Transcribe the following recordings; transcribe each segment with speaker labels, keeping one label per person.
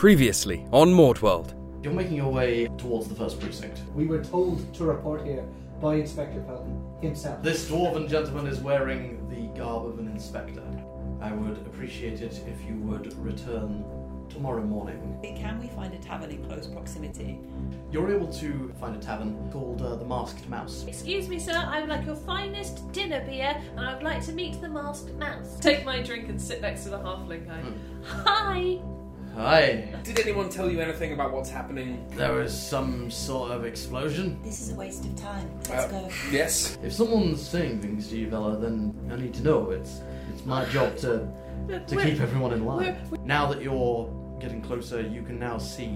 Speaker 1: Previously on Mordworld.
Speaker 2: You're making your way towards the first precinct.
Speaker 3: We were told to report here by Inspector Pelton himself.
Speaker 2: This dwarven gentleman is wearing the garb of an inspector. I would appreciate it if you would return tomorrow morning.
Speaker 4: Can we find a tavern in close proximity?
Speaker 2: You're able to find a tavern called uh, the Masked Mouse.
Speaker 5: Excuse me, sir, I would like your finest dinner beer, and I would like to meet the masked mouse. Take my drink and sit next to the halfling guy.
Speaker 6: Hmm.
Speaker 5: Hi!
Speaker 2: Hi.
Speaker 6: Did anyone tell you anything about what's happening?
Speaker 2: There was some sort of explosion.
Speaker 4: This is a waste of time.
Speaker 6: Uh,
Speaker 4: Let's go.
Speaker 6: Yes.
Speaker 2: If someone's saying things to you, Bella, then I need to know. It's it's my job to to keep everyone in line. Now that you're getting closer, you can now see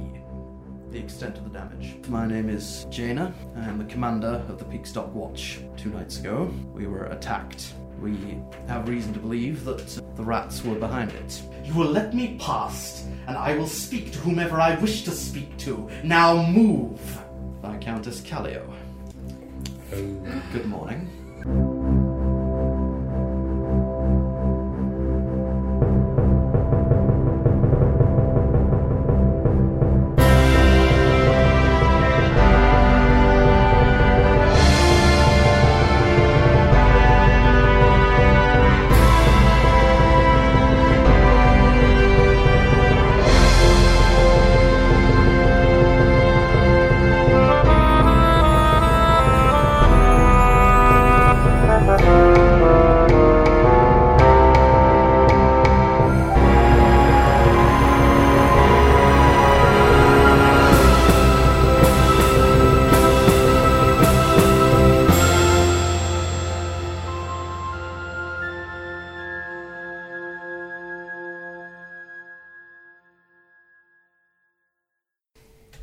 Speaker 2: the extent of the damage. My name is Jaina. I am the commander of the Peakstock Watch. Two nights ago, we were attacked. We have reason to believe that the rats were behind it. You will let me past, and I will speak to whomever I wish to speak to. Now move! By Countess Callio. Good morning.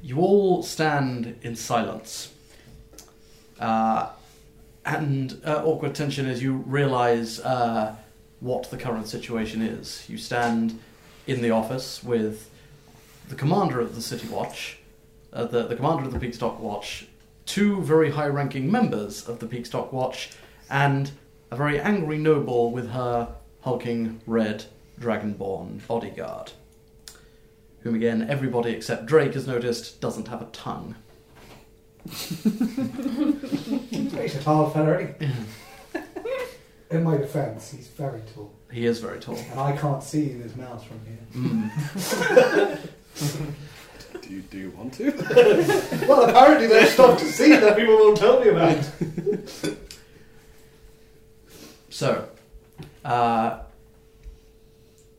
Speaker 2: You all stand in silence. Uh, and uh, awkward tension as you realize uh, what the current situation is. You stand in the office with the commander of the City Watch, uh, the, the commander of the Peakstock Watch, two very high ranking members of the Peakstock Watch, and a very angry noble with her hulking red dragonborn bodyguard whom again everybody except Drake has noticed doesn't have a tongue.
Speaker 3: He's a tall fella. ain't he? In my defence, he's very tall,
Speaker 2: He is very tall.
Speaker 3: and I can't see his mouth from here.
Speaker 7: Mm. Do you, do you want to?
Speaker 3: well, apparently there's stuff to see that people won't tell me about.
Speaker 2: So, uh,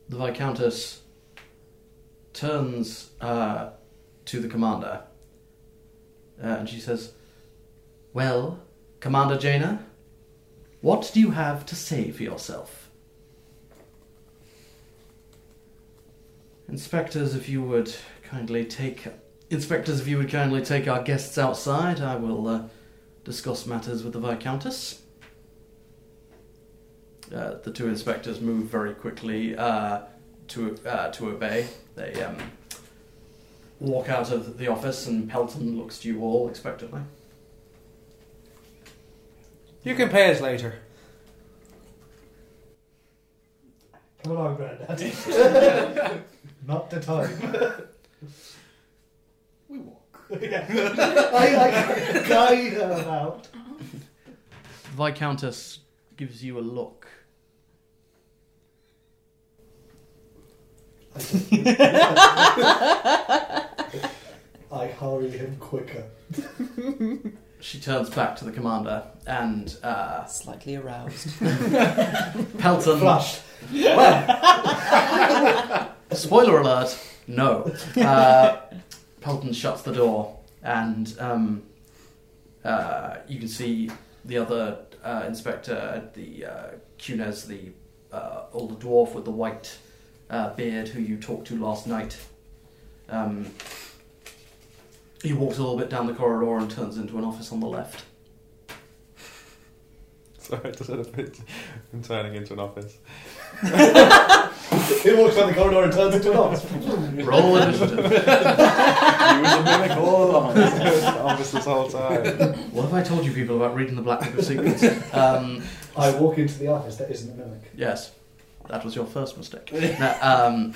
Speaker 2: the Viscountess turns uh, to the commander uh, and she says, Well, Commander Jaina, what do you have to say for yourself? Inspectors, if you would kindly take. Inspectors, if you would kindly take our guests outside, I will uh, discuss matters with the Viscountess. Uh, the two inspectors move very quickly uh, to uh, to obey. They um, walk out of the office, and Pelton looks to you all expectantly.
Speaker 6: You can pay us later.
Speaker 3: Come on, Grandad. Not the time.
Speaker 7: We walk.
Speaker 3: I like guide her about.
Speaker 2: The Viscountess gives you a look.
Speaker 3: I hurry him quicker.
Speaker 2: She turns back to the commander, and uh,
Speaker 4: Slightly aroused.
Speaker 2: Pelton.
Speaker 3: Flushed.
Speaker 2: Spoiler alert, no. Uh, Pelton shuts the door, and um, uh, you can see the other uh, inspector, the uh, Cunes, the uh, older dwarf with the white uh, beard who you talked to last night. Um, he walks a little bit down the corridor and turns into an office on the left.
Speaker 7: Sorry, I just had a pitch. I'm turning into an office.
Speaker 3: He walks down the corridor and turns into an ox.
Speaker 2: Roll initiative.
Speaker 7: You were the mimic all along. office this whole time.
Speaker 2: what have I told you people about reading the Black Book of Secrets? Um,
Speaker 3: I walk into the office that isn't a mimic.
Speaker 2: Yes, that was your first mistake. No, um,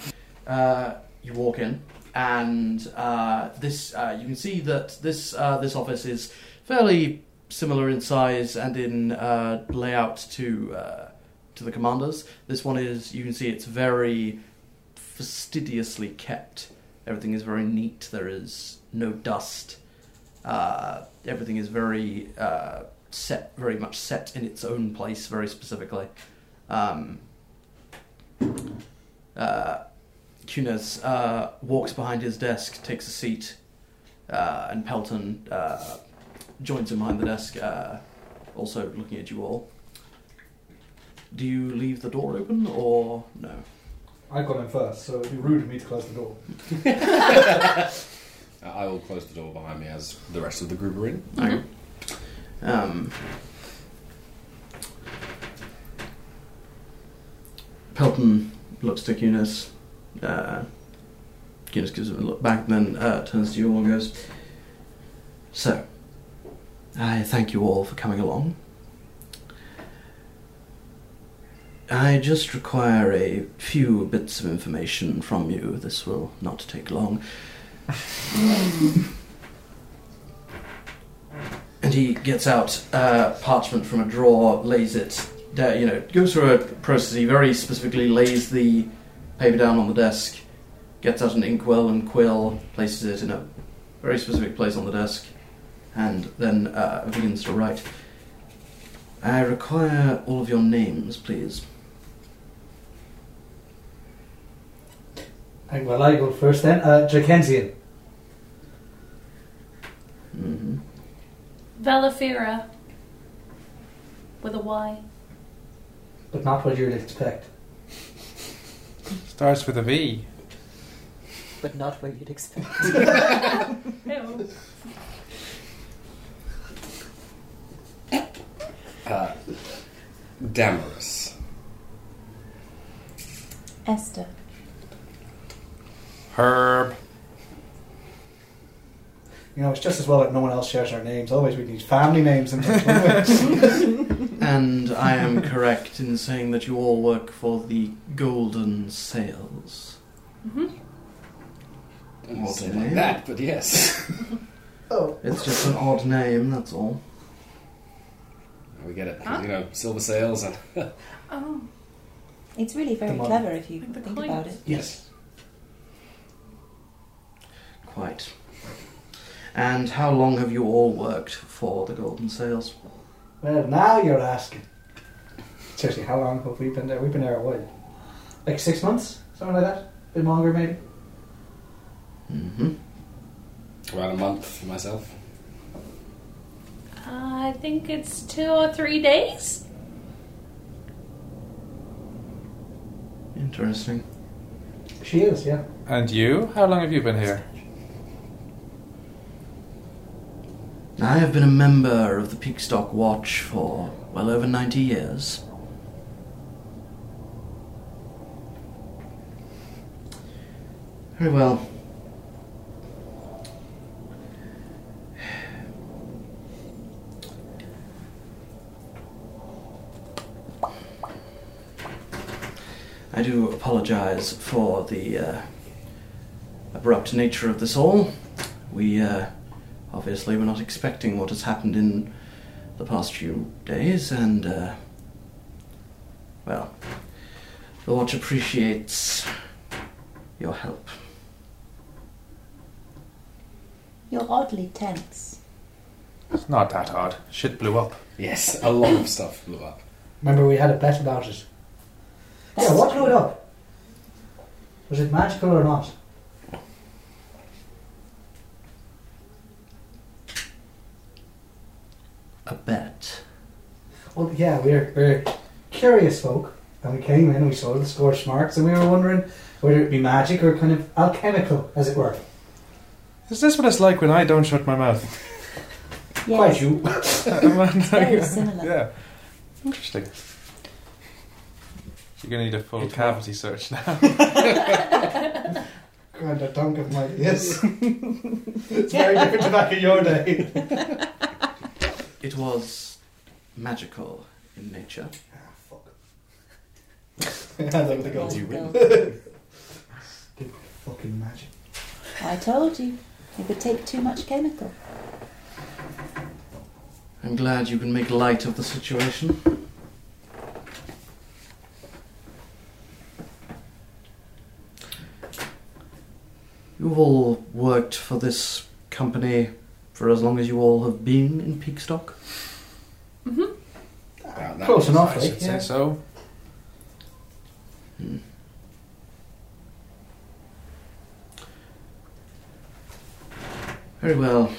Speaker 2: uh, you walk in, and uh, this uh, you can see that this uh, this office is fairly similar in size and in uh, layout to uh, to the commanders. This one is you can see it's very fastidiously kept. Everything is very neat. There is no dust. Uh, everything is very uh, set, very much set in its own place, very specifically. Um, uh, Cunas uh, walks behind his desk, takes a seat, uh, and Pelton uh, joins him behind the desk, uh, also looking at you all. Do you leave the door open or no?
Speaker 3: I got in first, so it'd be rude of me to close the door.
Speaker 8: Uh, I will close the door behind me as the rest of the group are in.
Speaker 2: Okay. Um, Pelton looks to Cunis. Uh, Cunis gives him a look back, then uh, turns to you all and goes, So, I thank you all for coming along. I just require a few bits of information from you. This will not take long. and he gets out uh, parchment from a drawer, lays it, down, you know, goes through a process. He very specifically lays the paper down on the desk, gets out an inkwell and quill, places it in a very specific place on the desk, and then uh, begins to write. I require all of your names, please.
Speaker 3: And well, I go first then. Uh, Jackensian.
Speaker 2: hmm
Speaker 5: Velafira. With a Y.
Speaker 3: But not what you'd expect.
Speaker 6: Starts with a V.
Speaker 4: But not where you'd expect.
Speaker 5: Ew.
Speaker 8: Uh, Damaris.
Speaker 4: Esther.
Speaker 6: Herb.
Speaker 3: You know, it's just as well that no one else shares our names. Otherwise, we'd need family names. And things, wouldn't we?
Speaker 2: And I am correct in saying that you all work for the Golden Sails.
Speaker 8: Don't say
Speaker 2: Okay.
Speaker 8: like that, but yes.
Speaker 3: oh.
Speaker 2: It's just an odd name, that's all.
Speaker 8: we get it. 'cause, You know, silver sails and
Speaker 5: Oh.
Speaker 4: It's really very
Speaker 3: Come on.
Speaker 4: clever if you
Speaker 5: The
Speaker 4: think
Speaker 5: coin.
Speaker 4: about it.
Speaker 2: Yes. Quite. And how long have you all worked for the Golden Sails?
Speaker 3: Well, now you're asking. Seriously, how long have we been there? We've been there a while. Like six months? Something like that? A bit longer, maybe?
Speaker 2: Mm-hmm.
Speaker 8: about a month for myself.
Speaker 5: I think it's two or three days.
Speaker 2: Interesting.
Speaker 3: She is, yeah.
Speaker 6: And you? How long have you been here?
Speaker 2: I have been a member of the Peakstock Watch for well over 90 years. Very well. I do apologize for the uh, abrupt nature of this all. We uh, obviously were not expecting what has happened in the past few days, and uh, well, the watch appreciates your help.
Speaker 4: You're oddly tense.
Speaker 6: It's not that hard. Shit blew up.
Speaker 8: Yes, a lot of stuff blew up.
Speaker 3: Remember, we had a bet about it. yeah, what blew it up? Was it magical or not?
Speaker 2: A bet.
Speaker 3: Well, yeah, we're, we're curious folk, and we came in and we saw the scorched marks, and we were wondering whether it be magic or kind of alchemical, as it were.
Speaker 6: Is this what it's like when I don't shut my mouth?
Speaker 3: Quite you.
Speaker 6: it's
Speaker 4: very similar.
Speaker 6: Yeah. Interesting. You're gonna need a full
Speaker 2: It-
Speaker 6: cavity search now.
Speaker 3: God, the tongue of my yes. it's very different to back in your day.
Speaker 2: It was magical in nature.
Speaker 3: ah, fuck. I don't think I'll
Speaker 8: you
Speaker 4: Well,
Speaker 3: fucking magic.
Speaker 4: I told you, it would take too much chemical.
Speaker 2: I'm glad you can make light of the situation. You've all worked for this company for as long as you all have been in Peakstock.
Speaker 8: About that
Speaker 3: Close
Speaker 8: much,
Speaker 3: enough,
Speaker 8: I
Speaker 3: eh?
Speaker 8: should
Speaker 3: Yeah.
Speaker 8: say.
Speaker 6: so.
Speaker 2: Very well.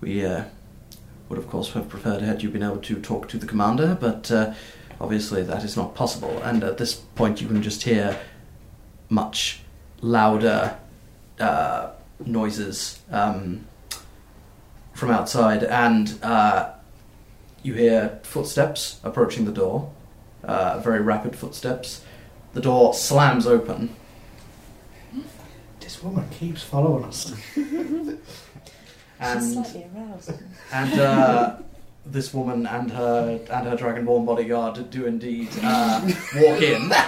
Speaker 2: We uh, would, of course, have preferred had you been able to talk to the commander, but uh, obviously that is not possible. And at this point, you can just hear much louder uh, noises um, from outside, and uh, you hear footsteps approaching the door, uh, very rapid footsteps. The door slams open.
Speaker 3: This woman keeps following us.
Speaker 4: She's
Speaker 2: And
Speaker 4: slightly aroused.
Speaker 2: and uh, this woman and her and her dragonborn bodyguard do indeed uh, walk in.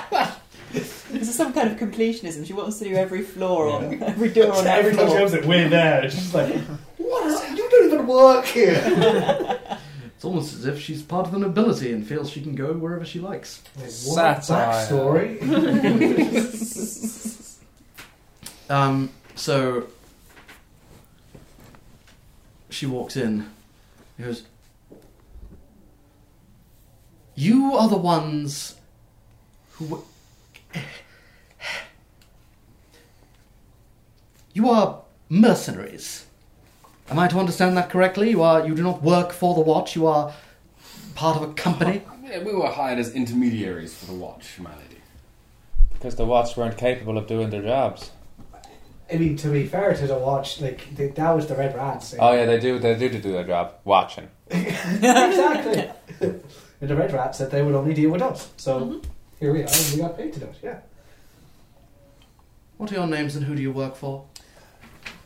Speaker 9: This is some kind of completionism. She wants to do every floor on every door on every
Speaker 3: Every time she
Speaker 9: floor.
Speaker 3: comes, like, we're there. She's like,
Speaker 8: What? You don't even work here.
Speaker 2: It's almost as if she's part of the nobility and feels she can go wherever she likes.
Speaker 3: what
Speaker 6: Satire.
Speaker 3: backstory?
Speaker 2: Um, so she walks in. He goes, "You are the ones who. w- You are mercenaries. Am I to understand that correctly? You are. You do not work for the Watch. You are part of a company.
Speaker 8: Yeah, we were hired as intermediaries for the Watch, my lady.
Speaker 6: Because the Watts weren't capable of doing their jobs.
Speaker 3: I mean, to be fair to the watch, like th that was the red rats. thing.
Speaker 6: Oh yeah, they do. They do do their job. Watching.
Speaker 3: exactly. and the red rats said they would only deal with us. So
Speaker 6: Mm-hmm.
Speaker 3: here we are. and We got paid to do it. Yeah.
Speaker 2: What are your names and who do you work for?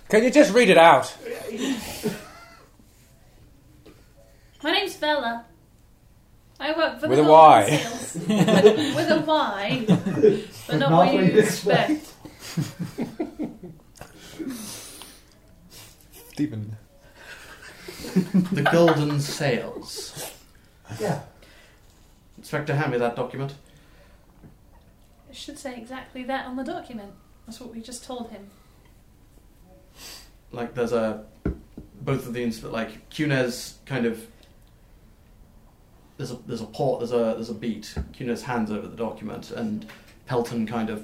Speaker 6: Can you just read it out?
Speaker 5: My name's Bella. I work for
Speaker 6: With
Speaker 5: the
Speaker 6: a
Speaker 5: Golden
Speaker 6: Y.
Speaker 5: Seals. With a Y, but
Speaker 3: Not
Speaker 5: not
Speaker 3: what
Speaker 5: what you
Speaker 3: you expect.
Speaker 5: expect.
Speaker 6: Stephen.
Speaker 2: The Golden Sails.
Speaker 3: Yeah.
Speaker 2: Inspector, hand me that document."
Speaker 5: It should say exactly that on the document. That's what we just told him.
Speaker 2: like there's a both of the ins- like Cunez kind of there's a there's a port there's a there's a beat Cunez hands over the document and Pelton kind of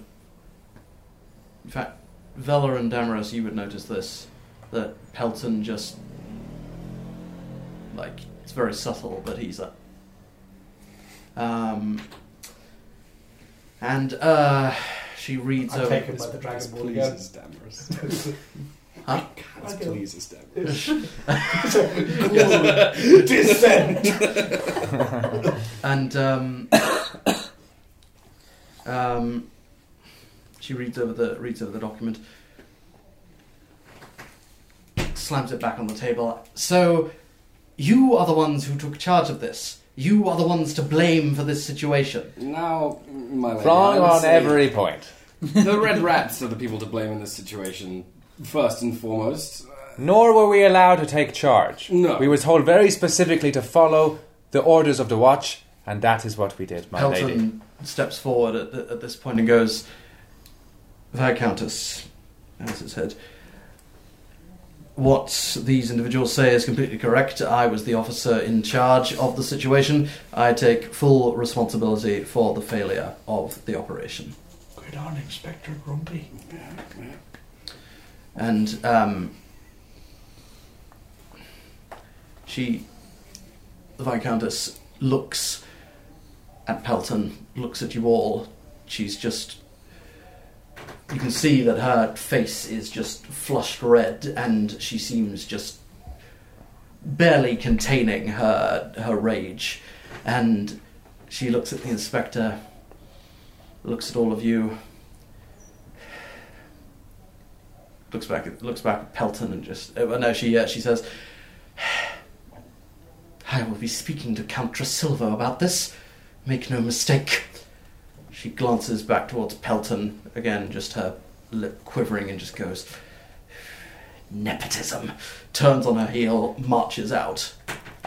Speaker 2: in fact Vela and Damaris you would notice this that Pelton just like it's very subtle but he's a um and uh she reads
Speaker 3: I'll
Speaker 2: over
Speaker 3: take him by the dragon ball again.
Speaker 8: pleases Damaris.
Speaker 2: Huh?
Speaker 8: This
Speaker 3: Okay.
Speaker 8: pleases Damaris.
Speaker 2: And um, um, she reads over the reads over the document, slams it back on the table. So, you are the ones who took charge of this. You are the ones to blame for this situation.
Speaker 8: Now, my lady,
Speaker 6: Wrong
Speaker 8: I would
Speaker 6: on
Speaker 8: say
Speaker 6: every point.
Speaker 8: The Red Rats are the people to blame in this situation, first and foremost. Uh,
Speaker 6: Nor were we allowed to take charge.
Speaker 8: No.
Speaker 6: We were told very specifically to follow the orders of the watch, and that is what we did, my
Speaker 2: Pelton
Speaker 6: lady.
Speaker 2: steps forward at, th at this point and goes, Viscountess, as his head. What these individuals say is completely correct. I was the officer in charge of the situation. I take full responsibility for the failure of the operation.
Speaker 3: Good on, Inspector Grumpy.
Speaker 2: And um, she, the Viscountess, looks at Pelton, looks at you all. She's just. You can see that her face is just flushed red, and she seems just barely containing her her rage. And she looks at the inspector, looks at all of you, looks back at looks back at Pelton and just uh, no she uh, she says I will be speaking to Count Trasilvo about this Make no mistake. She glances back towards Pelton again, just her lip quivering, and just goes, Nepotism. Turns on her heel, marches out.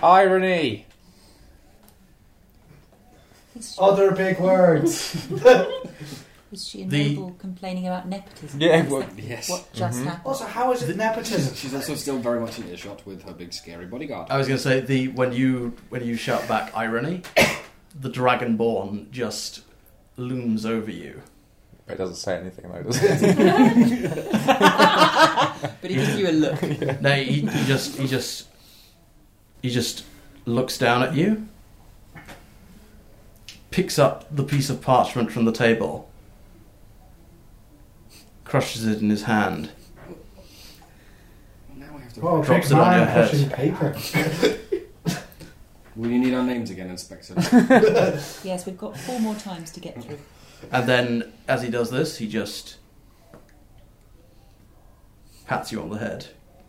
Speaker 6: Irony.
Speaker 4: Is she,
Speaker 3: Other big words.
Speaker 4: was she in
Speaker 2: The-
Speaker 4: Noble complaining about nepotism?
Speaker 6: Yeah,
Speaker 4: Is
Speaker 6: well,
Speaker 4: that
Speaker 8: yes.
Speaker 4: What just happened?
Speaker 3: Also, how is it nepotism?
Speaker 8: She's also still very much in earshot with her big scary
Speaker 3: Uh,
Speaker 8: bodyguard.
Speaker 2: I was going to say the when you when you shout back irony, the dragonborn just looms over you.
Speaker 6: But it doesn't say anything though, does it?
Speaker 9: But he gives you a look.
Speaker 2: No, he, he just he just he just looks down at you, picks up the piece of parchment from the table, crushes it in his hand.
Speaker 8: Now we have to.
Speaker 3: Oh,
Speaker 2: Drops
Speaker 3: big
Speaker 2: it on your
Speaker 3: man
Speaker 2: head.
Speaker 3: pushing paper.
Speaker 8: Will you need our names again, Inspector?
Speaker 4: Yes, we've got four more times to get through.
Speaker 2: And then, as he does this, he just pats you on the head,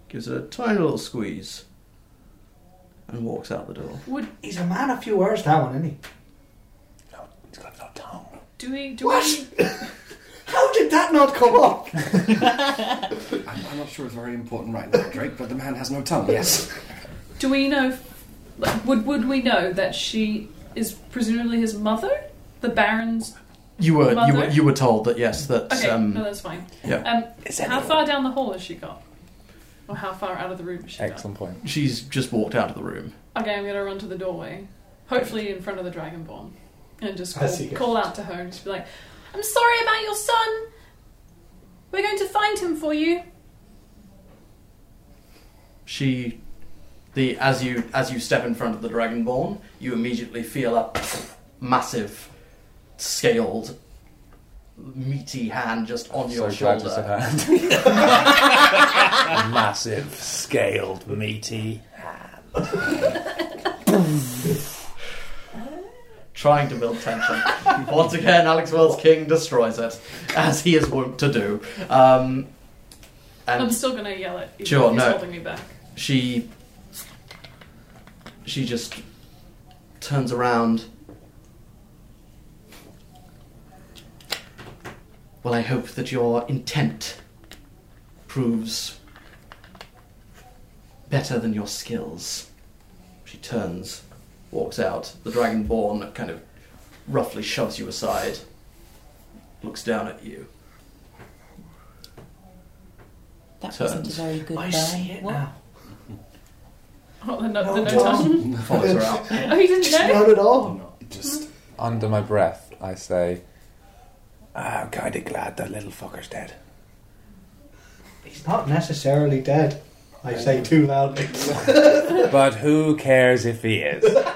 Speaker 2: gives it a tiny little squeeze, and walks out the door.
Speaker 3: He's a man of few words, that one, isn't he?
Speaker 5: Do we? Do we?
Speaker 3: How did that not come up?
Speaker 8: I'm, I'm not sure it's very important right now, Drake, but the man has no tongue, yes.
Speaker 5: Do we know? Like, would would we know that she is presumably his mother? The Baron's.
Speaker 2: You were you were
Speaker 5: Mother?
Speaker 2: you were told that yes that
Speaker 5: Okay,
Speaker 2: um,
Speaker 5: no, that's fine.
Speaker 2: yeah.
Speaker 5: Um, how far down the hall has she got? Or how far out of the room has she
Speaker 6: Excellent point.
Speaker 2: she's just walked out of the room.
Speaker 5: got? Okay, I'm gonna run to the doorway, hopefully in front of the Dragonborn, and just
Speaker 3: I
Speaker 5: call,
Speaker 3: see.
Speaker 5: call out to her and just be like, "I'm sorry about your son. We're going to find him for you."
Speaker 2: she the as you as you step in front of the dragonborn you immediately feel a massive scaled meaty hand just on your
Speaker 6: so glad
Speaker 2: shoulder
Speaker 6: you said hand. Massive, scaled, meaty.
Speaker 2: trying to build tension once again alex world's king destroys it as he is wont to do um,
Speaker 5: I'm
Speaker 2: and
Speaker 5: still gonna yell at you.
Speaker 2: Sure,
Speaker 5: he's
Speaker 2: no.
Speaker 5: holding me back.
Speaker 2: she she just turns around well i hope that your intent proves better than your skills she turns walks out the dragonborn kind of roughly shoves you aside looks down at you
Speaker 4: That
Speaker 2: Turns.
Speaker 4: wasn't a very good
Speaker 3: I
Speaker 4: buy.
Speaker 3: see it
Speaker 4: What?
Speaker 3: now.
Speaker 5: Oh, the no, the
Speaker 3: No,
Speaker 5: no
Speaker 3: Tom.
Speaker 5: tongue.
Speaker 2: follows her out
Speaker 5: Oh, you didn't know?
Speaker 3: Not at all.
Speaker 8: Just.
Speaker 6: Under my breath, I say, "Ah, I'm kind of glad that little fucker's dead.
Speaker 3: He's not necessarily dead. I say too loudly.
Speaker 6: But who cares if he is?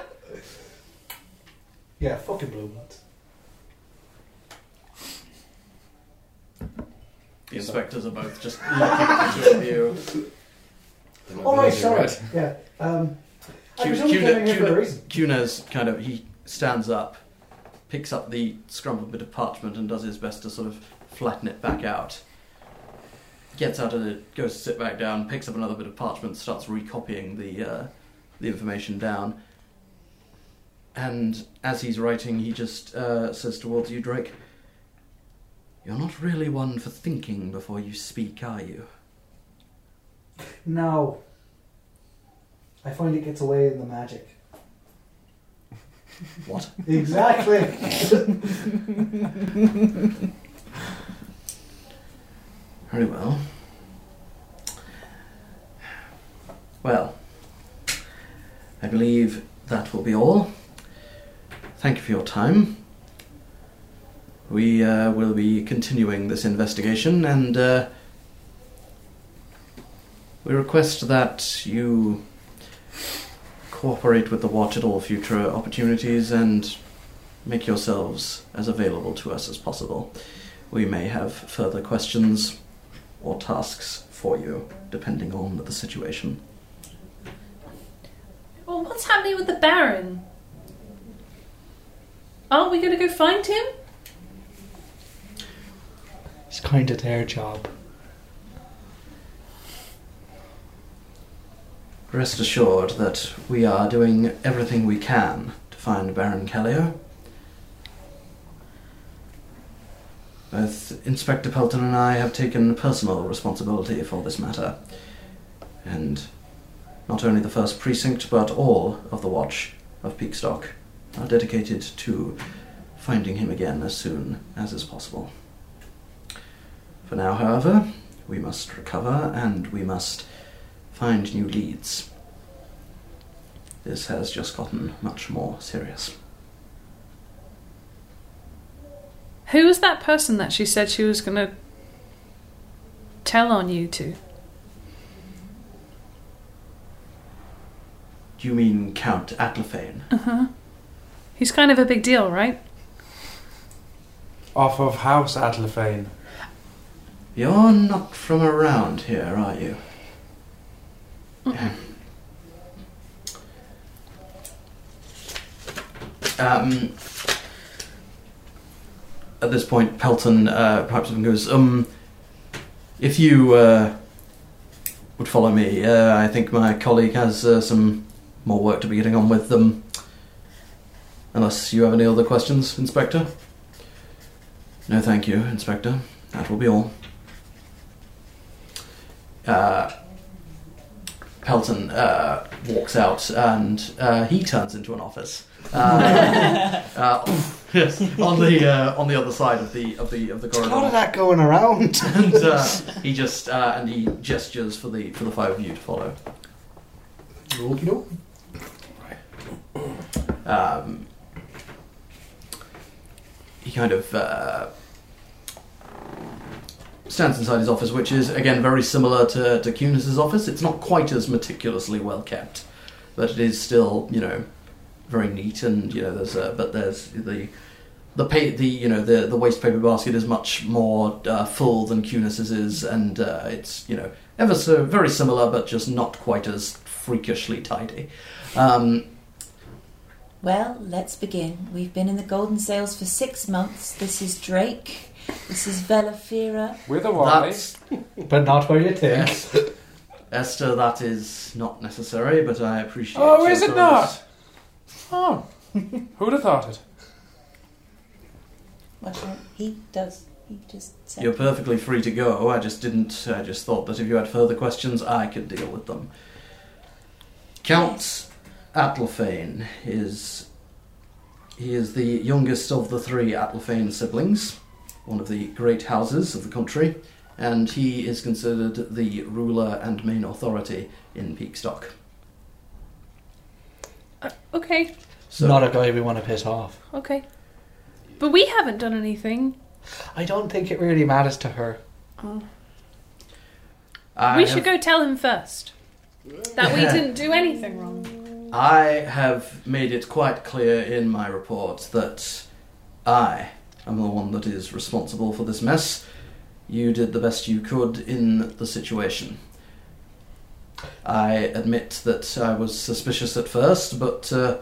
Speaker 3: yeah, fucking blue bloods.
Speaker 2: the inspectors are both just looking at the two of you
Speaker 8: they're not
Speaker 3: Oh,
Speaker 8: gonna
Speaker 3: right,
Speaker 8: do
Speaker 3: sorry.
Speaker 8: right.
Speaker 3: Yeah. Um, I was
Speaker 2: Cuna-
Speaker 3: only coming here for a
Speaker 2: Cuna-
Speaker 3: reason.
Speaker 2: Cuna's kind of he stands up, picks up the scrumpled bit of parchment and does his best to sort of flatten it back out. Gets out of it, goes to sit back down, picks up another bit of parchment, starts recopying the uh, the information down. And as he's writing, he just uh, says towards you, Drake, "You're not really one for thinking before you speak, are you?"
Speaker 3: No. I find it gets away in the magic.
Speaker 2: What?
Speaker 3: Exactly.
Speaker 2: Very well. Well, I believe that will be all. Thank you for your time. We uh, will be continuing this investigation and uh, we request that you cooperate with the Watch at all future opportunities and make yourselves as available to us as possible. We may have further questions or tasks for you, depending on the situation.
Speaker 5: Well, what's happening with the Baron? Aren't we going to go find him?
Speaker 10: It's kind of their job.
Speaker 2: Rest assured that we are doing everything we can to find Baron Callio, Both Inspector Pelton and I have taken personal responsibility for this matter. And not only the first precinct, but all of the watch of Peakstock are dedicated to finding him again as soon as is possible. For now, however, we must recover and we must find new leads. This has just gotten much more serious.
Speaker 11: Who was that person that she said she was going to tell on you to?
Speaker 2: Do you mean Count Atlafane?
Speaker 11: Uh huh. He's kind of a big deal, right?
Speaker 7: Off of House Atlafane.
Speaker 2: You're not from around here, are you? Um, at this point, Pelton uh, pipes up and goes, um, if you uh, would follow me, uh, I think my colleague has uh, some more work to be getting on with them. Unless you have any other questions, Inspector? No, thank you, Inspector. That will be all. Uh, Pelton uh, walks out and uh, he turns into an office. Uh, uh, yes, on the uh, on the other side of the of the of the corridor.
Speaker 3: All of that going around.
Speaker 2: and uh, he just uh, and he gestures for the for the five of you to follow. Um, he kind of uh, stands inside his office, which is again very similar to to Cunis's office. It's not quite as meticulously well kept, but it is still you know very neat and you know there's a, but there's the the pay, the you know the the waste paper basket is much more uh, full than Cunis's is, and uh, it's you know ever so very similar, but just not quite as freakishly tidy. Um,
Speaker 4: Well, let's begin. We've been in the Golden Sales for six months. This is Drake. This is Velafira.
Speaker 6: With a
Speaker 2: that's
Speaker 3: but not where you think.
Speaker 2: yes. Esther, that is not necessary, but I appreciate.
Speaker 6: Oh,
Speaker 2: your
Speaker 6: is it
Speaker 2: thoroughness.
Speaker 6: not? Oh, who'd have thought it?
Speaker 4: Well, he does. He just said.
Speaker 2: You're perfectly free to go. I just didn't. I just thought that if you had further questions, I could deal with them. Count Atlafane is. He is the youngest of the three Atlafane siblings, one of the great houses of the country, and he is considered the ruler and main authority in Peakstock.
Speaker 11: Okay,
Speaker 10: It's not a guy we want to piss off.
Speaker 11: okay. But we haven't done anything.
Speaker 10: I don't think it really matters to her.
Speaker 2: I
Speaker 11: we
Speaker 2: have-
Speaker 11: should go tell him first that we
Speaker 2: Yeah.
Speaker 11: didn't do anything wrong.
Speaker 2: I have made it quite clear in my report that I am the one that is responsible for this mess. You did the best you could in the situation. I admit that I was suspicious at first, but uh,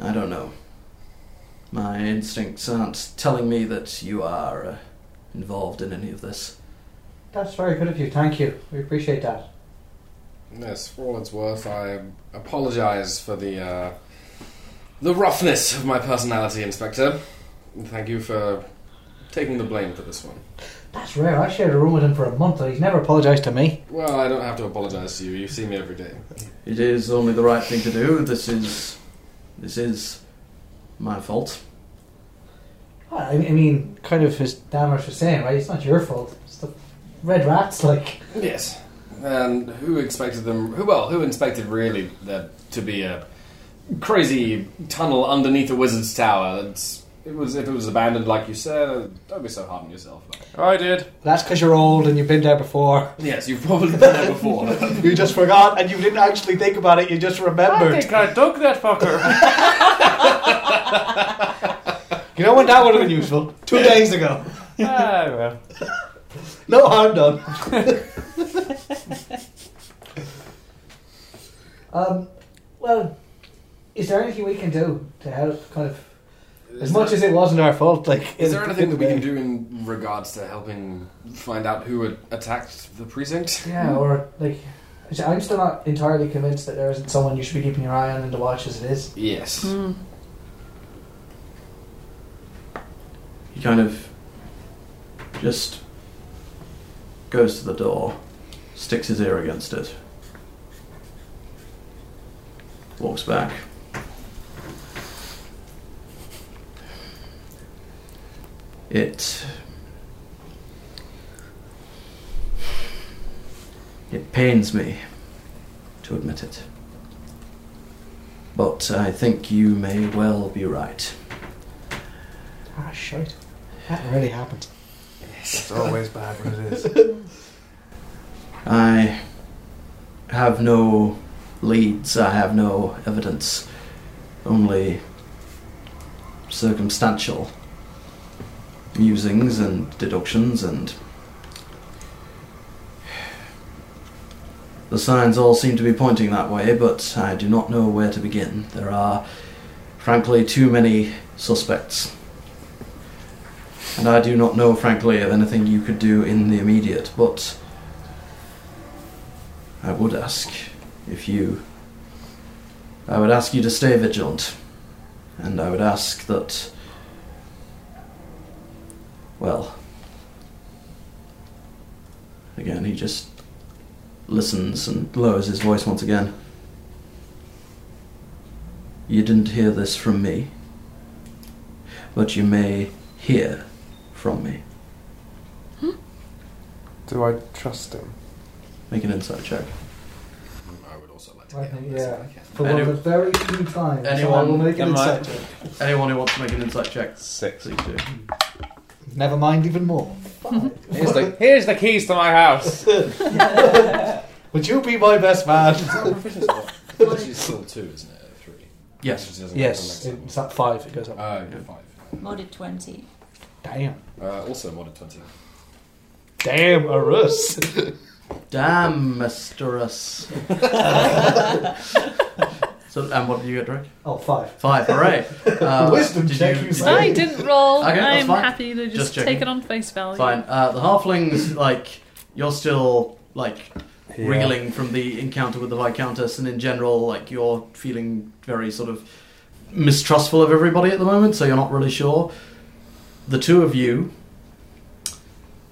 Speaker 2: I don't know. My instincts aren't telling me that you are uh, involved in any of this.
Speaker 3: That's very good of you. Thank you. We appreciate that.
Speaker 8: Yes, for all it's worth, I apologise for the uh, the roughness of my personality, Inspector. And Thank you for taking the blame for this one.
Speaker 3: That's rare. I shared a room with him for a month and he's never apologised to me.
Speaker 8: Well, I don't have to apologise to you. You see me every day.
Speaker 2: It is only the right thing to do. This is this is my fault.
Speaker 3: Well, I I mean, kind of as Dammers was saying, right? It's not your fault. It's the red rats, like.
Speaker 8: Yes. And who expected them? Who well? Who inspected really there to be a crazy tunnel underneath a wizard's tower? It's, it was if it was abandoned, like you said. uh, Don't be so hard on yourself.
Speaker 6: I did.
Speaker 3: That's because you're old and you've been there before.
Speaker 8: Yes, you've probably been there before.
Speaker 3: You just forgot and you didn't actually think about it, you just
Speaker 6: I
Speaker 3: remembered.
Speaker 6: think I dug that fucker.
Speaker 3: You know when that would have been useful? Two days ago.
Speaker 6: ah, well.
Speaker 3: No harm done. um, well, is there anything we can do to help? Kind of, as much as it wasn't our fault. Like,
Speaker 8: Is
Speaker 3: in-
Speaker 8: there anything
Speaker 3: in
Speaker 8: that we can
Speaker 3: way.
Speaker 8: do in regards to helping find out who had attacked the precinct?
Speaker 3: Yeah, or like, I'm still not entirely convinced that there isn't someone you should be keeping your eye on and to
Speaker 8: Hmm.
Speaker 3: watch as it is.
Speaker 8: Yes.
Speaker 2: He kind of just goes to the door, sticks his ear against it, walks back. It It pains me to admit it. But I think you may well be right.
Speaker 10: Ah, shit. That really happened.
Speaker 6: It's always bad when it is.
Speaker 2: I have no leads, I have no evidence, only circumstantial musings and deductions, and the signs all seem to be pointing that way, but I do not know where to begin. There are, frankly, too many suspects. And I do not know, frankly, of anything you could do in the immediate, but I would ask if you. I would ask you to stay vigilant. And I would ask that. Well. Again, he just listens and lowers his voice once again. You didn't hear this from me, but you may hear from me.
Speaker 6: Do I trust him?
Speaker 2: Make an insight check.
Speaker 8: I would also like
Speaker 3: I think, yeah. For
Speaker 2: Any-
Speaker 3: one of the very few times.
Speaker 2: Anyone,
Speaker 3: someone will make an
Speaker 2: Am I-
Speaker 3: insight check.
Speaker 2: anyone who wants to make an insight check? Six. two.
Speaker 10: Never mind, even more.
Speaker 6: Here's the, here's the keys to my house.
Speaker 10: Would you be my best man?
Speaker 8: It's still two, isn't it? Three.
Speaker 2: Yes.
Speaker 8: It doesn't go
Speaker 10: yes.
Speaker 8: to the next
Speaker 10: It's at five. It goes up.
Speaker 8: level. Oh, five.
Speaker 4: Modded 20.
Speaker 10: Damn.
Speaker 8: Uh, also modded 20.
Speaker 10: Damn, Arus.
Speaker 2: Damn, Mr. Us. so, and what did you get, Drake?
Speaker 3: Oh, five.
Speaker 2: Five, hooray. Uh,
Speaker 3: Wisdom
Speaker 2: did
Speaker 3: check,
Speaker 2: you-
Speaker 3: you
Speaker 2: did
Speaker 3: say.
Speaker 11: I didn't roll.
Speaker 2: Okay, that's
Speaker 11: I'm
Speaker 2: fine.
Speaker 11: happy to
Speaker 2: Just
Speaker 11: just,
Speaker 2: checking.
Speaker 11: take it on face value.
Speaker 2: Fine. Uh, the halflings, like, you're still, like,
Speaker 6: Yeah.
Speaker 2: wriggling from the encounter with the Viscountess, and in general, like, you're feeling very sort of mistrustful of everybody at the moment, so you're not really sure. The two of you.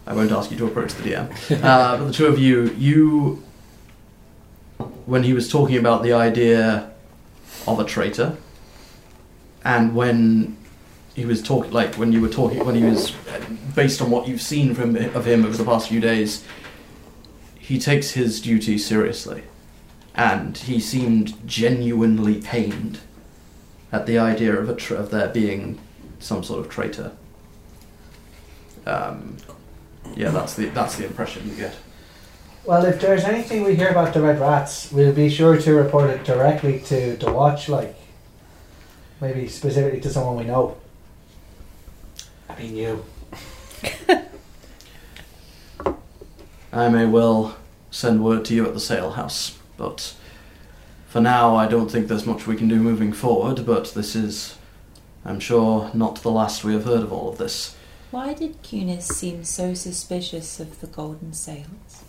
Speaker 2: I won't ask you to approach the DM. Uh, but the two of you, you. When he was talking about the idea of a traitor, and when he was talking, like when you were talking, when he was based on what you've seen from of him over the past few days, he takes his duty seriously, and he seemed genuinely pained at the idea of a tra- of there being some sort of traitor. Um, yeah, that's the that's the impression you get.
Speaker 3: Well, if there's anything we hear about the red rats, we'll be sure to report it directly to the watch, like maybe specifically to someone we know.
Speaker 10: I mean you.
Speaker 2: I may well send word to you at the sale house, but for now I don't think there's much we can do moving forward, but this is, I'm sure, not the last we have heard of all of this.
Speaker 4: Why did Cunis seem so suspicious of the golden sails?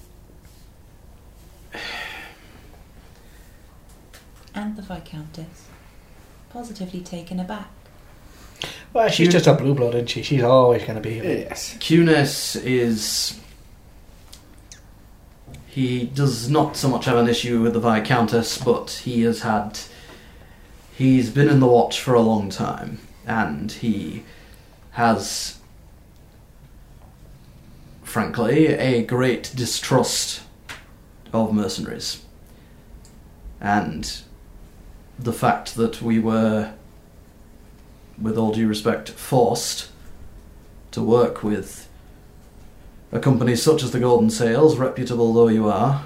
Speaker 4: And the Viscountess. Positively taken aback.
Speaker 10: Well, she's just a blue blood, isn't she? She's always going to be.
Speaker 8: Yes.
Speaker 2: Cunis is. He does not so much have an issue with the Viscountess, but he has had. He's been in the watch for a long time, and he has. Frankly, a great distrust of mercenaries. And the fact that we were, with all due respect, forced to work with a company such as the Golden Sails, reputable though you are,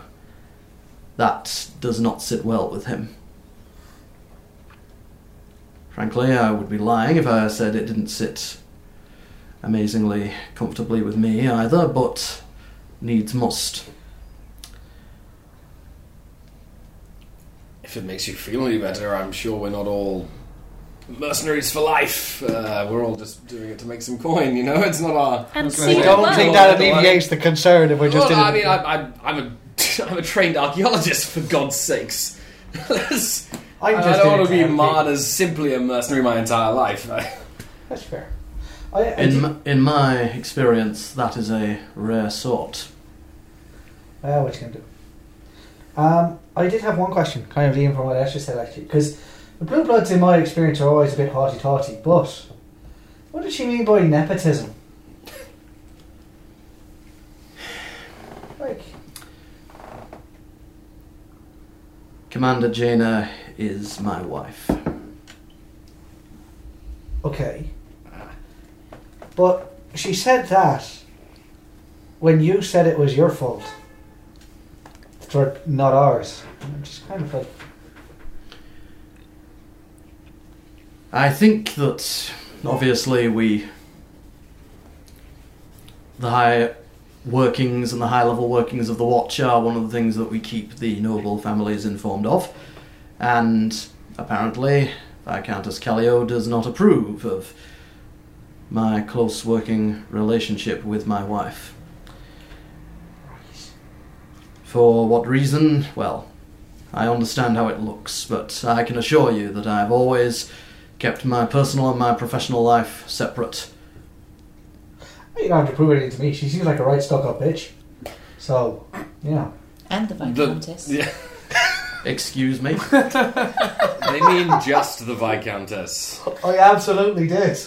Speaker 2: that does not sit well with him. Frankly, I would be lying if I said it didn't sit amazingly comfortably with me either, but needs must.
Speaker 8: If it makes you feel any better, I'm sure we're not all mercenaries for life. Uh, we're all just doing it to make some coin, you know? It's not our.
Speaker 11: And
Speaker 8: gonna
Speaker 11: see
Speaker 8: say,
Speaker 11: the
Speaker 10: Don't
Speaker 8: Well,
Speaker 10: think
Speaker 11: world.
Speaker 10: that
Speaker 8: well,
Speaker 10: alleviates the concern if we're just
Speaker 8: Well, I
Speaker 10: in it.
Speaker 8: mean, I'm, I'm, I'm, a, I'm a trained archaeologist, for God's sakes. Let's-
Speaker 3: I'm
Speaker 8: I
Speaker 3: just
Speaker 8: don't
Speaker 3: in
Speaker 8: want
Speaker 3: it
Speaker 8: to be
Speaker 3: have a
Speaker 8: marred as simply a mercenary my entire life.
Speaker 3: That's fair. I, I
Speaker 2: in
Speaker 3: did-
Speaker 2: m- in my experience, that is a rare sort.
Speaker 3: Well, Uh, what you can do. Um, I did have one question, kind of leading from what Esther said actually, because the blue bloods, in my experience, are always a bit haughty taughty. But what did she mean by nepotism? Like,
Speaker 2: Commander Jaina is my wife.
Speaker 3: okay, but she said that when you said it was your fault, It's sort of not ours. Just kind of like,
Speaker 2: I think that obviously we, the high workings and the high level workings of the Watch are one of the things that we keep the noble families informed of, and apparently Viscountess Callio does not approve of my close working relationship with my wife. For what reason? Well, I understand how it looks, but I can assure you that I have always kept my personal and my professional life separate.
Speaker 3: you don't have to prove anything to me. She seems like a right stuck up bitch. So, you know.
Speaker 4: And the Viscountess.
Speaker 2: Excuse me?
Speaker 8: they mean just the Viscountess.
Speaker 3: I absolutely did.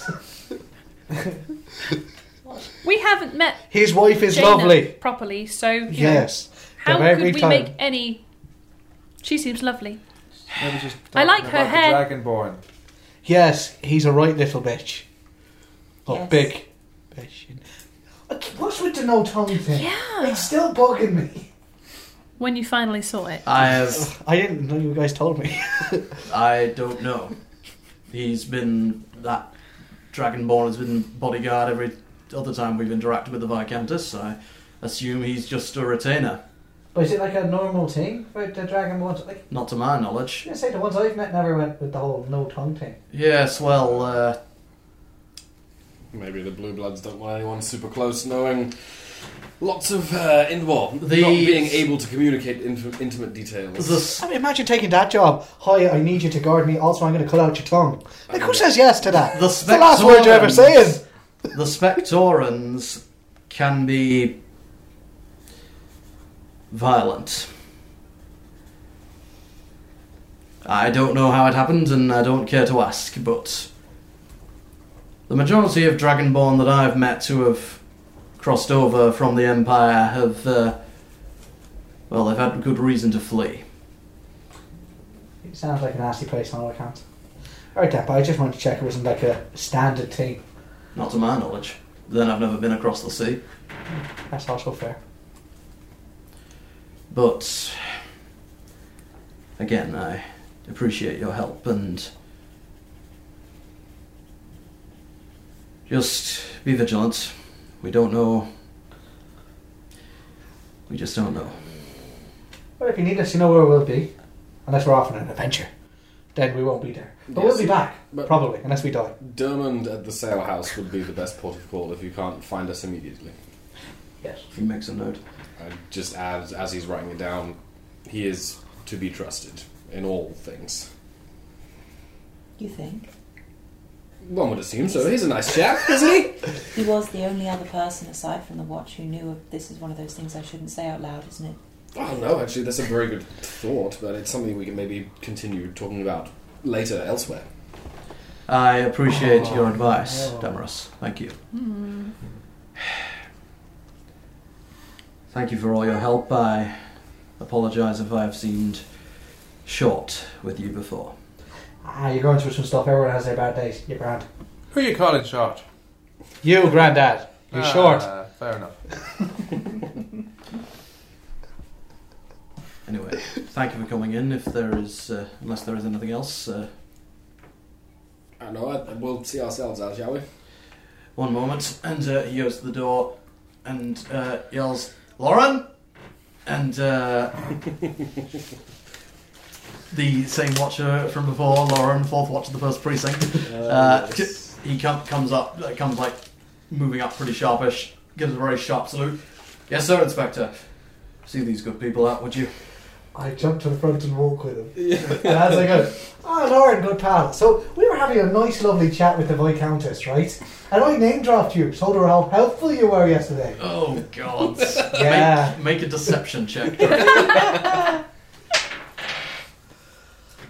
Speaker 11: We haven't met.
Speaker 10: His wife is
Speaker 11: Jaina
Speaker 10: lovely.
Speaker 11: Properly, so you know,
Speaker 10: Yes.
Speaker 11: how
Speaker 10: They're
Speaker 11: could
Speaker 10: very
Speaker 11: we
Speaker 10: tight.
Speaker 11: make any? She seems lovely.
Speaker 6: Maybe just
Speaker 11: I
Speaker 6: talking
Speaker 11: like her
Speaker 6: about the
Speaker 11: hair.
Speaker 6: Dragonborn.
Speaker 10: Yes, he's a right little bitch. But
Speaker 4: Yes.
Speaker 10: big.
Speaker 3: What's with the no tongue thing?
Speaker 11: Yeah.
Speaker 3: It's still bugging me.
Speaker 11: When you finally saw it,
Speaker 2: I have.
Speaker 10: I didn't know you guys told me.
Speaker 2: I don't know. He's been that Dragonborn has been bodyguard every other time we've interacted with the Viscountess. I assume he's just a retainer,
Speaker 3: But is it like a normal thing for the dragon ones? Like,
Speaker 2: not to my knowledge.
Speaker 3: I say the ones I've met never went with the whole no tongue thing.
Speaker 2: Yes, well, uh,
Speaker 8: Maybe the Blue Bloods don't want anyone super close, knowing lots of uh, in well,
Speaker 2: The-
Speaker 8: not being able to communicate inf- intimate details.
Speaker 10: I mean, imagine taking that job. Hi, I need you to guard me. Also, I'm going to cut out your tongue. Like, who says yes to that?
Speaker 2: The
Speaker 10: It's the last word you're ever
Speaker 2: Spectorans-
Speaker 10: saying.
Speaker 2: The Spectorans can be violent. I don't know how it happened, and I don't care to ask, but the majority of Dragonborn that I've met who have crossed over from the Empire have, uh, well, they've had good reason to flee.
Speaker 3: It sounds like a nasty place on all accounts. Alright, Dad, but I just wanted to check it wasn't like a standard thing.
Speaker 2: Not to my knowledge. Then I've never been across the sea.
Speaker 3: That's also fair.
Speaker 2: But again, I appreciate your help and just be vigilant. We don't know. We just don't know.
Speaker 3: But if you need us, you know where we'll be. Unless we're off on an adventure. Then we won't be there. But
Speaker 8: Yes.
Speaker 3: we'll be back,
Speaker 8: But-
Speaker 3: probably, unless we die.
Speaker 8: Dermond at the sale house would be the best port of call if you can't find us immediately.
Speaker 3: Yes.
Speaker 2: If you make a note.
Speaker 8: I just add, as he's writing it down, he is to be trusted in all things.
Speaker 4: You think?
Speaker 8: One would assume so. He's a nice chap, isn't he?
Speaker 4: He was the only other person aside from the watch who knew of this is one of those things I shouldn't say out loud, isn't it?
Speaker 8: Oh no, actually, that's a very good thought, but it's something we can maybe continue talking about later elsewhere.
Speaker 2: I appreciate your advice,
Speaker 8: no.
Speaker 2: Damaris. Thank you. Thank you for all your help. I apologize if I've seemed short with you before.
Speaker 3: Ah, you're going through some stuff. Everyone has their bad days. You're grand.
Speaker 6: Who are you calling short?
Speaker 10: You, Grandad. You're
Speaker 6: Ah,
Speaker 10: short.
Speaker 6: Fair enough.
Speaker 2: Anyway, thank you for coming in. If there is, uh, unless there is anything else, uh,
Speaker 8: I don't know, I- we'll see ourselves out, shall we?
Speaker 2: one moment. And uh, he goes to the door and uh, yells, "Lauren!" And uh, the same watcher from before, Lauren, fourth watch of the first precinct, uh, he com- comes up, uh, comes like moving up pretty sharpish, gives a very sharp salute. Yes, sir, Inspector. See these good people out, would you?
Speaker 3: I jumped to the front and walked with him. and as I go, oh, Lauren, good pal. So we were having a nice, lovely chat with the Viscountess, right? And I name dropped you, told her how helpful you were yesterday.
Speaker 2: Oh God!
Speaker 3: Yeah.
Speaker 2: Make, make a deception check.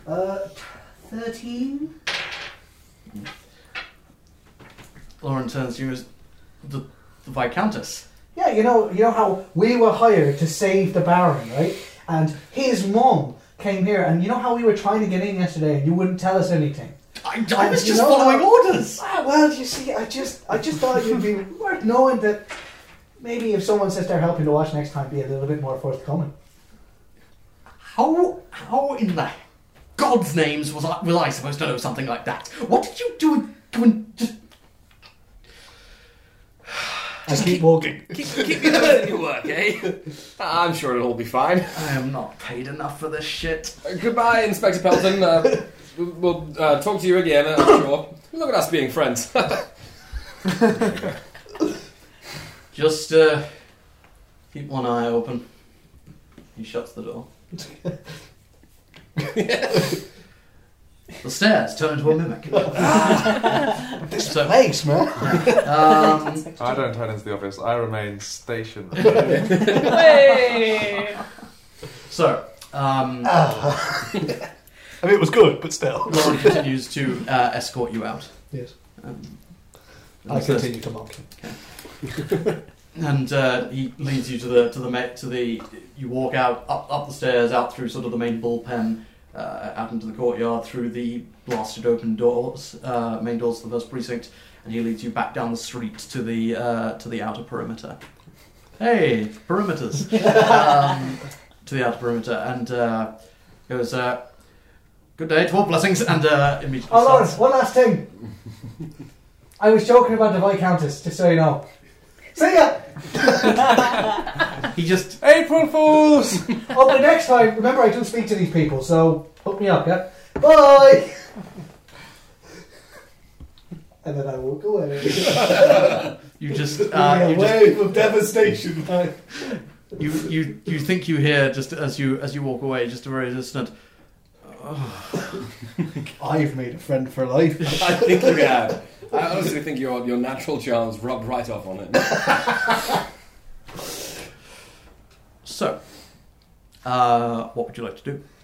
Speaker 3: Uh, 13?
Speaker 2: Lauren turns to you as the, the Viscountess.
Speaker 3: Yeah, you know, you know how we were hired to save the Baron, right? And his mum came here, and you know how we were trying to get in yesterday, and you wouldn't tell us anything.
Speaker 2: I, I
Speaker 3: And
Speaker 2: was
Speaker 3: you
Speaker 2: just
Speaker 3: know
Speaker 2: following
Speaker 3: how-
Speaker 2: orders.
Speaker 3: Ah, well, you see, I just, I just thought you'd be worth knowing that maybe if someone says they're helping to watch next time, be a little bit more forthcoming.
Speaker 2: How how in the God's names was I was I supposed to know something like that? What did you do? do and just
Speaker 3: I keep walking.
Speaker 8: Keep, keep your nose in your work, eh? I'm sure it'll all be fine.
Speaker 2: I am not paid enough for this shit.
Speaker 8: Uh, Goodbye, Inspector Pelton. Uh, we'll uh, talk to you again, I'm sure. Look at us being friends.
Speaker 2: Just uh, keep one eye open. He shuts the door. the stairs turn into a mimic.
Speaker 3: This
Speaker 2: So-
Speaker 3: place, man.
Speaker 2: Um,
Speaker 6: I don't turn into the office. I remain stationary.
Speaker 12: Way.
Speaker 2: so, um,
Speaker 3: I mean, it was good, but still.
Speaker 2: Lauren continues to uh, escort you out.
Speaker 3: Yes.
Speaker 2: Um,
Speaker 3: I continue to mock him.
Speaker 2: and uh, he leads you to the to the ma- to the. You walk out up up the stairs, out through sort of the main bullpen, uh, out into the courtyard, through the blasted open doors, uh, main doors to the first precinct, and he leads you back down the street to the uh, to the outer perimeter. Hey, perimeters um, to the outer perimeter, and uh, goes. Uh, Good day, twelve blessings, and uh, immediately
Speaker 3: Oh, Lauren,
Speaker 2: starts-
Speaker 3: one last thing. I was joking about the Viscountess, just so you know. See ya!
Speaker 2: he just
Speaker 13: April Fools!
Speaker 3: Oh, but next time, remember I do speak to these people, so hook me up, yeah? Bye! and then I walk away.
Speaker 2: you just
Speaker 3: Give me
Speaker 2: uh,
Speaker 8: Ah,
Speaker 3: a
Speaker 2: you just
Speaker 3: wave of devastation, man.
Speaker 2: You you you think you hear just as you as you walk away, just a very distant.
Speaker 3: I've made a friend for life.
Speaker 8: I think you have. I honestly think your your natural charms rub right off on it.
Speaker 2: So, uh, what would you like to do?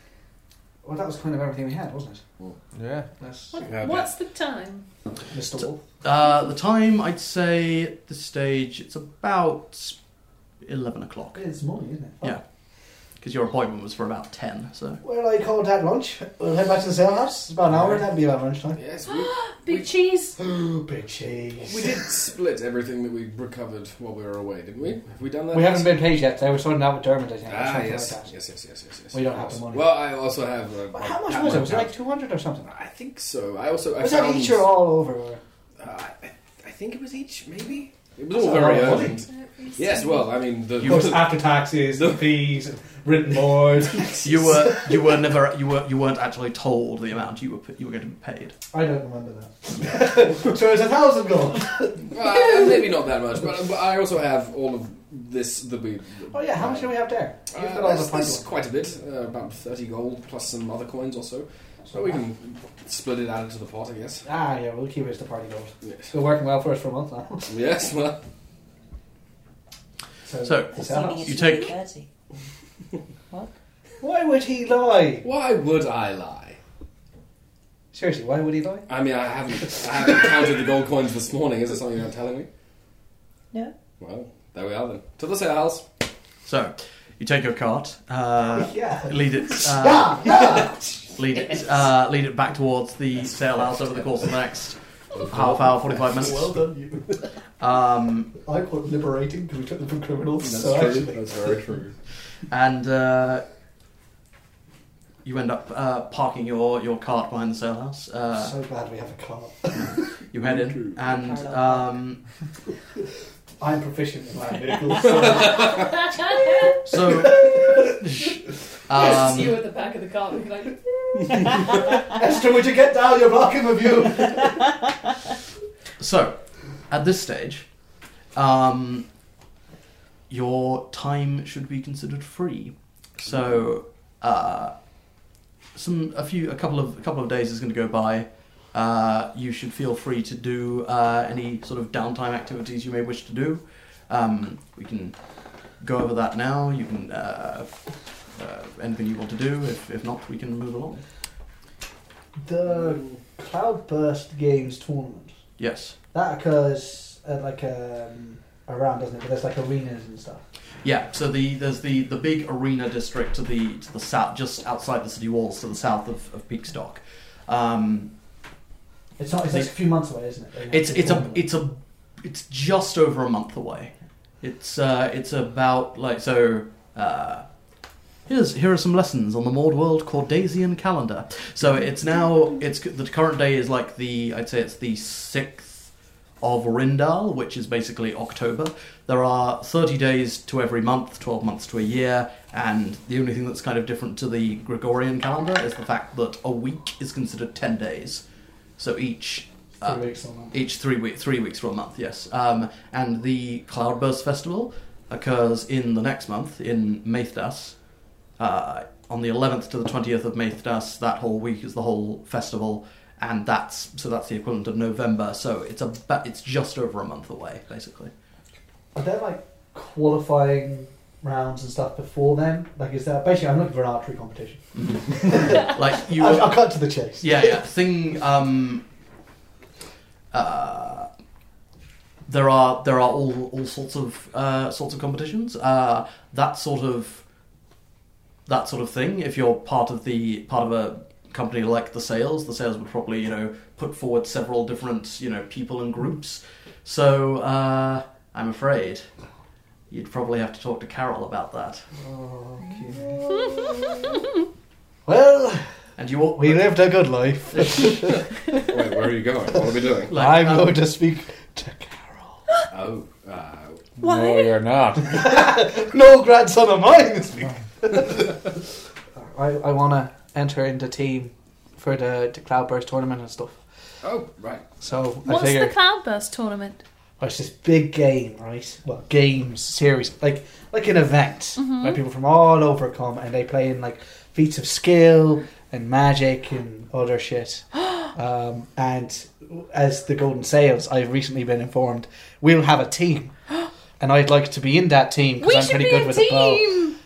Speaker 3: Well, that was kind of everything we had, wasn't it?
Speaker 6: yeah.
Speaker 3: That's
Speaker 8: Yeah,
Speaker 5: What's the time?
Speaker 3: Mr. Wolf.
Speaker 2: Uh, the time I'd say at this stage it's about eleven o'clock
Speaker 3: It's morning, isn't it?
Speaker 2: Yeah. because your appointment was for about ten. So
Speaker 3: Well, I called that lunch. We'll head back to the sale house. It's about an hour. That'll be about lunchtime.
Speaker 8: Yes, we,
Speaker 5: Big cheese.
Speaker 3: Ooh, big cheese.
Speaker 8: we did split everything that we recovered while we were away, didn't we? Have we done that?
Speaker 14: We haven't been paid yet. I was sorting out with Dermot, I think. or
Speaker 8: Ah,
Speaker 14: something
Speaker 8: yes.
Speaker 14: Like that.
Speaker 8: yes, yes, yes, yes, yes.
Speaker 14: We don't have the money.
Speaker 8: Well, I also have. Uh,
Speaker 14: But how much
Speaker 8: that
Speaker 14: was it?
Speaker 8: one
Speaker 14: Was it like 200 or something?
Speaker 8: I think so. I also I
Speaker 14: was
Speaker 8: found,
Speaker 14: that each or all over? or-
Speaker 8: Uh, I, I think it was each, maybe. It was
Speaker 3: That's
Speaker 8: all
Speaker 3: a
Speaker 8: very
Speaker 3: lot of money.
Speaker 8: urgent. Yes, well, I mean the.
Speaker 2: You-
Speaker 3: after taxes, the fees, and written board.
Speaker 2: you were you were never you were you weren't actually told the amount you were you were going to be paid.
Speaker 3: I don't remember that. so it's a thousand gold.
Speaker 8: Well, uh, maybe not that much, but, but I also have all of this. The we.
Speaker 3: Oh yeah, how much do we have there? You've
Speaker 8: Uh,
Speaker 3: got all the
Speaker 8: that's- that's
Speaker 3: points.
Speaker 8: quite a bit, uh, about 30 gold plus some other coins or so. So we can split it out into the pot, I guess.
Speaker 3: Ah yeah, we'll keep it as the party gold. It's
Speaker 8: Yes,
Speaker 3: been working well for us for a month now.
Speaker 8: yes well,
Speaker 2: So,
Speaker 3: the sale house.
Speaker 4: Assuming
Speaker 2: You
Speaker 4: it's
Speaker 2: take-
Speaker 4: 3:30.
Speaker 3: Why would he lie?
Speaker 8: why would I lie?
Speaker 3: Seriously, why would he lie?
Speaker 8: I mean, I haven't, I haven't counted the gold coins this morning. Is there something you're not telling me?
Speaker 4: No.
Speaker 8: Well, there we are then. To the sale house.
Speaker 2: so you take your cart, uh,
Speaker 3: Yeah.
Speaker 2: lead it. Uh,
Speaker 3: Yeah, yeah.
Speaker 2: lead it uh, lead it back towards the sale house over the course of the next half hour, forty five minutes.
Speaker 3: done, you.
Speaker 2: Um,
Speaker 3: I call it liberating because we took them from criminals.
Speaker 8: That's
Speaker 3: so
Speaker 8: true.
Speaker 3: actually-
Speaker 8: That's very true.
Speaker 2: and uh, you end up uh, parking your, your cart behind the sale house. Uh,
Speaker 3: so glad we have a car.
Speaker 2: you head in, and um,
Speaker 3: I'm proficient in land vehicles. so-
Speaker 2: so
Speaker 5: yes, you
Speaker 2: um,
Speaker 5: at the back of the car. We're like,
Speaker 3: Esther, would you get down? You're blocking the view.
Speaker 2: so at this stage, um, your time should be considered free. So Uh, some a few a couple of a couple of days is going to go by. Uh, you should feel free to do uh, any sort of downtime activities you may wish to do. Um, we can go over that now. You can uh, uh, anything you want to do. If, if not, we can move along.
Speaker 3: The Cloudburst Games tournament.
Speaker 2: Yes.
Speaker 3: That occurs at like um, around, doesn't it? But there's like arenas and stuff.
Speaker 2: Yeah, so the there's the, the big arena district to the to the south, just outside the city walls, to the south of, of Peakstock. Um,
Speaker 3: It's not. It's like a
Speaker 2: the-
Speaker 3: few months away, isn't it?
Speaker 2: it's it's a it's a it's just over a month away. It's uh it's about like so. Uh, here's here are some lessons on the Maud World Cordasian calendar. So it's now it's the current day is like the I'd say it's the sixth of Rindal, which is basically October. There are 30 days to every month, 12 months to a year, and the only thing that's kind of different to the Gregorian calendar is the fact that a week is considered 10 days. So each uh,
Speaker 3: Three weeks or a month.
Speaker 2: each three week three weeks for a month, yes. Um, and the Cloudburst Festival occurs in the next month in Maethdas. Uh, on the 11th to the 20th of Maethdas, that whole week is the whole festival, and that's so that's the equivalent of November. So it's a it's just over a month away, basically.
Speaker 3: Are there like qualifying rounds and stuff before then? Like, is that basically? I'm looking for an archery competition.
Speaker 2: like you,
Speaker 3: I'll, I'll cut to the chase.
Speaker 2: Yeah, yeah. Thing. Um, uh, there are there are all all sorts of uh, sorts of competitions. Uh, that sort of that sort of thing. If you're part of the part of a company like the sales, the sales would probably you know put forward several different you know people and groups. So uh, I'm afraid you'd probably have to talk to Carol about that.
Speaker 3: Well,
Speaker 2: and you all,
Speaker 3: we lived a good life.
Speaker 8: Wait, where are you going? What are we doing?
Speaker 2: Like,
Speaker 3: I'm
Speaker 2: um,
Speaker 3: going to speak.
Speaker 8: Oh, uh,
Speaker 3: Why?
Speaker 6: No, you're not.
Speaker 3: No grandson of mine is speaking. I, I want to enter into team for the, the Cloudburst tournament and stuff.
Speaker 8: oh, right.
Speaker 3: So I
Speaker 11: What's
Speaker 3: figure
Speaker 11: the Cloudburst tournament?
Speaker 3: Well, it's this big game, right? Well, games series, like like an event
Speaker 11: Mhm.
Speaker 3: where people from all over come and they play in like feats of skill and magic and other shit. um, and as the Golden Sails, I've recently been informed we'll have a team, and I'd like to be in that team
Speaker 11: We
Speaker 3: because I'm
Speaker 11: should
Speaker 3: pretty
Speaker 11: be
Speaker 3: good
Speaker 11: a
Speaker 3: with the bow.
Speaker 11: team.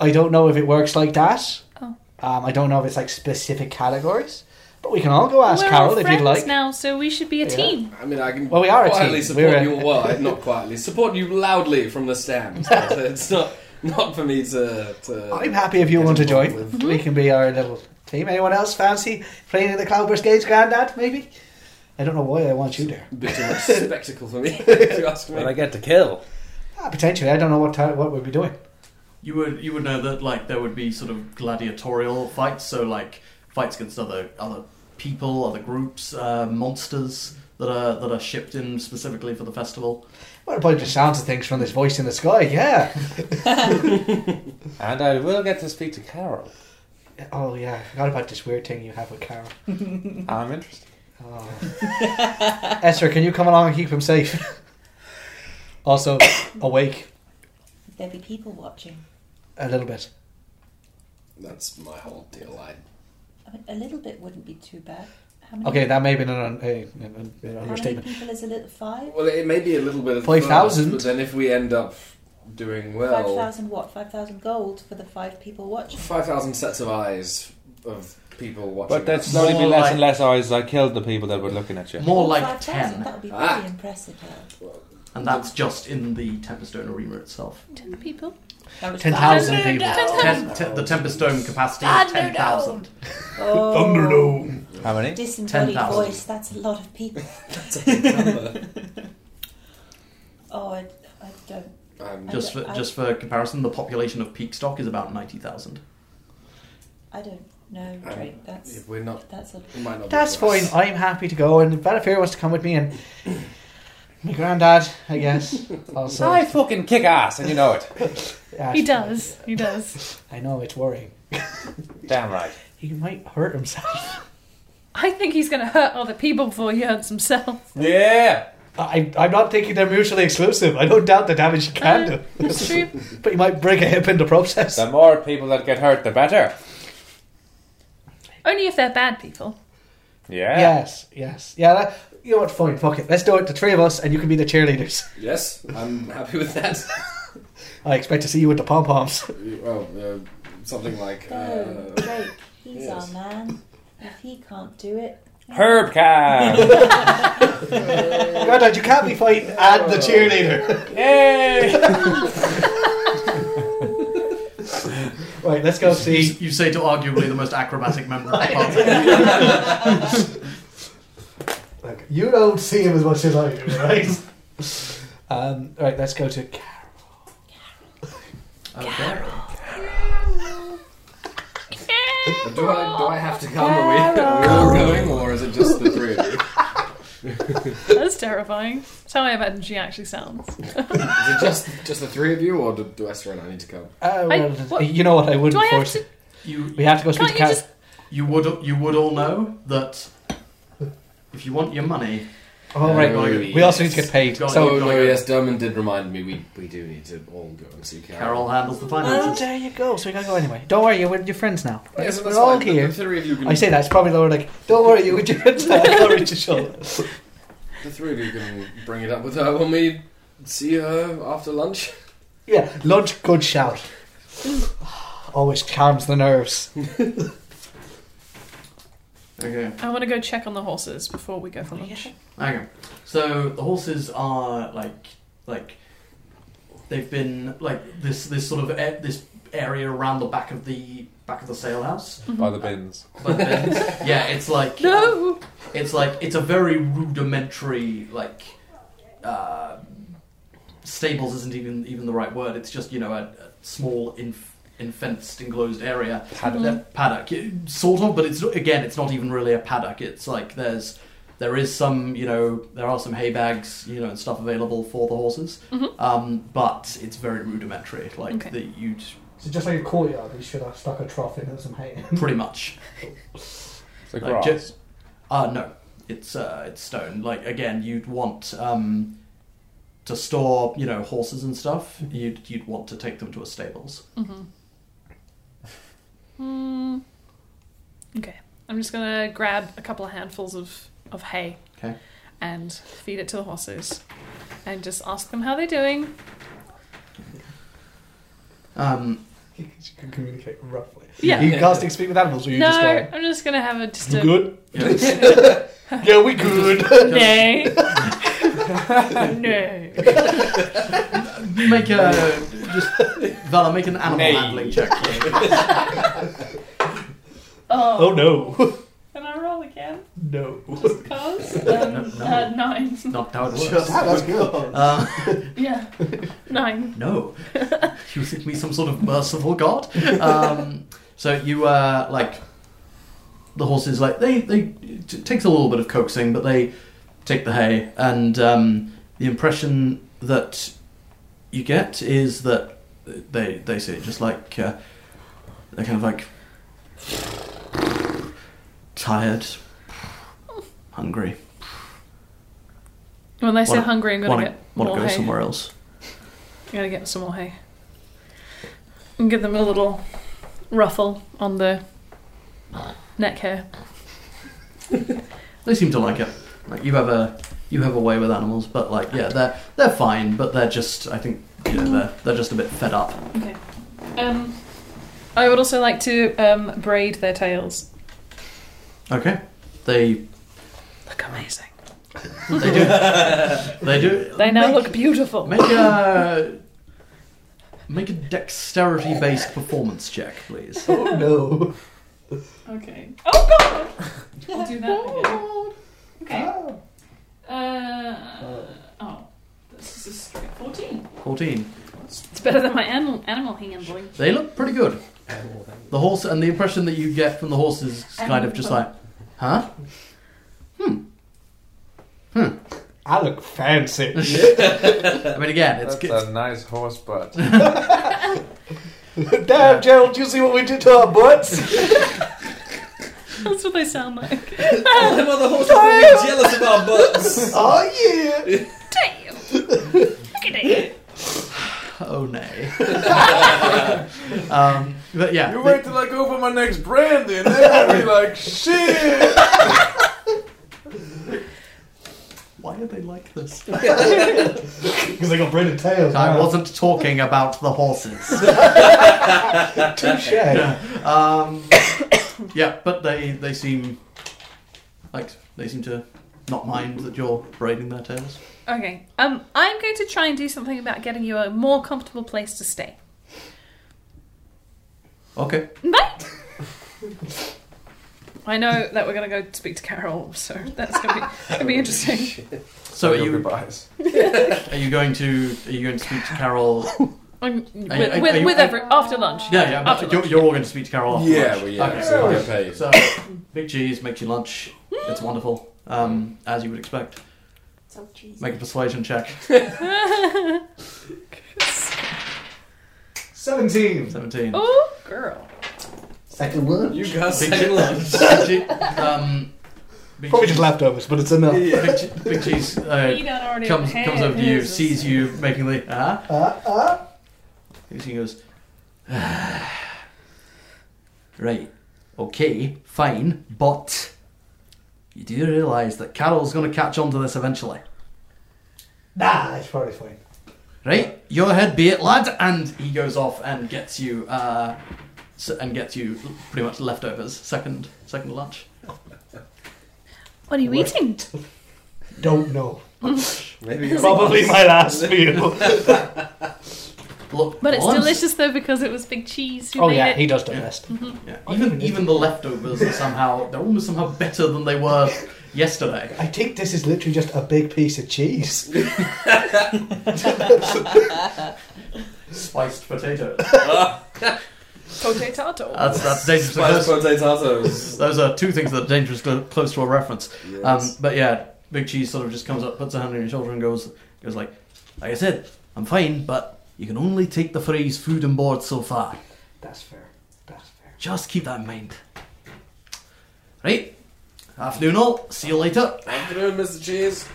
Speaker 3: I don't know if it works like that.
Speaker 11: Oh.
Speaker 3: Um, I don't know if it's like specific categories, but we can all go ask
Speaker 11: We're all
Speaker 3: Carol if you'd
Speaker 11: friends
Speaker 3: like.
Speaker 11: now, so we should be a
Speaker 3: Yeah.
Speaker 11: team.
Speaker 8: I mean, I can
Speaker 3: Well, we are a
Speaker 8: quietly
Speaker 3: team.
Speaker 8: support
Speaker 3: We're a-
Speaker 8: you. Well, not quietly. Support you loudly from the stands. But it's not not for me to. to
Speaker 3: I'm happy if you
Speaker 8: get
Speaker 3: want to join.
Speaker 8: involved with.
Speaker 3: We can be our little team. Anyone else fancy playing in the Cloudburst Games, Grandad? Maybe. I don't know why I want you there.
Speaker 8: Bit too much spectacle for me. if you ask me.
Speaker 6: But I get to kill.
Speaker 3: Ah, potentially, I don't know what time, what we'll be doing.
Speaker 2: You would you would know that like there would be sort of gladiatorial fights, so like fights against other other people, other groups, uh, monsters that are that are shipped in specifically for the festival.
Speaker 3: What a bunch of sounds of things from this voice in the sky. Yeah.
Speaker 6: And I will get to speak to Carol.
Speaker 3: Oh yeah, I forgot about this weird thing you have with Carol.
Speaker 6: I'm interested.
Speaker 3: Oh. Esther, can you come along and keep him safe? also, awake
Speaker 4: There'll be people watching.
Speaker 3: a little bit.
Speaker 8: That's my whole deal. I
Speaker 4: I mean, a little bit wouldn't be too bad. How many,
Speaker 3: Okay, that may have been an, un- a- an, an
Speaker 4: how many
Speaker 3: understatement.
Speaker 4: people is a little five?
Speaker 8: Well, it may be a little bit of
Speaker 3: Five
Speaker 8: fun,
Speaker 3: thousand?
Speaker 8: But then if we end up doing
Speaker 4: Five
Speaker 8: well,
Speaker 4: thousand what? Five thousand gold for the five people watching.
Speaker 8: five thousand sets of eyes of people watching.
Speaker 6: But there'd
Speaker 8: us.
Speaker 6: slowly be
Speaker 2: More
Speaker 6: less
Speaker 2: like-
Speaker 6: and less eyes. I killed the people that were looking at you.
Speaker 2: More like
Speaker 4: 5,000,
Speaker 2: ten,
Speaker 4: That would be really
Speaker 8: Ah.
Speaker 4: impressive. though.
Speaker 2: and that's just in the Tempestone arena itself.
Speaker 11: Ten people.
Speaker 4: That was
Speaker 3: 10,000
Speaker 4: five.
Speaker 3: people.
Speaker 2: Ten, te- the Tempestone capacity is ten thousand.
Speaker 4: Oh,
Speaker 6: How many?
Speaker 4: Disembodied
Speaker 2: 10,000.
Speaker 4: voice. That's a lot of people.
Speaker 8: That's a big number.
Speaker 4: Oh, I, I don't.
Speaker 8: I'm
Speaker 4: I
Speaker 2: Just for
Speaker 4: don't- I-
Speaker 2: just for comparison, the population of Peakstock is about ninety thousand.
Speaker 4: I don't know,
Speaker 8: Um,
Speaker 4: Drake. That's
Speaker 8: if we're not,
Speaker 4: that's a
Speaker 8: it might not be
Speaker 3: That's
Speaker 8: for
Speaker 3: fine.
Speaker 8: us.
Speaker 3: I'm happy to go, and Batafir wants to come with me, and my granddad, I guess, also.
Speaker 6: I fucking kick ass, and you know it.
Speaker 3: Yeah,
Speaker 11: He does. He does.
Speaker 3: I know it's worrying.
Speaker 6: Damn right.
Speaker 3: He might hurt himself.
Speaker 11: I think he's going to hurt other people before he hurts himself.
Speaker 6: Yeah.
Speaker 3: I, I'm not thinking they're mutually exclusive. I don't doubt the damage you can do.
Speaker 5: That's true.
Speaker 3: but you might break a hip in the process.
Speaker 6: The more people that get hurt, the better.
Speaker 5: Only if they're bad people.
Speaker 6: Yeah.
Speaker 3: Yes, yes. Yeah, that, you know what? Fine, fuck it. Let's do it, the three of us, and you can be the cheerleaders.
Speaker 8: Yes, I'm happy with that.
Speaker 3: I expect to see you with the pom poms.
Speaker 8: well, uh, something like.
Speaker 4: Oh,
Speaker 8: Uh,
Speaker 4: Drake, he's our
Speaker 8: yes.
Speaker 4: man. If he can't do it,
Speaker 6: Herb can.
Speaker 3: God, you can't be fighting and the cheerleader. right, let's go
Speaker 2: You,
Speaker 3: see.
Speaker 2: you say to arguably the most acrobatic member of the party.
Speaker 3: Look, you don't see him as much as I do, right? um, right, let's go to. Ca-
Speaker 2: Okay.
Speaker 8: do I do I have to come? Are we, are we all going, or is it just the three of you?
Speaker 5: That's terrifying. That's how I imagine she actually sounds.
Speaker 8: Is it just just the three of you, or do, do Esther and I need to come?
Speaker 3: Uh,
Speaker 5: I-
Speaker 3: well,
Speaker 5: what-
Speaker 3: you know what? I
Speaker 5: Do I
Speaker 3: wouldn't
Speaker 5: have
Speaker 3: force
Speaker 5: to?
Speaker 3: it.
Speaker 2: You
Speaker 3: We have to go speak
Speaker 5: Can't
Speaker 3: to
Speaker 5: you
Speaker 3: Carol.
Speaker 5: just?
Speaker 2: you would you would all know that if you want your money,
Speaker 3: Oh, right.
Speaker 8: Oh,
Speaker 3: We also need to get paid.
Speaker 2: Go on,
Speaker 3: So,
Speaker 8: oh no,
Speaker 2: going.
Speaker 8: yes, Dermot did remind me we, we do need to all go and see Carol.
Speaker 2: Carol handles the
Speaker 3: oh,
Speaker 2: finances.
Speaker 3: there you go. So we gotta go anyway. Don't worry, you're with your friends now.
Speaker 8: Yes,
Speaker 3: We're
Speaker 8: that's
Speaker 3: all
Speaker 8: fine.
Speaker 3: here.
Speaker 8: The three of you can.
Speaker 3: I say that, it's probably lower like, don't worry, you with your friends now. I'll reach your shoulder.
Speaker 8: The three of you can bring it up with her when we see her after lunch.
Speaker 3: Yeah, lunch, good shout. Always calms the nerves.
Speaker 2: Okay.
Speaker 5: I want to go check on the horses before we go for lunch.
Speaker 2: Okay. So the horses are like like they've been like this this sort of a- this area around the back of the back of the sale house.
Speaker 6: By the bins.
Speaker 2: But then, yeah, it's like
Speaker 5: No.
Speaker 2: it's like it's a very rudimentary like uh, stables isn't even even the right word. It's just you know a, a small inf- Infenced, enclosed area,
Speaker 6: Paddock.
Speaker 2: Uh, paddock, y- sort of, but it's not- again, it's not even really a paddock. It's like there's, there is some, you know, there are some hay bags, you know, and stuff available for the horses, um, but it's very rudimentary. Like
Speaker 5: Okay.
Speaker 2: that, you'd
Speaker 3: So just like a courtyard, you should have stuck a trough in and some hay.
Speaker 2: pretty much
Speaker 6: The
Speaker 2: Like,
Speaker 6: grass.
Speaker 2: ju- uh, no, it's uh, it's stone. Like again, you'd want um, to store, you know, horses and stuff. You'd you'd want to take them to a stables.
Speaker 5: Mm. Okay. I'm just gonna grab a couple of handfuls of, of hay
Speaker 2: Okay.
Speaker 5: and feed it to the horses, and just ask them how they're doing.
Speaker 2: Um,
Speaker 3: you can communicate roughly.
Speaker 5: Yeah.
Speaker 3: You casting speak with animals, or you
Speaker 5: no,
Speaker 3: just go,
Speaker 5: I'm just gonna have a just
Speaker 3: you
Speaker 5: a
Speaker 3: good?
Speaker 2: yeah.
Speaker 3: Yeah, we good.
Speaker 5: no, no.
Speaker 2: make a just Vala, make an animal
Speaker 6: Nay.
Speaker 2: handling check.
Speaker 5: Oh,
Speaker 3: oh no.
Speaker 5: Can I roll again?
Speaker 3: no.
Speaker 5: Just cause um,
Speaker 2: No, no.
Speaker 5: Uh, nine.
Speaker 2: Not how it
Speaker 3: Ah,
Speaker 2: works.
Speaker 3: that's good.
Speaker 2: Uh,
Speaker 5: Yeah, nine.
Speaker 2: no, you think me some sort of merciful god? Um, so you uh, like the horses like they they it takes a little bit of coaxing, but they take the hay, and um, the impression that you get is that they they say it just like uh, they're kind of like tired, hungry.
Speaker 5: When they say
Speaker 2: Wanna-
Speaker 5: hungry, I'm gonna
Speaker 2: Want to
Speaker 5: get
Speaker 2: want
Speaker 5: more
Speaker 2: to go
Speaker 5: hay.
Speaker 2: somewhere else?
Speaker 5: I'm gonna get some more hay and give them a little ruffle on the neck hair.
Speaker 2: They seem to like it. Like you have a you have a way with animals, but like yeah, they're they're fine, but they're just I think you know they're they're just a bit fed up.
Speaker 5: Okay. Um, I would also like to um, braid their tails.
Speaker 2: Okay, they
Speaker 5: Look amazing.
Speaker 2: they do they do
Speaker 5: They now
Speaker 2: make,
Speaker 5: look beautiful.
Speaker 2: make a make a dexterity based performance check, please.
Speaker 3: Oh no.
Speaker 5: Okay. Oh god! We'll do that again.
Speaker 2: Oh.
Speaker 5: Okay. Uh, oh, this is a straight fourteen.
Speaker 2: Fourteen.
Speaker 5: It's better than my animal animal handling.
Speaker 2: They look pretty good. The horse and the impression that you get from the horse is kind of just like, huh?
Speaker 3: I look fancy.
Speaker 2: I mean, again, it's
Speaker 6: That's
Speaker 2: good.
Speaker 6: a nice horse butt.
Speaker 3: Damn, Gerald, you see what we did to our butts?
Speaker 5: That's what they sound like.
Speaker 8: All them other horses are really jealous of our butts.
Speaker 3: Oh, yeah.
Speaker 5: Damn. Look at it.
Speaker 2: Oh nay. um, but yeah,
Speaker 15: You
Speaker 2: the-
Speaker 15: wait till I go for my next brandy, and then I'll be like, shit.
Speaker 2: why are they like this?
Speaker 3: Because they got braided tails.
Speaker 2: I
Speaker 3: now.
Speaker 2: wasn't talking about the horses.
Speaker 3: Touche.
Speaker 2: Yeah. Um, yeah, but they they seem like they seem to not mind that you're braiding their tails.
Speaker 5: Okay. Um, I'm going to try and do something about getting you a more comfortable place to stay.
Speaker 2: Okay.
Speaker 5: Bye. I know that we're going to go speak to Carol, so that's going to be, it's gonna be interesting.
Speaker 2: So are you are you going to are you going to speak to Carol?
Speaker 5: I'm, with
Speaker 2: Are you- are
Speaker 5: with,
Speaker 2: you-
Speaker 5: with every, after lunch.
Speaker 2: Yeah, yeah.
Speaker 5: After
Speaker 2: But you're, you're all going to speak to Carol. After
Speaker 15: Yeah,
Speaker 2: lunch.
Speaker 15: well, yeah, so
Speaker 2: Okay, so,
Speaker 15: we get paid.
Speaker 2: Big Cheese makes you lunch. It's wonderful, um, as you would expect.
Speaker 16: So cheesy.
Speaker 2: Make a persuasion check.
Speaker 3: Seventeen.
Speaker 2: Seventeen.
Speaker 5: oh, girl.
Speaker 3: Second lunch.
Speaker 8: You got
Speaker 2: Big
Speaker 8: second
Speaker 2: Che-
Speaker 8: lunch.
Speaker 2: Big Che- um, Big
Speaker 3: Probably
Speaker 2: Cheese-
Speaker 3: just leftovers, but it's enough.
Speaker 2: Big, Che- Big Cheese
Speaker 5: He done
Speaker 2: uh,
Speaker 5: already
Speaker 2: comes
Speaker 5: had
Speaker 2: comes over to you,
Speaker 5: his.
Speaker 2: sees you making the ah.
Speaker 3: Uh, uh.
Speaker 2: He goes, "Ah, right, okay, fine, but you do realise that Carol's going to catch on to this eventually,
Speaker 3: Nah, it's probably fine.
Speaker 2: right? Your head be it, lad. And he goes off and gets you, uh, s- and gets you pretty much leftovers, second second lunch.
Speaker 5: What are you eating?
Speaker 3: Don't know.
Speaker 8: Maybe
Speaker 3: Probably my last meal.
Speaker 2: Look,
Speaker 5: But it's
Speaker 2: all I'm s-
Speaker 5: delicious though because it was big cheese. Who
Speaker 3: Oh
Speaker 5: made
Speaker 3: yeah,
Speaker 5: it.
Speaker 3: he does the best.
Speaker 2: Yeah, even even the leftovers are somehow they're almost somehow better than they were yesterday.
Speaker 3: I think this is literally just a big piece of cheese.
Speaker 2: Spiced potatoes.
Speaker 5: Potato.
Speaker 2: That's that's dangerous.
Speaker 8: Spiced
Speaker 2: Those-
Speaker 8: potatoes.
Speaker 2: Those are two things that are dangerous cl- close to a reference. Um,
Speaker 8: Yes.
Speaker 2: but yeah, Big Cheese sort of just comes up, puts a hand on your shoulder, and goes goes like, like I said, I'm fine, but you can only take the phrase "food and board" so far.
Speaker 3: That's fair. That's fair.
Speaker 2: Just keep that in mind. Right, afternoon all. See you later,
Speaker 15: Afternoon, Mr. Cheese.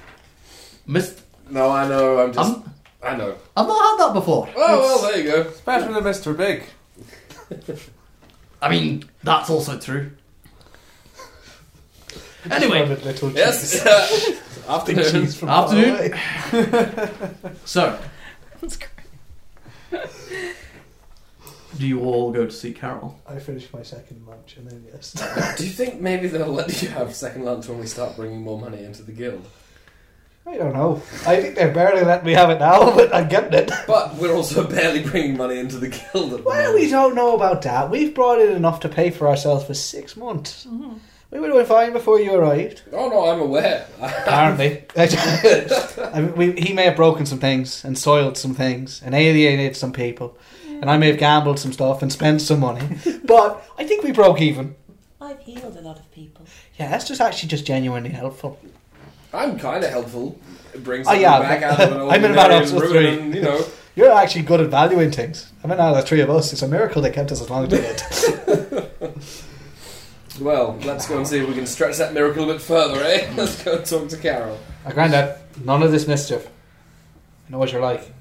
Speaker 2: Mist.
Speaker 15: No, I know. I'm just.
Speaker 2: Um,
Speaker 15: I know.
Speaker 2: I've not had that before.
Speaker 15: Oh well, there you go.
Speaker 6: Better than Mr. Big.
Speaker 2: I mean, that's also true.
Speaker 3: Love
Speaker 2: Anyway,
Speaker 3: it, little cheese.
Speaker 8: Yes.
Speaker 3: Big
Speaker 8: Afternoon.
Speaker 3: cheese from
Speaker 2: Afternoon.
Speaker 3: far away.
Speaker 2: so
Speaker 5: That's great.
Speaker 2: do you all go to see Carol?
Speaker 3: I finished my second lunch, and then yes.
Speaker 8: Do you think maybe they'll let you have second lunch when we start bringing more money into the guild?
Speaker 3: I don't know. I think they're barely letting me have it now, but I'm getting it.
Speaker 8: But we're also barely bringing money into the guild. At the
Speaker 3: Well,
Speaker 8: moment.
Speaker 3: we don't know about that. We've brought in enough to pay for ourselves for six months. Mm-hmm. We were doing fine before you arrived.
Speaker 8: Oh no, I'm aware.
Speaker 3: Apparently. I mean, we, he may have broken some things and soiled some things and alienated some people. And I may have gambled some stuff and spent some money. but I think we broke even.
Speaker 4: I've healed a lot of people.
Speaker 3: Yeah, that's just actually just genuinely helpful.
Speaker 8: I'm kind of helpful. It brings
Speaker 3: Oh,
Speaker 8: something
Speaker 3: yeah,
Speaker 8: back
Speaker 3: but-
Speaker 8: out of an
Speaker 3: I'm in about
Speaker 8: ordinary
Speaker 3: episode
Speaker 8: ruin
Speaker 3: three.
Speaker 8: and, you know,
Speaker 3: You're actually good at valuing things. I mean, out of the three of us, it's a miracle they kept us as long as they did.
Speaker 8: well, let's go and see if we can stretch that miracle a bit further, eh? Let's go and talk to Carol.
Speaker 3: Now, Grandad, none of this mischief. I know what you're like.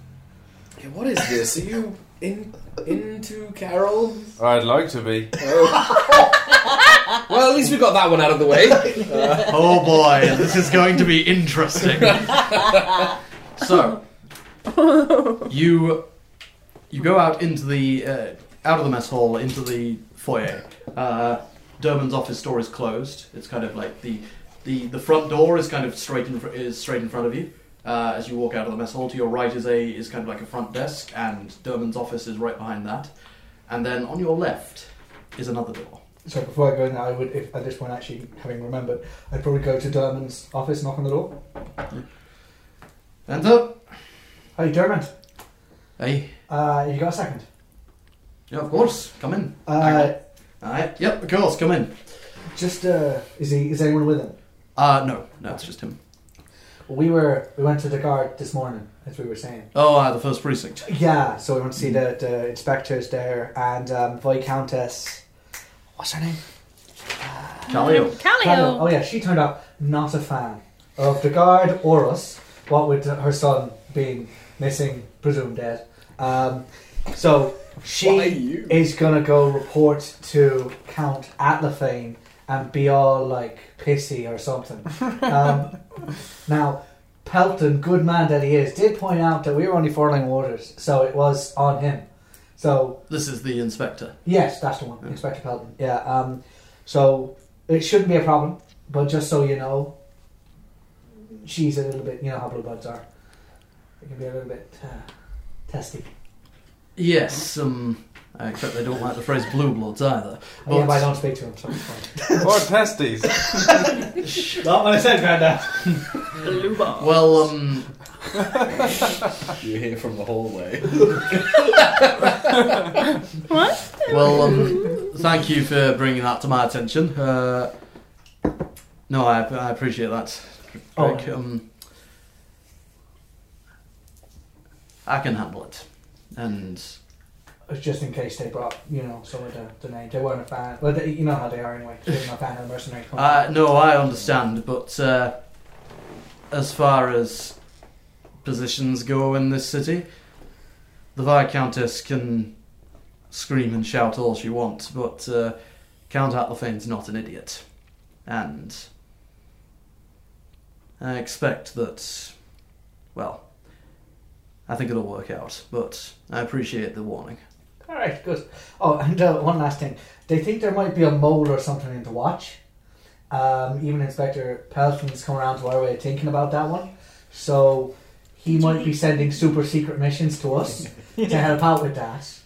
Speaker 8: Yeah, what is this? Are you in into Carol?
Speaker 6: I'd like to be.
Speaker 8: Oh. well, at least we got that one out of the way.
Speaker 2: Oh boy, this is going to be interesting. so, you you go out into the uh, out of the mess hall into the foyer. Uh, Durman's office door is closed. It's kind of like the the, the front door is kind of straight in fr- is straight in front of you. Uh, as you walk out of the mess hall, to your right is a is kind of like a front desk, and Durman's office is right behind that. And then on your left is another door.
Speaker 3: So before I go in there, I would, if, at this point, actually having remembered, I'd probably go to Dermot's office, knock on the door.
Speaker 2: Enter.
Speaker 3: Hey, Dermot,
Speaker 2: Hey.
Speaker 3: uh, you got a second?
Speaker 2: Yeah, of course. Come in.
Speaker 3: Uh,
Speaker 2: Alright, yep, of course, come in.
Speaker 3: just uh, is he? Is anyone with him?
Speaker 2: Uh, no, no, it's just him.
Speaker 3: We were we went to the guard this morning, as we were saying.
Speaker 2: Oh, uh, the first precinct.
Speaker 3: Yeah, so we went to see the, the inspectors there and um, Viscountess. What's her name? Uh,
Speaker 2: Callio.
Speaker 3: Callio. Oh yeah, she turned up not a fan of the guard or us. What with her son being missing, presumed dead. Um, so she is gonna go report to Count Atlafane and be all like pissy or something. Um, now, Pelton, good man that he is, did point out that we were only furling waters, so it was on him. So
Speaker 2: This is the inspector.
Speaker 3: Yes, that's the one, Inspector Pelton. Yeah. Um, so it shouldn't be a problem, but just so you know, she's a little bit. You know how blue buds are. They can be a little bit uh, testy.
Speaker 2: Yes, um, I expect they don't like the phrase blue bloods either.
Speaker 3: Oh, yeah, but I don't speak to them, so it's
Speaker 2: or testes.
Speaker 3: Not what I said, Grandad.
Speaker 2: Blue Well, um,
Speaker 8: You hear from the hallway.
Speaker 2: what? Well, um, thank you for bringing that to my attention. Uh, no, I, I appreciate that.
Speaker 3: Oh.
Speaker 2: Drake. um, I can handle it. And
Speaker 3: It's just in case they brought, you know, some of the, the names. They weren't a fan. Well, they, you know how they are anyway. They're not a fan of the mercenary. company.
Speaker 2: Uh, no, I understand, but uh, as far as positions go in this city, the Viscountess can scream and shout all she wants, but uh, Count Atlafane's not an idiot. And I expect that, well, I think it'll work out, but I appreciate the warning.
Speaker 3: All right, good. Oh, and uh, one last thing. They think there might be a mole or something in the watch. Um, even Inspector Pelton's come around to our way of thinking about that one. So he might be sending super secret missions to us to help out with that.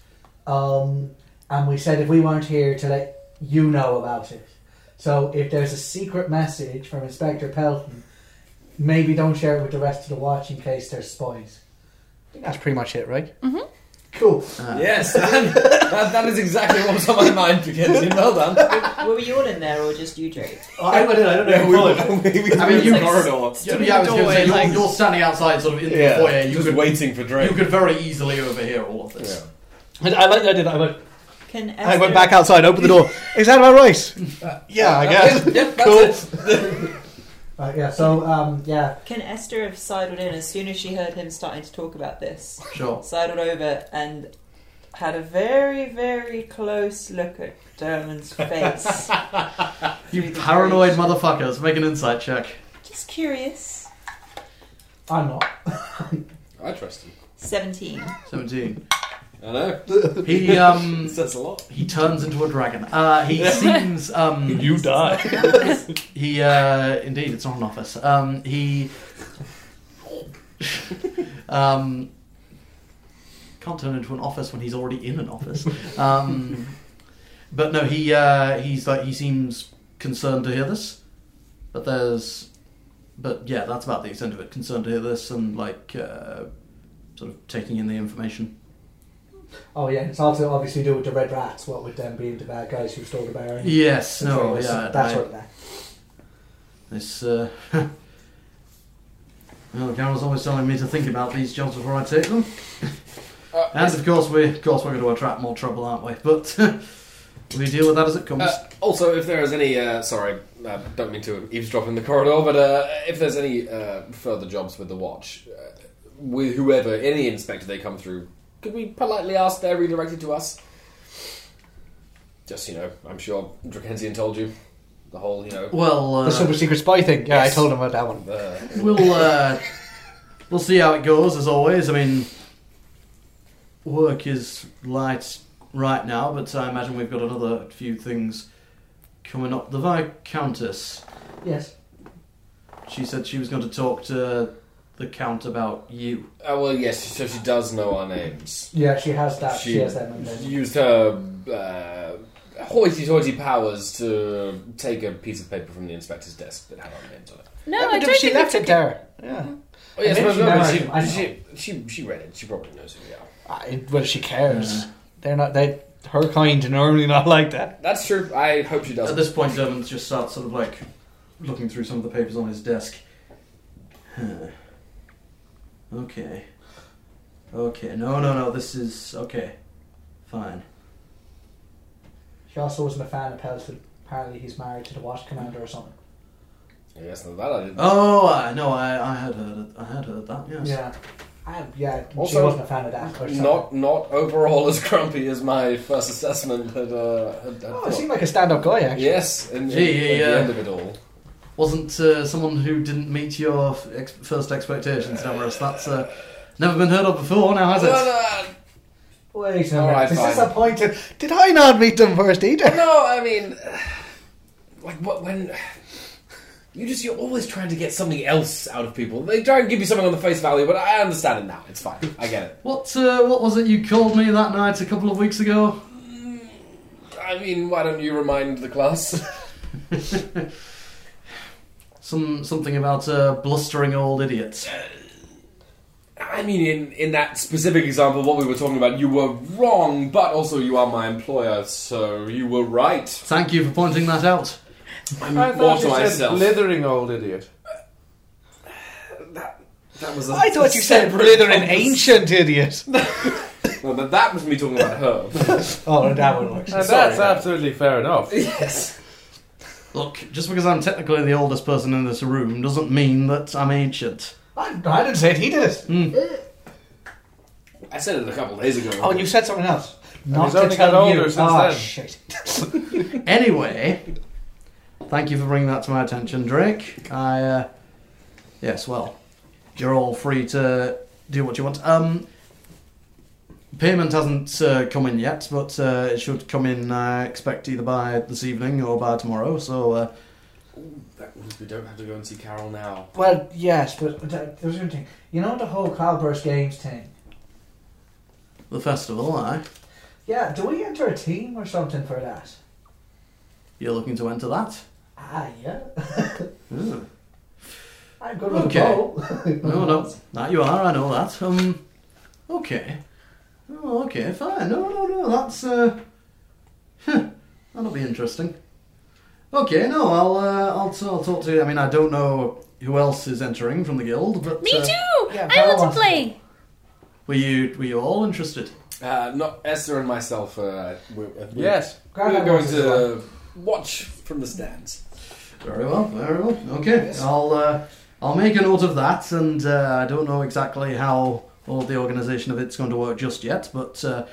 Speaker 3: Um, and we said if we weren't here to let you know about it. So if there's a secret message from Inspector Pelton, maybe don't share it with the rest of the watch in case there's spies. I think that's pretty much it, right? Mm-hmm. Cool.
Speaker 8: Yes, that, that- that is exactly what was on my mind, Mackenzie. Well done.
Speaker 4: Were we all in there or just you, Drake?
Speaker 3: I went in, I don't know.
Speaker 8: we were, we were
Speaker 2: I mean,
Speaker 8: in
Speaker 2: you-
Speaker 8: the corridor.
Speaker 2: Yeah, yeah, I was going to say, you're, you're standing outside, sort of in
Speaker 8: Yeah,
Speaker 2: the foyer. You
Speaker 8: just
Speaker 2: could,
Speaker 8: waiting for Drake.
Speaker 2: You could very easily overhear all of this.
Speaker 3: And I like the idea that I went,
Speaker 4: Can Esther...
Speaker 3: I went back outside, opened the door. Is that about right? yeah, I guess. Uh, yeah, so, um, yeah.
Speaker 4: Can Esther have sidled in as soon as she heard him starting to talk about this?
Speaker 2: Sure.
Speaker 4: Sidled over and had a very, very close look at Dermond's face.
Speaker 2: You paranoid motherfuckers, make an insight check.
Speaker 4: Just curious.
Speaker 3: I'm not.
Speaker 8: I trust him.
Speaker 4: 17.
Speaker 2: 17.
Speaker 8: I know.
Speaker 2: He, um.
Speaker 8: says a lot.
Speaker 2: He turns into a dragon. Uh, he seems. Um, you die. he, uh, indeed, it's not an office. Um, he. um, can't turn into an office when he's already in an office. Um, but no, he uh, he's like he seems concerned to hear this, but there's, but yeah, that's about the extent of it. Concerned to hear this and like uh, sort of taking in the information.
Speaker 3: Oh, yeah, it's also obviously to do with the Red Rats, what with them being the bad guys who stole the Baron.
Speaker 2: Yes,
Speaker 3: And
Speaker 2: no,
Speaker 3: so it's-
Speaker 2: yeah,
Speaker 3: That's
Speaker 2: I-
Speaker 3: what that.
Speaker 2: This. Uh, Well, Carol's always telling me to think about these jobs before I take them, and of course we, of course, we're going to attract more trouble, aren't we? But we deal with that as it comes.
Speaker 8: Uh, also, if there is any, uh, sorry, I don't mean to eavesdrop in the corridor, but uh, if there's any uh, further jobs with the watch, uh, with whoever, any inspector they come through, could we politely ask they're redirected to us? Just, you know, I'm sure Drakensian told you the whole, you know.
Speaker 2: Well, uh,
Speaker 3: the super secret spy thing. Yeah,
Speaker 8: yes.
Speaker 3: I told him about that one.
Speaker 8: the-
Speaker 2: we'll uh, we'll see how it goes. As always, I mean, work is light right now, but I imagine we've got another few things coming up. The Viscountess,
Speaker 3: Yes.
Speaker 2: she said she was going to talk to the Count about you.
Speaker 8: Oh, well, yes, so she does know our names.
Speaker 3: Yeah, she has that. She, has that member.
Speaker 8: used her uh, hoity-toity powers to take a piece of paper from the inspector's desk that had our names on it.
Speaker 5: No,
Speaker 3: Yeah, but
Speaker 5: I don't
Speaker 3: she
Speaker 5: think
Speaker 3: left
Speaker 5: it's
Speaker 3: it there. Yeah.
Speaker 8: Oh, yes,
Speaker 3: And then
Speaker 8: but
Speaker 3: she
Speaker 8: no,
Speaker 3: memorised them. I
Speaker 8: but
Speaker 3: know.
Speaker 8: she, she, she, she read it. She probably knows who we are.
Speaker 3: I, well, she cares. They're not. They. Her kind are normally not like that.
Speaker 8: That's true. I hope she does.
Speaker 2: At this point, Devon just starts sort of like looking through some of the papers on his desk. Huh. Okay. Okay. No, no, no. This is okay. Fine.
Speaker 3: She also wasn't a fan of Pelton. Apparently, he's married to the watch commander or something.
Speaker 8: Yes, no, that I didn't.
Speaker 2: Oh, I no, I, I had heard, I had heard that. Yes.
Speaker 3: Yeah. I, yeah, she
Speaker 8: Also,
Speaker 3: wasn't a fan of that. or something.
Speaker 8: Not not overall as grumpy as my first assessment had. Uh, had, had
Speaker 3: Oh,
Speaker 8: thought.
Speaker 3: he seemed like a stand-up guy actually.
Speaker 8: Yes, and
Speaker 2: Gee, yeah,
Speaker 8: at
Speaker 2: yeah.
Speaker 8: the end of it all.
Speaker 2: Wasn't uh, someone who didn't meet your f- ex- first expectations, Damaris. That's uh, never been heard of before. Now has it?
Speaker 8: No, no,
Speaker 3: Wait a
Speaker 8: All
Speaker 3: minute.
Speaker 8: right,
Speaker 3: this
Speaker 8: fine.
Speaker 3: is a point. Of, did I not meet them first either?
Speaker 8: No, I mean, like what when you just you're always trying to get something else out of people. They try and give you something on the face value, but I understand it now. It's fine. I get it.
Speaker 2: What uh, what was it you called me that night a couple of weeks ago?
Speaker 8: I mean, why don't you remind the class?
Speaker 2: Some something about uh, blustering old idiots.
Speaker 8: I mean, in in that specific example, what we were talking about, you were wrong, but also you are my employer, so you were right.
Speaker 2: Thank you for pointing that out.
Speaker 8: I'm
Speaker 6: I
Speaker 8: more
Speaker 6: thought
Speaker 8: to
Speaker 6: you said
Speaker 8: myself.
Speaker 6: blithering old idiot.
Speaker 8: that was. a-
Speaker 3: I thought you said
Speaker 8: separate
Speaker 3: blithering
Speaker 8: conversation.
Speaker 3: ancient idiot.
Speaker 8: No, but that was me talking about her.
Speaker 3: oh, that one works.
Speaker 6: And
Speaker 8: Sorry,
Speaker 6: that's
Speaker 8: Dan.
Speaker 6: absolutely fair enough.
Speaker 8: yes.
Speaker 2: Look, just because I'm technically the oldest person in this room doesn't mean that I'm ancient.
Speaker 3: I, I didn't say it. He did it.
Speaker 8: I said it a couple days ago.
Speaker 3: Oh, and you said something else.
Speaker 6: he's only got older since
Speaker 3: Ah,
Speaker 6: then.
Speaker 3: shit.
Speaker 2: Anyway, thank you for bringing that to my attention, Drake. I, uh, yes, well, you're all free to do what you want. Um, payment hasn't uh, come in yet, but uh, it should come in. I expect either by this evening or by tomorrow. So uh,
Speaker 8: That means we don't have to go and see Carol now.
Speaker 3: Well, yes, but th- there's one thing. You know the whole Cloudburst Games thing.
Speaker 2: the festival, aye.
Speaker 3: Yeah, do we enter a team or something for that?
Speaker 2: You're looking to enter that?
Speaker 3: Ah, yeah.
Speaker 2: Mm.
Speaker 3: I'm good with
Speaker 2: Okay.
Speaker 3: a bow.
Speaker 2: No, no, that you are. I know that. Um, okay. Oh, okay, fine. No, no, no. That's uh, huh, that'll be interesting. Okay, no, I'll uh, I'll t- I'll talk to you. I mean, I don't know who else is entering from the guild, but
Speaker 5: Me
Speaker 2: uh,
Speaker 5: too!
Speaker 3: yeah,
Speaker 5: I
Speaker 3: Val
Speaker 5: want
Speaker 3: wants
Speaker 5: to
Speaker 3: to
Speaker 5: play!
Speaker 2: Were you were you all interested?
Speaker 8: Uh, not Esther and myself. Uh, we're, uh, we're-
Speaker 6: Yes.
Speaker 3: Grandad
Speaker 8: we're going
Speaker 3: wants as well.
Speaker 8: to watch from the stands.
Speaker 2: Very well, very well. Okay,
Speaker 8: Yes.
Speaker 2: I'll uh, I'll make a note of that, and uh, I don't know exactly how all the organisation of it's going to work just yet, but uh,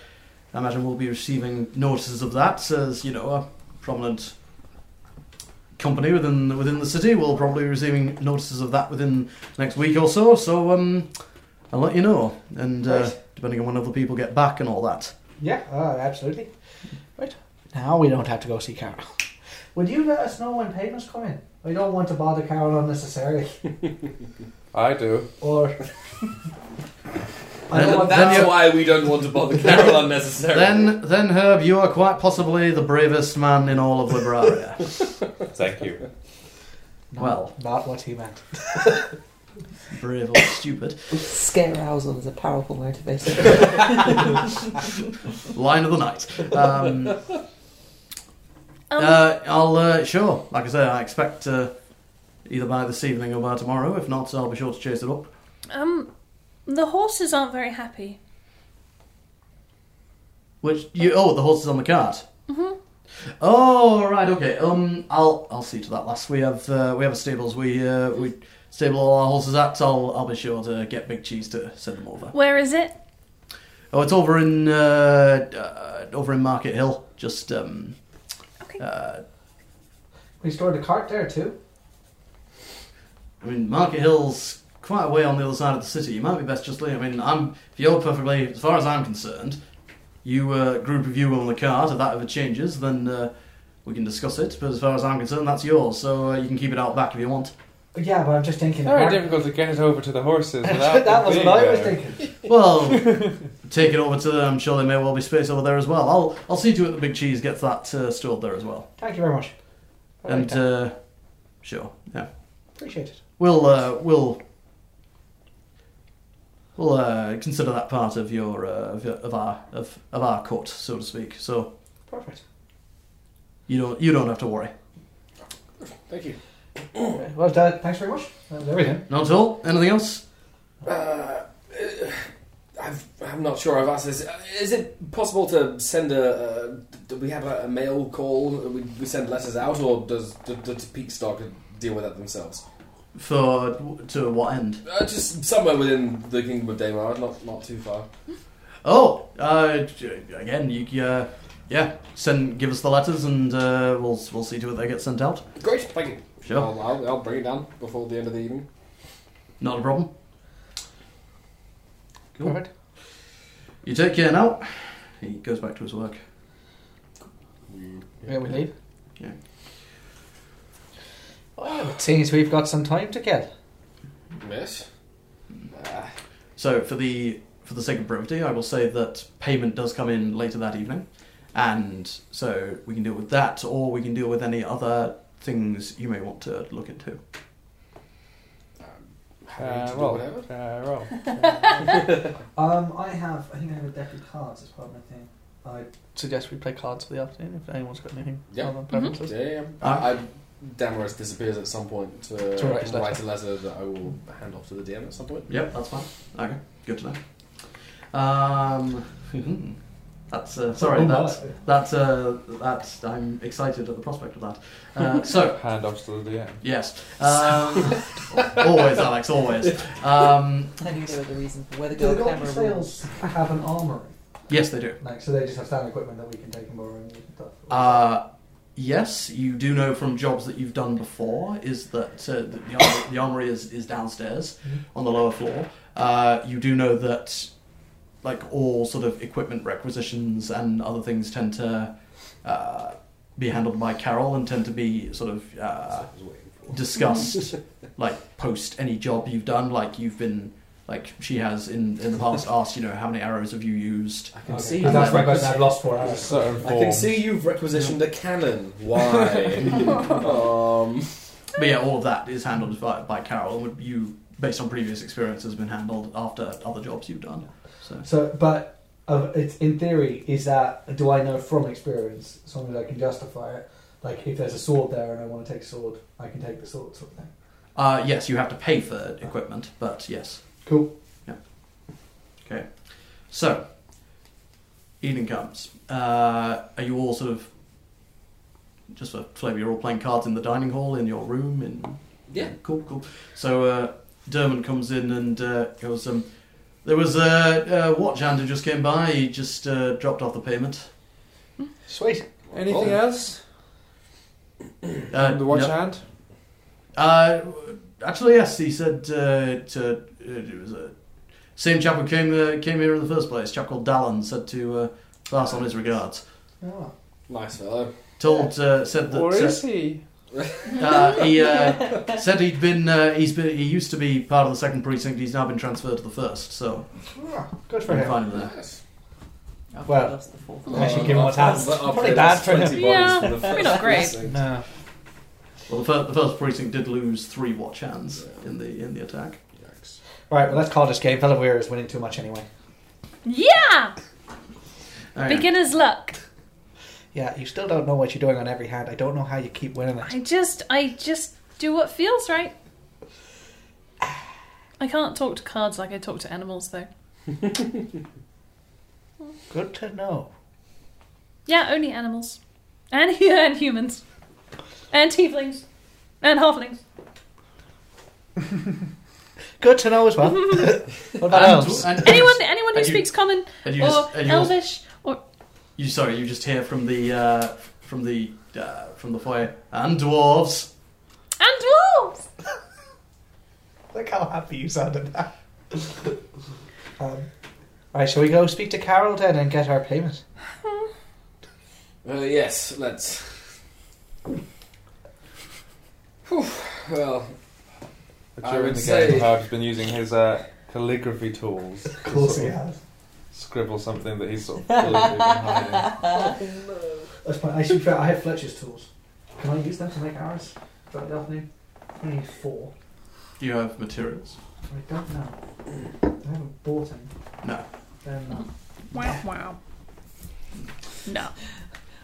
Speaker 2: I imagine we'll be receiving notices of that as you know a prominent company within within the city. We'll probably be receiving notices of that within the next week or so. So um, I'll let you know, and uh,
Speaker 3: Right.
Speaker 2: depending on when other people get back and all that.
Speaker 3: Yeah, oh, absolutely. Right. Now we don't have to go see Carol. Would you let us know when payments come in? I don't want to bother Carol unnecessarily.
Speaker 6: I do.
Speaker 3: Or. I
Speaker 2: Then-
Speaker 3: don't want
Speaker 2: then
Speaker 3: Carol-
Speaker 8: That's why we don't want to bother Carol unnecessarily.
Speaker 2: Then, then Herb, you are quite possibly the bravest man in all of Libraria.
Speaker 17: Thank you.
Speaker 3: No,
Speaker 2: well.
Speaker 3: Not what he meant.
Speaker 2: Brave or stupid.
Speaker 4: Scare arousal is a powerful motivator.
Speaker 2: Line of the night. Um,
Speaker 5: Um,
Speaker 2: uh, I'll uh, sure. Like I say, I expect uh, either by this evening or by tomorrow. If not, I'll be sure to chase it up.
Speaker 5: um, the horses aren't very happy.
Speaker 2: Which you? Oh, the horse is on the cart. Mm-hmm. Oh right, okay. Um, I'll I'll see to that. Last we have uh, we have a stables. We uh, we stable all our horses at. I'll I'll be sure to get Big Cheese to send them over.
Speaker 5: Where is it?
Speaker 2: Oh, it's over in uh, uh, over in Market Hill. Just um,
Speaker 5: Okay.
Speaker 2: uh,
Speaker 3: We stored the cart there too.
Speaker 2: I mean, Market Hill's quite a way on the other side of the city. You might be best just leave. I mean, I'm if you're perfectly, as far as I'm concerned, you uh, group of you on the card. If that ever changes, then uh, we can discuss it. But as far as I'm concerned, that's yours. So uh, you can keep it out back if you want.
Speaker 3: Yeah, but I'm just thinking. the
Speaker 6: Very
Speaker 3: cart-
Speaker 6: difficult to get it over to the horses
Speaker 3: that
Speaker 6: without them
Speaker 3: was
Speaker 6: being
Speaker 3: what I was
Speaker 6: there.
Speaker 3: thinking.
Speaker 2: Well, take it over to them. I'm sure there may well be space over there as well. I'll I'll see to it the big cheese gets that uh, stored there as well.
Speaker 3: Thank you very much. I like
Speaker 2: and
Speaker 3: that.
Speaker 2: uh, sure, yeah.
Speaker 3: Appreciate it.
Speaker 2: We'll uh, we'll we'll uh, consider that part of your, uh, of your of our of, of our court, so to speak. So
Speaker 3: Perfect.
Speaker 2: you don't you don't have to worry.
Speaker 8: Thank you.
Speaker 3: Well, Dad, thanks very much. Uh, That was everything.
Speaker 2: Not at all. Anything else?
Speaker 8: I've, I'm not sure I've asked this. Uh, Is it possible to send a, do we have a, a mail call? We, we send letters out, or does does, does Peakstock deal with that themselves?
Speaker 2: For to what end?
Speaker 8: Uh, just somewhere within the kingdom of Daymar, not not too far.
Speaker 2: Oh, uh, j- again, you, c- uh, yeah, send give us the letters and uh, we'll we'll see to it they get sent out.
Speaker 8: Great, thank you.
Speaker 2: Sure.
Speaker 8: I'll, I'll, I'll bring it down before the end of the evening.
Speaker 2: Not a problem. Cool.
Speaker 8: Alright.
Speaker 2: You take care now. He goes back to his work.
Speaker 8: Mm,
Speaker 3: Yeah, we leave.
Speaker 2: Yeah.
Speaker 3: Well, it seems we've got some time to kill.
Speaker 8: Yes.
Speaker 2: So for the for the sake of brevity, I will say that payment does come in later that evening, and so we can deal with that, or we can deal with any other things you may want to look into.
Speaker 6: Uh,
Speaker 8: do
Speaker 6: roll.
Speaker 8: whatever.
Speaker 6: Uh, roll.
Speaker 3: Um, I have. I think I have a deck of cards as part of my thing. I
Speaker 6: Suggest we play cards for the afternoon if anyone's got anything.
Speaker 8: Yeah. Mhm.
Speaker 6: other preferences.
Speaker 8: Yeah, yeah. I, I, Damaris disappears at some point to,
Speaker 6: To write
Speaker 8: write,
Speaker 6: his letter.
Speaker 8: a letter that I will hand off to the DM at some point.
Speaker 2: Yep, that's fine. Okay, good to know. Um, that's uh, sorry.
Speaker 6: Oh,
Speaker 2: That's
Speaker 6: my.
Speaker 2: that's uh, that's. I'm excited at the prospect of that. Uh, so
Speaker 6: hand off to the DM.
Speaker 2: yes, um, always Alex, always. Um,
Speaker 9: I knew there was a reason for where the
Speaker 10: Do
Speaker 9: girl
Speaker 10: the Golden
Speaker 9: camera
Speaker 10: Sails
Speaker 9: rules.
Speaker 10: have an armoury?
Speaker 2: yes, they do.
Speaker 10: Like, so they just have standard equipment that we can take and borrow and stuff.
Speaker 2: Uh, yes, you do know from jobs that you've done before is that uh, the, the, armory, the armory is, is downstairs
Speaker 8: Mm-hmm.
Speaker 2: on the lower floor. Uh, you do know that like all sort of equipment requisitions and other things tend to uh, be handled by Carol and tend to be sort of uh, discussed like post any job you've done. Like you've been like she has in in the past asked you know how many arrows have you used? I
Speaker 8: can see
Speaker 10: Because that's my question. I've lost four hours.
Speaker 6: Certain
Speaker 8: I can
Speaker 6: forms.
Speaker 8: see you've requisitioned a cannon. Why? um,
Speaker 2: But yeah, all of that is handled by, by Carol, and would you, based on previous experience, has been handled after other jobs you've done. So
Speaker 10: So, but uh, it's in theory, is that do I know from experience something that I can justify it? Like, if there's a sword there and I want to take a sword, I can take the sword, sort of thing.
Speaker 2: uh, yes, you have to pay for equipment, but yes.
Speaker 10: Cool.
Speaker 2: Yeah. Okay. So evening comes. Uh, are you all sort of just for flavour? You're all playing cards in the dining hall in your room. In
Speaker 8: Yeah.
Speaker 2: cool, cool. So uh, Dermot comes in and uh, goes. Um, there was a, a watch hand who just came by. He just uh, dropped off the payment.
Speaker 6: Sweet. Anything
Speaker 8: Oh.
Speaker 6: else?
Speaker 2: Uh,
Speaker 6: the watch
Speaker 2: no.
Speaker 6: hand.
Speaker 2: Uh, actually, yes. He said uh, to, it was a same chap who came uh, came here in the first place. Chap called Dallin said to uh, pass on his regards.
Speaker 10: Oh.
Speaker 8: nice fellow.
Speaker 2: Told uh, said that
Speaker 6: Or is
Speaker 2: uh,
Speaker 6: he?
Speaker 2: uh, he uh, said he'd been uh, he's been he used to be part of the second precinct. He's now been transferred to the first. So
Speaker 10: Yeah, good
Speaker 2: you
Speaker 10: for
Speaker 2: can
Speaker 10: him.
Speaker 2: find him there.
Speaker 8: Yes.
Speaker 9: I've
Speaker 3: Well,
Speaker 9: lost the fourth one.
Speaker 3: I should
Speaker 8: Oh,
Speaker 3: give him what's happened.
Speaker 8: I've- I've
Speaker 3: Probably
Speaker 8: played
Speaker 3: bad
Speaker 8: us
Speaker 3: for him.
Speaker 8: 20 bodies
Speaker 11: Yeah,
Speaker 8: for the
Speaker 11: probably
Speaker 8: first
Speaker 11: not great.
Speaker 8: precinct.
Speaker 3: No.
Speaker 2: Well, the first, the first precinct did lose three watch hands in the in the attack.
Speaker 8: Yikes.
Speaker 3: Right, well, let's call this game. Fellow Weir is winning too much anyway.
Speaker 5: Yeah!
Speaker 2: All right.
Speaker 5: Beginner's luck.
Speaker 3: Yeah, you still don't know what you're doing on every hand. I don't know how you keep winning it.
Speaker 5: I just, I just do what feels right. I can't talk to cards like I talk to animals, though.
Speaker 3: Good to know.
Speaker 5: Yeah, only animals, and and humans, and tieflings, and halflings.
Speaker 3: Good to know as well. what about
Speaker 2: And-
Speaker 3: elves?
Speaker 2: and-
Speaker 5: Anyone, anyone who
Speaker 2: and you-
Speaker 5: speaks common
Speaker 2: and you
Speaker 5: or
Speaker 2: just- and you also-
Speaker 5: elvish or
Speaker 2: You sorry, you just hear from the uh, from the uh, from the foyer and dwarves.
Speaker 5: and dwarves.
Speaker 3: Look how happy you sounded. um, right, shall we go speak to Carol then and get our payment?
Speaker 8: Uh, yes, let's. Whew, well, I
Speaker 6: During
Speaker 8: would
Speaker 6: the
Speaker 8: say-
Speaker 6: game, Howard's been using his uh, calligraphy tools. to
Speaker 10: Of course he
Speaker 6: sort of
Speaker 10: has.
Speaker 6: Scribble something that he's sort of calligraphy behind.
Speaker 10: That's fine. I should. try- I have Fletcher's tools. Can I use them to make ours? Throughout the afternoon. I need four.
Speaker 2: Do you have materials?
Speaker 10: I don't know. I haven't bought any.
Speaker 2: No.
Speaker 10: Then
Speaker 5: Wow, wow. No.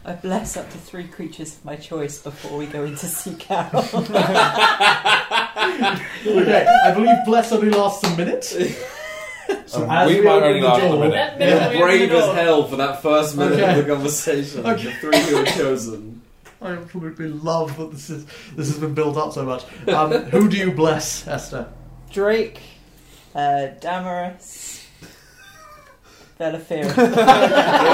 Speaker 9: I bless up to three creatures of my choice before we go in to see Carol.
Speaker 2: Okay, I believe Bless only lasts a minute.
Speaker 8: So
Speaker 18: as
Speaker 8: Um, we
Speaker 18: we
Speaker 8: might
Speaker 18: open
Speaker 8: only
Speaker 18: the
Speaker 8: last a
Speaker 18: door-
Speaker 8: minute.
Speaker 18: That minute we open
Speaker 8: brave
Speaker 18: the door.
Speaker 8: as hell for that first minute
Speaker 2: Okay.
Speaker 8: of the conversation.
Speaker 2: Okay.
Speaker 8: The three who are chosen.
Speaker 2: I absolutely love that this is this has been built up so much. Um, who do you bless, Esther?
Speaker 4: Drake, uh, Damaris, Velafira.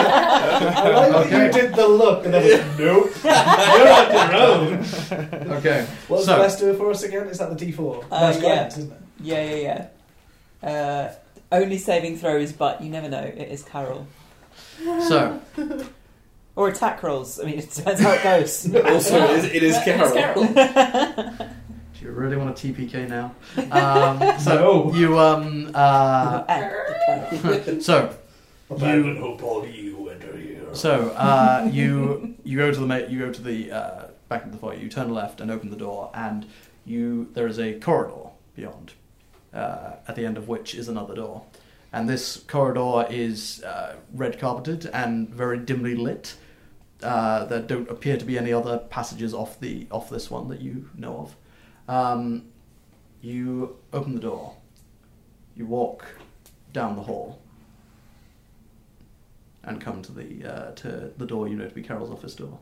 Speaker 3: I like that you did the look and then was, nope. You're on your own.
Speaker 2: Okay.
Speaker 3: What's
Speaker 2: so-
Speaker 3: the best do for us again? Is that the D4?
Speaker 4: Uh,
Speaker 3: That's
Speaker 4: yeah.
Speaker 3: guidance, isn't it?
Speaker 4: yeah, yeah, yeah. Uh, only saving throw is but you never know. It is Carol.
Speaker 2: So.
Speaker 4: Or attack rolls. I mean, it depends how it goes.
Speaker 2: Also, it is- it is Carol.
Speaker 4: Carol.
Speaker 2: Do you really want a TPK now? Um, so you um uh, so you
Speaker 19: you enter here.
Speaker 2: so uh, you you go to the ma- you go to the uh, back of the foyer. You turn left and open the door, and you there is a corridor beyond, uh, at the end of which is another door, and this corridor is uh, red carpeted and very dimly lit. Uh, there don't appear to be any other passages off the off this one that you know of. Um, you open the door. You walk down the hall and
Speaker 3: Hmm.
Speaker 2: come to the uh, to the door you know to be Carol's office door.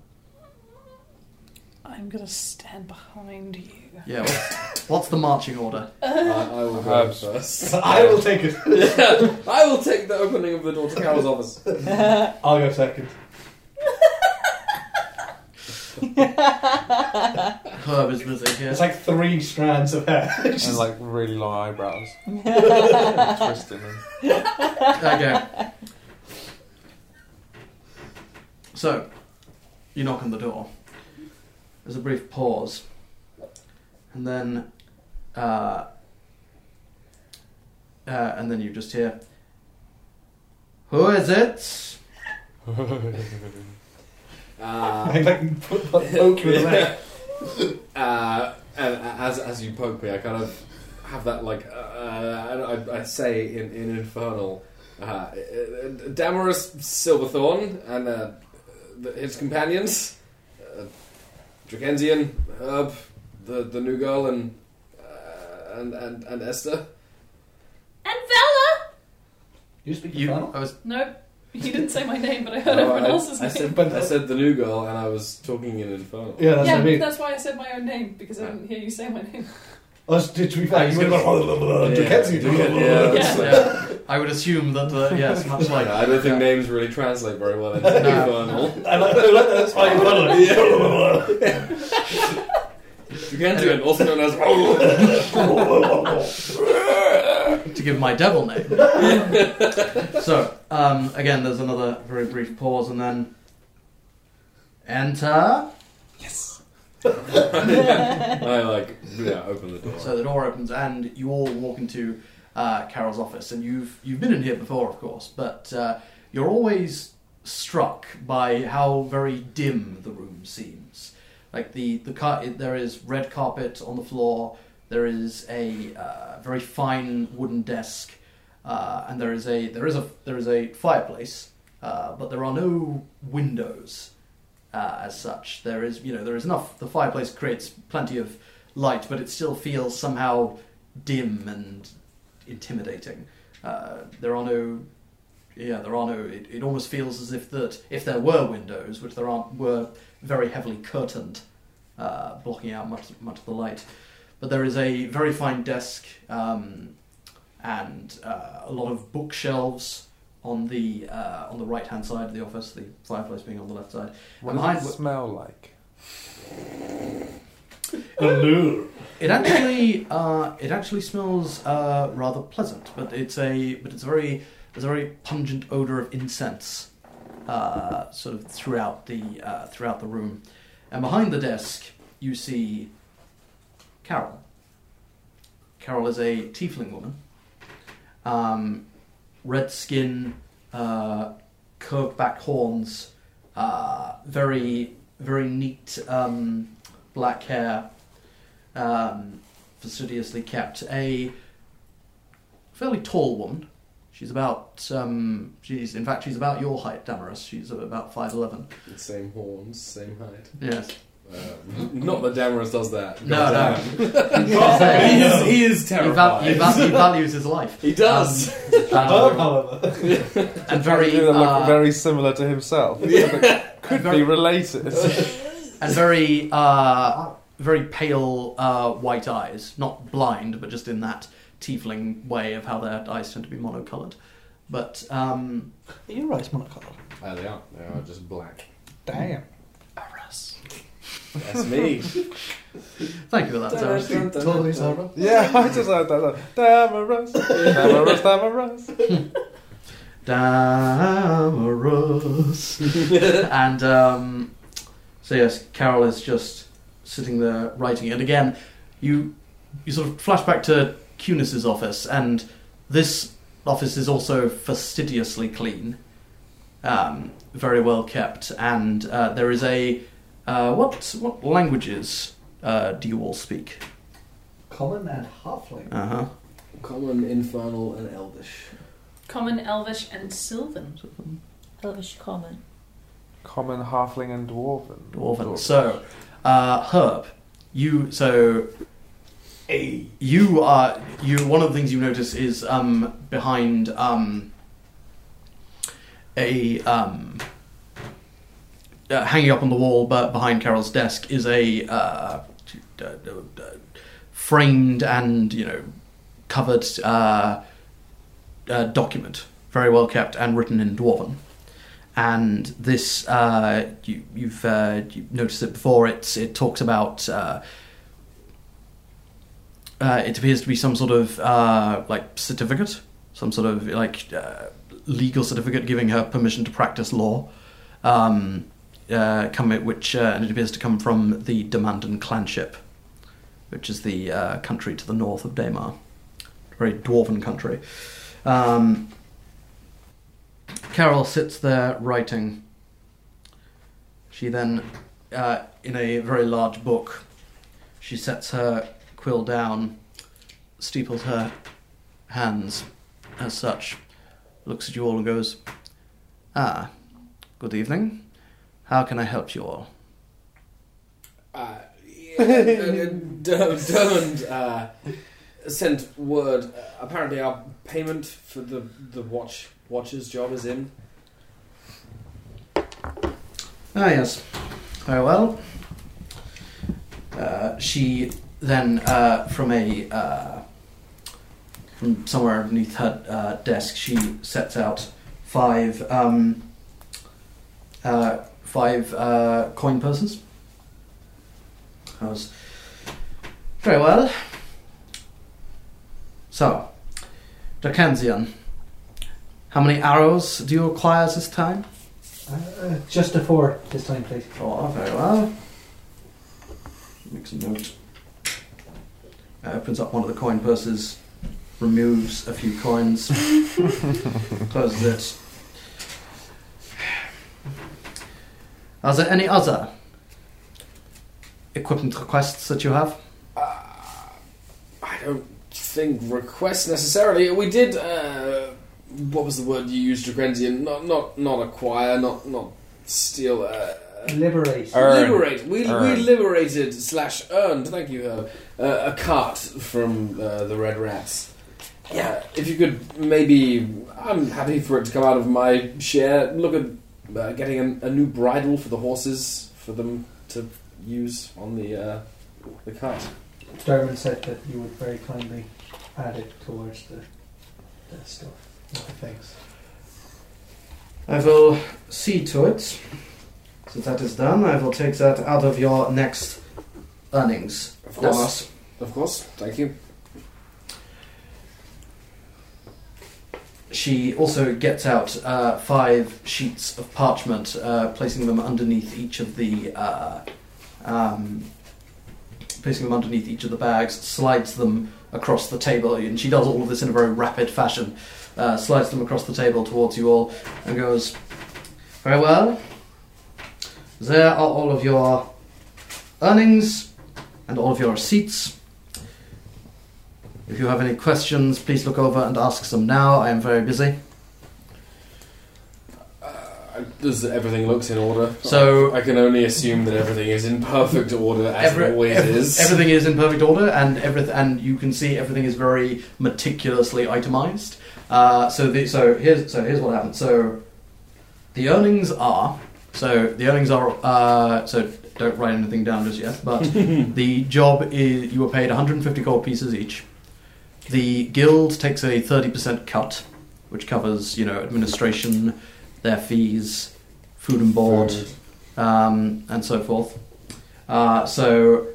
Speaker 5: I'm gonna stand behind you.
Speaker 2: Yeah. What's, what's the marching order?
Speaker 8: I will go
Speaker 2: Perhaps.
Speaker 8: first.
Speaker 2: I will take it.
Speaker 8: Yeah, I will take the opening of the door to Carol's office.
Speaker 3: I'll go second.
Speaker 2: Herb is busy here.
Speaker 3: It's like three strands of hair.
Speaker 6: and like really long eyebrows. Twisting them.
Speaker 2: okay. So, you knock on the door. There's a brief pause, and then, uh, uh, and then you just hear, "Who is it?"
Speaker 8: Uh,
Speaker 3: I like put, put, poke you in the leg.
Speaker 8: uh, and as as you poke me, I kind of have that like uh, I, I say in in infernal. Uh, Damaris Silverthorn and uh, the, his companions, uh, Drakensian, Herb, the the new girl, and uh, and, and and Esther.
Speaker 5: And Vella!
Speaker 3: You speak
Speaker 2: You, I was
Speaker 5: Nope. He didn't say my name, but I
Speaker 2: Oh,
Speaker 5: heard
Speaker 8: No,
Speaker 5: everyone
Speaker 8: I,
Speaker 5: else's
Speaker 8: I
Speaker 5: name.
Speaker 8: said, but I said the new girl, and I was talking in infernal.
Speaker 3: Yeah, that's what I
Speaker 5: yeah,
Speaker 3: mean.
Speaker 5: that's why I said my own name, because I didn't hear you say my name.
Speaker 3: Us, to be fair, you would have gone,
Speaker 8: Yeah.
Speaker 3: Dickensian.
Speaker 8: Yeah.
Speaker 5: Yeah.
Speaker 2: yeah, I would assume that uh, yes, much like
Speaker 8: I don't think names really translate very well into infernal.
Speaker 3: I like I like that. That's why you
Speaker 8: Drakensian, also known as.
Speaker 2: to give my devil name. so, um, again, there's another very brief pause, and then enter.
Speaker 8: I like yeah, open the door.
Speaker 2: So the door opens, and you all walk into uh, Carol's office. And you've you've been in here before, of course, but uh, you're always struck by how very dim the room seems. Like the the car- there is red carpet on the floor. There is a uh, very fine wooden desk, uh, and there is a there is a there is a fireplace, uh, but there are no windows uh, as such. There is, you know, there is enough. The fireplace creates plenty of light, but it still feels somehow dim and intimidating. Uh, there are no, yeah, there are no. It, it almost feels as if that if there were windows, which there aren't, were very heavily curtained, uh, blocking out much much of the light. But there is a very fine desk um, and uh, a lot of bookshelves on the uh, on the right hand side of the office. The fireplace being on the left side.
Speaker 6: What
Speaker 2: And
Speaker 6: does
Speaker 2: behind-
Speaker 6: it smell like?
Speaker 2: It actually, uh, it actually smells uh, rather pleasant, but it's a, but it's a very, there's a very pungent odor of incense, uh, sort of throughout the uh, throughout the room, and behind the desk you see Carol. Carol is a tiefling woman, um, red skin, uh, curved back horns, uh, very very neat um, black hair um, fastidiously kept. A fairly tall woman. She's about. Um, she's in fact she's about your height, Damaris. She's about five eleven.
Speaker 8: Same horns, same height.
Speaker 2: Yes.
Speaker 8: Uh, not that Damaris does that.
Speaker 2: No,
Speaker 8: God
Speaker 2: no.
Speaker 8: damn.
Speaker 2: Yes, I
Speaker 8: he, is,
Speaker 2: know.
Speaker 8: he is
Speaker 2: He val-
Speaker 8: terrified.
Speaker 2: he val- he values his life.
Speaker 8: He does.
Speaker 2: Um, he's a fan
Speaker 7: Above,
Speaker 2: of him.
Speaker 7: however.
Speaker 2: and
Speaker 7: Trying to do
Speaker 2: very
Speaker 7: them look
Speaker 2: uh,
Speaker 7: very similar to himself. Could be related.
Speaker 2: and very uh, very pale uh, white eyes, not blind, but just in that tiefling way of how their eyes tend to be monocolored. But um,
Speaker 10: Are you right, it's monocolored?
Speaker 8: Oh, they are. They are just black.
Speaker 10: Damn.
Speaker 2: Arras.
Speaker 8: That's me.
Speaker 2: Thank you for that, Cyrus.
Speaker 10: Totally Cyrus.
Speaker 7: Yeah, I just like that. like, Damaris, Damaris, Damaris.
Speaker 2: Damaris. and um, so yes, Carol is just sitting there writing, and again, you you sort of flash back to Cunis's office, and this office is also fastidiously clean, um, very well kept, and uh, there is a uh, what what languages uh, do you all speak?
Speaker 10: Common and halfling.
Speaker 2: Uh huh.
Speaker 8: Common, infernal, and elvish.
Speaker 11: Common, Elvish, and Sylvan.
Speaker 4: Elvish common.
Speaker 7: Common halfling and dwarven.
Speaker 2: Dwarven. So, uh, Herb, you so you are you. One of the things you notice is um, behind um, a um, uh, hanging up on the wall, but behind Carol's desk is a uh, t- uh, uh, framed and you know covered uh, uh, document, very well kept and written in Dwarven. And this, uh, you, you've uh, you noticed it before. It's it talks about. Uh, uh, it appears to be some sort of uh, like certificate, some sort of like uh, legal certificate giving her permission to practice law. Um, uh, come it, which uh, and it appears to come from the Demandan clanship, which is the uh, country to the north of Daemar, very dwarven country. Um, Carol sits there writing. She then, uh, in a very large book, she sets her quill down, steeples her hands as such, looks at you all and goes, Ah, good evening. How can I help you all?
Speaker 8: Uh, yeah, uh, Dur- Durmand uh, sent word. Uh, apparently, our payment for the the watch watcher's job is in.
Speaker 2: Ah, yes. Very well. Uh, she then, uh, from a uh, from somewhere underneath her uh, desk, she sets out five um, uh, five uh, coin purses. I was very well. So, Dracanzian, how many arrows do you require this time?
Speaker 10: Uh, just a four this time, please.
Speaker 2: Oh, very well. Makes a note. Uh, opens up one of the coin purses, removes a few coins, closes it. Are there any other equipment requests that you have?
Speaker 8: Uh, I don't think request necessarily. We did. Uh, what was the word you used, Dregrenzian? Not not not acquire. Not not steal. Uh,
Speaker 10: Liberate.
Speaker 6: Earn.
Speaker 8: Liberate. We, we
Speaker 6: Earn.
Speaker 8: liberated slash earned. Thank you, Herb. Uh, a cart from uh, the Red Rats. Yeah, if you could maybe, I'm happy for it to come out of my share. Look at uh, getting a, a new bridle for the horses for them to use on the uh, the cart.
Speaker 10: Darwin said that you would very kindly add it towards the, the stuff. The things.
Speaker 2: I will see to it. So that is done. I will take that out of your next earnings.
Speaker 8: Of course. Of course, thank you.
Speaker 2: She also gets out uh, five sheets of parchment, uh, placing them underneath each of the uh, um, placing them underneath each of the bags. Slides them across the table, and she does all of this in a very rapid fashion. Uh, slides them across the table towards you all, and goes, "Very well. There are all of your earnings and all of your receipts." If you have any questions, please look over and ask them now. I am very busy.
Speaker 8: Uh, I Does everything looks in order?
Speaker 2: So-
Speaker 8: I can only assume that everything is in perfect order as
Speaker 2: Every-
Speaker 8: it always
Speaker 2: ev-
Speaker 8: is.
Speaker 2: Everything is in perfect order, and everyth- and you can see everything is very meticulously itemized. Uh, so the so here's so here's what happened. So the earnings are so the earnings are uh, so don't write anything down just yet. But the job is you were paid 150 gold pieces each. The guild takes a 30% cut, which covers you know administration, their fees, food and board, um, and so forth. Uh, so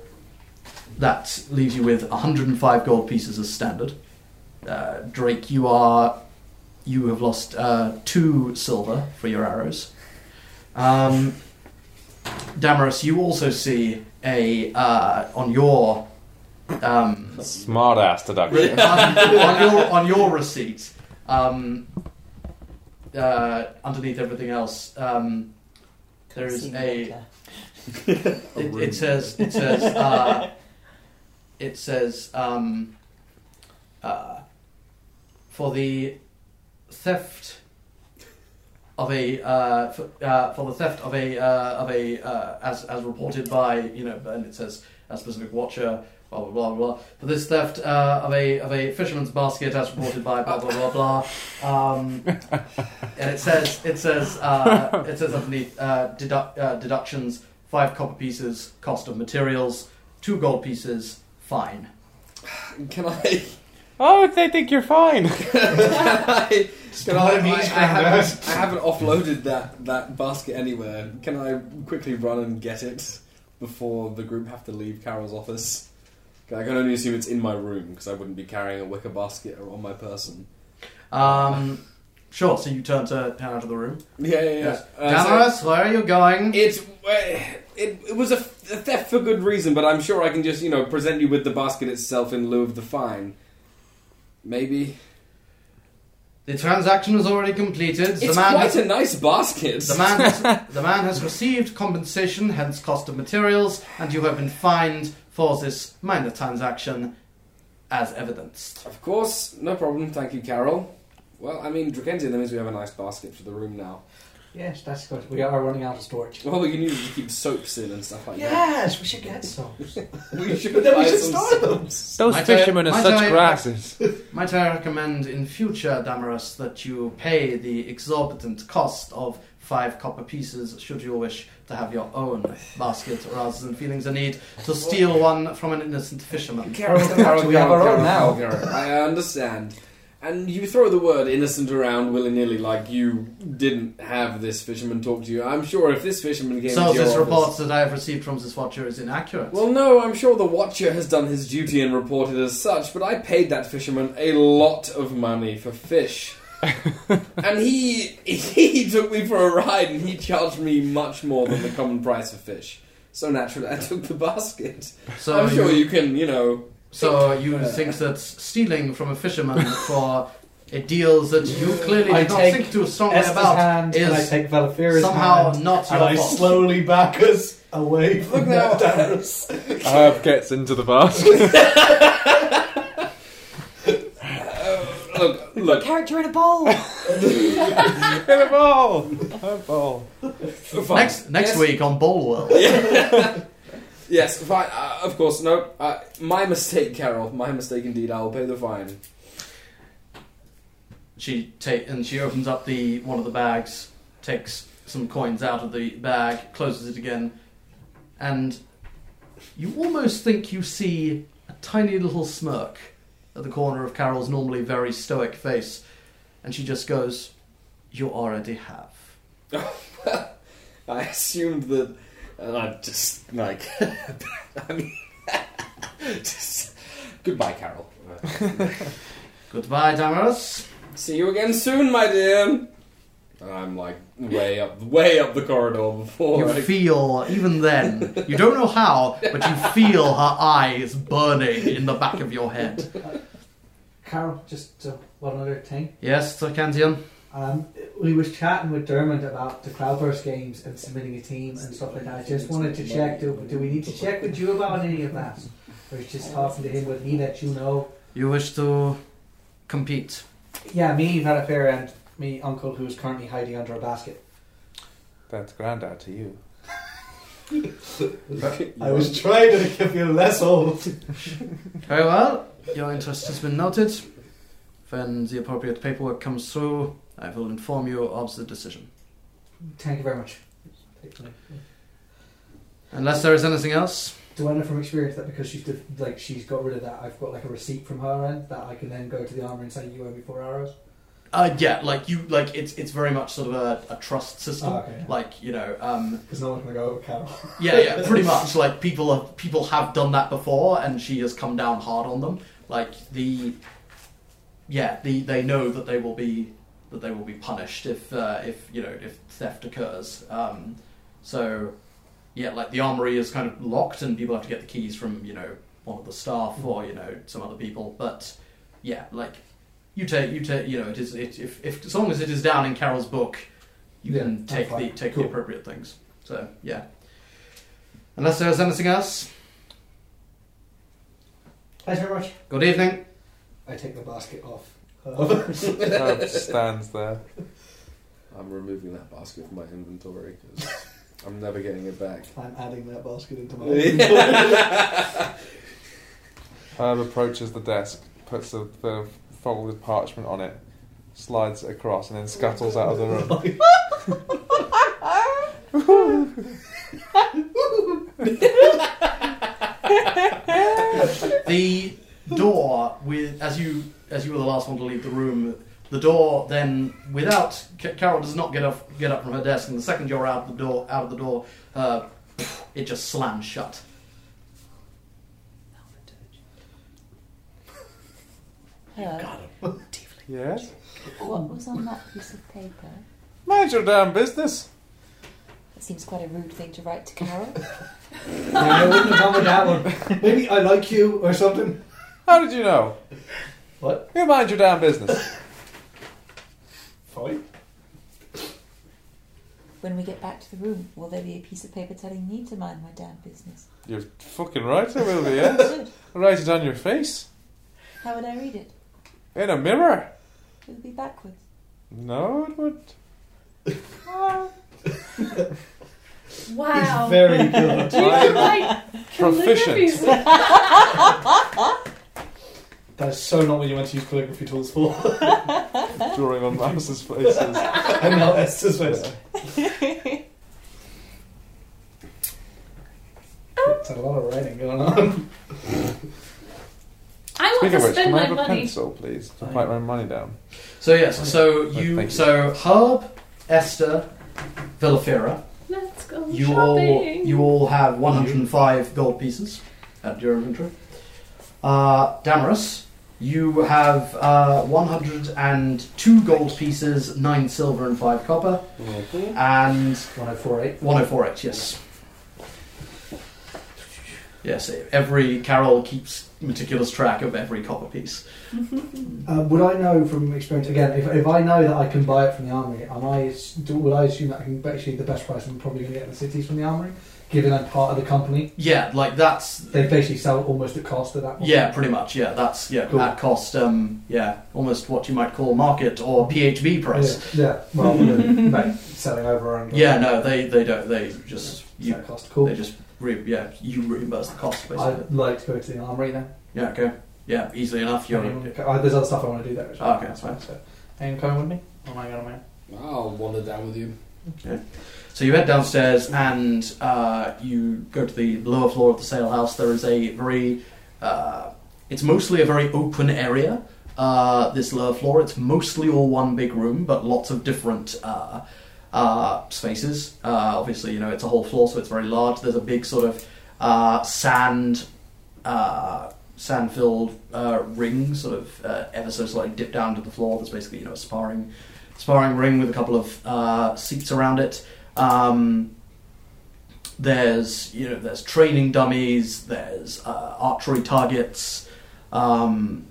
Speaker 2: that leaves you with 105 gold pieces as standard. Uh, Drake, you are you have lost uh, two silver for your arrows. Um, Damaris, you also see a uh, on your um,
Speaker 6: Smart ass deduction.
Speaker 2: on your on your receipt, um, uh, underneath everything else, um, there is a. it, it says it says uh, it says um, uh, for the theft of a uh, for, uh, for the theft of a uh, of a uh, as as reported by you know and it says a specific watcher blah blah blah blah for this theft uh, of a of a fisherman's basket as reported by blah blah blah blah um, and it says it says uh, it says underneath uh, dedu- uh, deductions five copper pieces cost of materials two gold pieces fine
Speaker 8: can I
Speaker 6: Oh, they think you're fine.
Speaker 8: Can I, I, I, haven't, I haven't offloaded that, that basket anywhere. Can I quickly run and get it before the group have to leave Carol's office? I can only assume it's in my room because I wouldn't be carrying a wicker basket on my person.
Speaker 2: Um, sure. So you turn to pan out of the room.
Speaker 8: Yeah, yeah, yeah.
Speaker 2: Yes.
Speaker 8: Uh, so-
Speaker 2: Damaris, where are you going?
Speaker 8: It's uh, it, it was a, f- a theft for good reason, but I'm sure I can just you know present you with the basket itself in lieu of the fine. Maybe
Speaker 2: The transaction is already completed. the
Speaker 8: it's
Speaker 2: man
Speaker 8: quite
Speaker 2: has,
Speaker 8: a nice basket.
Speaker 2: the man has, the man has received compensation, hence cost of materials, and you have been fined for this minor transaction, as evidenced.
Speaker 8: Of course, no problem. Thank you, Carol. Well, I mean, Drakensia, that means we have a nice basket for the room now.
Speaker 3: Yes, that's good. We are running out of storage.
Speaker 8: Well, we can usually keep soaps in and stuff like
Speaker 3: Yes, we should get some.
Speaker 8: that. We should
Speaker 3: But then we
Speaker 8: buy
Speaker 3: should
Speaker 8: some
Speaker 3: store them.
Speaker 8: soaps.
Speaker 6: Those
Speaker 2: Might I-
Speaker 6: fishermen are
Speaker 2: might
Speaker 6: such
Speaker 2: I-
Speaker 6: grasses.
Speaker 2: Might I recommend in future, Damaris, that you pay the exorbitant cost of five copper pieces should you wish to have your own basket rather than feeling the need to steal one from an innocent fisherman?
Speaker 8: Carol, Carol, Carol,
Speaker 3: We have our
Speaker 8: Carol,
Speaker 3: own
Speaker 8: Carol,
Speaker 3: now.
Speaker 8: Carol. I understand. And you throw the word innocent around willy nilly like you didn't have this fisherman talk to you. I'm sure if this fisherman came
Speaker 2: So
Speaker 8: to your
Speaker 2: this
Speaker 8: office-
Speaker 2: report that I have received from this watcher is inaccurate.
Speaker 8: Well, no, I'm sure the Watcher has done his duty and reported as such, but I paid that fisherman a lot of money for fish. and he he took me for a ride and he charged me much more than the common price for fish. So naturally, I took the basket.
Speaker 2: So
Speaker 8: I'm sure
Speaker 2: you-
Speaker 8: you can, you know.
Speaker 2: so you think that stealing from a fisherman for a deal that you clearly
Speaker 3: I
Speaker 2: did not
Speaker 3: take
Speaker 2: think too strongly
Speaker 3: Esther's
Speaker 2: about
Speaker 3: hand,
Speaker 2: is
Speaker 3: and I take Valafira's
Speaker 2: somehow
Speaker 3: hand,
Speaker 2: not
Speaker 3: and
Speaker 2: your
Speaker 3: I
Speaker 2: fault.
Speaker 3: slowly back us away from
Speaker 8: now.
Speaker 3: Damaris.
Speaker 6: Herb gets into the basket.
Speaker 8: Look, look.
Speaker 4: Character in a bowl.
Speaker 6: Hit a ball. A ball.
Speaker 8: fine.
Speaker 2: next next
Speaker 8: Yes,
Speaker 2: week on Bowl World.
Speaker 8: Yes, fine. Uh, of course, no. Uh, my mistake, Carol. My mistake indeed. I will pay the fine.
Speaker 2: She take and she opens up the one of the bags, takes some coins out of the bag, closes it again, and you almost think you see a tiny little smirk at the corner of Carol's normally very stoic face, and she just goes, "You already have."
Speaker 8: I assumed that, and I just like, I mean, just goodbye, Carol.
Speaker 2: Goodbye, Damaris.
Speaker 8: See you again soon, my dear. And I'm like way up, way up the corridor before.
Speaker 2: You
Speaker 8: I-
Speaker 2: feel, even then, you don't know how, but you feel her eyes burning in the back of your head.
Speaker 3: Carol, just uh, one other thing.
Speaker 2: Yes, Cantian?
Speaker 3: Um, we was chatting with Dermot about the Cloudburst games and submitting a team and stuff like that. I just wanted to check. Do, do we need to check with you about any of that? I was just talking to him with me that you know.
Speaker 2: You wish to compete?
Speaker 3: Yeah, me, Valafira, and me uncle who's currently hiding under a basket.
Speaker 6: That's grandad to you.
Speaker 10: I was trying to give you less old.
Speaker 2: Very well. Your interest has been noted. When the appropriate paperwork comes through, I will inform you of the decision.
Speaker 3: Thank you very much.
Speaker 2: Unless there is anything else.
Speaker 3: Do I know from experience that because she's did, like she's got rid of that, I've got like a receipt from her end that I can then go to the armor and say you owe me four arrows?
Speaker 2: Uh, yeah, like you, like it's it's very much sort of a, a trust system.
Speaker 3: Oh, okay.
Speaker 2: Like you know, um,
Speaker 3: Because no one's gonna go, "Oh, Carol.
Speaker 2: yeah, yeah, pretty much. Like people have people have done that before, and she has come down hard on them. Like the, yeah, the they know that they will be that they will be punished if uh, if you know if theft occurs. Um, so, yeah, like the armory is kind of locked, and people have to get the keys from you know one of the staff or you know some other people. But yeah, like you take you take you know it is it, if if as long as it is down in Carol's book, you
Speaker 3: Yeah,
Speaker 2: can
Speaker 3: I'm
Speaker 2: take the
Speaker 3: fine.
Speaker 2: take
Speaker 3: Cool.
Speaker 2: the appropriate things. So yeah. Unless there's anything else,
Speaker 3: Thanks very much.
Speaker 2: good evening.
Speaker 3: I take the basket off.
Speaker 6: Stab stands there.
Speaker 20: I'm removing that basket from my inventory because I'm never getting it back.
Speaker 10: I'm adding that basket into my.
Speaker 6: Herb approaches the desk, puts a bit of folded parchment on it, slides it across, and then scuttles out of the room.
Speaker 2: the door with as you as you were the last one to leave the room the door then without Ca- carol does not get off get up from her desk and the second you're out the door out of the door uh, it just slams shut
Speaker 4: Herb,
Speaker 6: yes?
Speaker 4: what was on that piece of paper?
Speaker 6: Mind your damn business!
Speaker 4: It seems quite a rude thing to write to Carol.
Speaker 10: No, I wouldn't have gone with that one. Maybe I like you or something.
Speaker 6: How did you know?
Speaker 10: What?
Speaker 6: You mind your damn business.
Speaker 10: Fine.
Speaker 4: when we get back to the room, will there be a piece of paper telling me to mind my damn business?
Speaker 6: You're fucking right, I will be, yes. Write it on your face.
Speaker 4: How would I read it?
Speaker 6: In a mirror.
Speaker 4: It would be backwards.
Speaker 6: No, it would.
Speaker 5: Wow.
Speaker 6: very good.
Speaker 5: Do you know, like,
Speaker 6: Proficient.
Speaker 5: calligraphy?
Speaker 10: That's so not what you meant to use calligraphy tools for.
Speaker 6: Drawing on mouse's faces.
Speaker 10: I'm not Esther's face. It's a lot of writing going on.
Speaker 5: I want
Speaker 6: Speaking of
Speaker 5: to
Speaker 6: which,
Speaker 5: spend
Speaker 6: can I
Speaker 5: my
Speaker 6: have a
Speaker 5: money.
Speaker 6: pencil, please, to write my money down?
Speaker 2: so yes so you so herb esther villafera
Speaker 5: Let's go
Speaker 2: you all
Speaker 5: shopping.
Speaker 2: you all have 105 gold pieces at your inventory uh, Damaris, you have uh, 102 gold pieces, 9 silver, and 5 copper.
Speaker 3: Mm-hmm.
Speaker 2: And
Speaker 3: 1048.
Speaker 2: 1048, yes. Yes, every Carol keeps meticulous track of every copper piece.
Speaker 3: Um, would I know from experience again? If, if I know that I can buy it from the armory, am I? s- Do, will I assume that I can actually the best price I'm probably going to get in the cities from the armory, given I'm part of the company?
Speaker 2: Yeah, like that's
Speaker 3: They basically sell almost at cost at that point.
Speaker 2: yeah, pretty much. Yeah, that's yeah
Speaker 3: Cool.
Speaker 2: at cost. Um, yeah, almost what you might call market or PHB price.
Speaker 3: Yeah, yeah. rather than like, selling over and
Speaker 2: Yeah, no, they they don't. They just you
Speaker 3: that cost cool.
Speaker 2: They just re- yeah, you reimburse the cost basically.
Speaker 3: I'd like to go to the armory now.
Speaker 2: Yeah, okay. Yeah, easily enough. You're
Speaker 3: Uh, there's other stuff I want to do there. As well.
Speaker 2: Ah, okay, that's fine.
Speaker 3: So, are you coming with me? Or am I going to man?
Speaker 20: I'll wander down with you.
Speaker 2: Okay. So you head downstairs and uh, you go to the lower floor of the sale house. There is a very, uh, it's mostly a very open area. Uh, this lower floor, it's mostly all one big room, but lots of different uh, uh, spaces. Uh, obviously, you know it's a whole floor, so it's very large. There's a big sort of uh, sand, uh, sand-filled uh, ring, sort of uh, ever so slightly dipped down to the floor. That's basically you know a sparring sparring ring with a couple of uh, seats around it. Um, there's you know there's training dummies, there's uh, archery targets, um,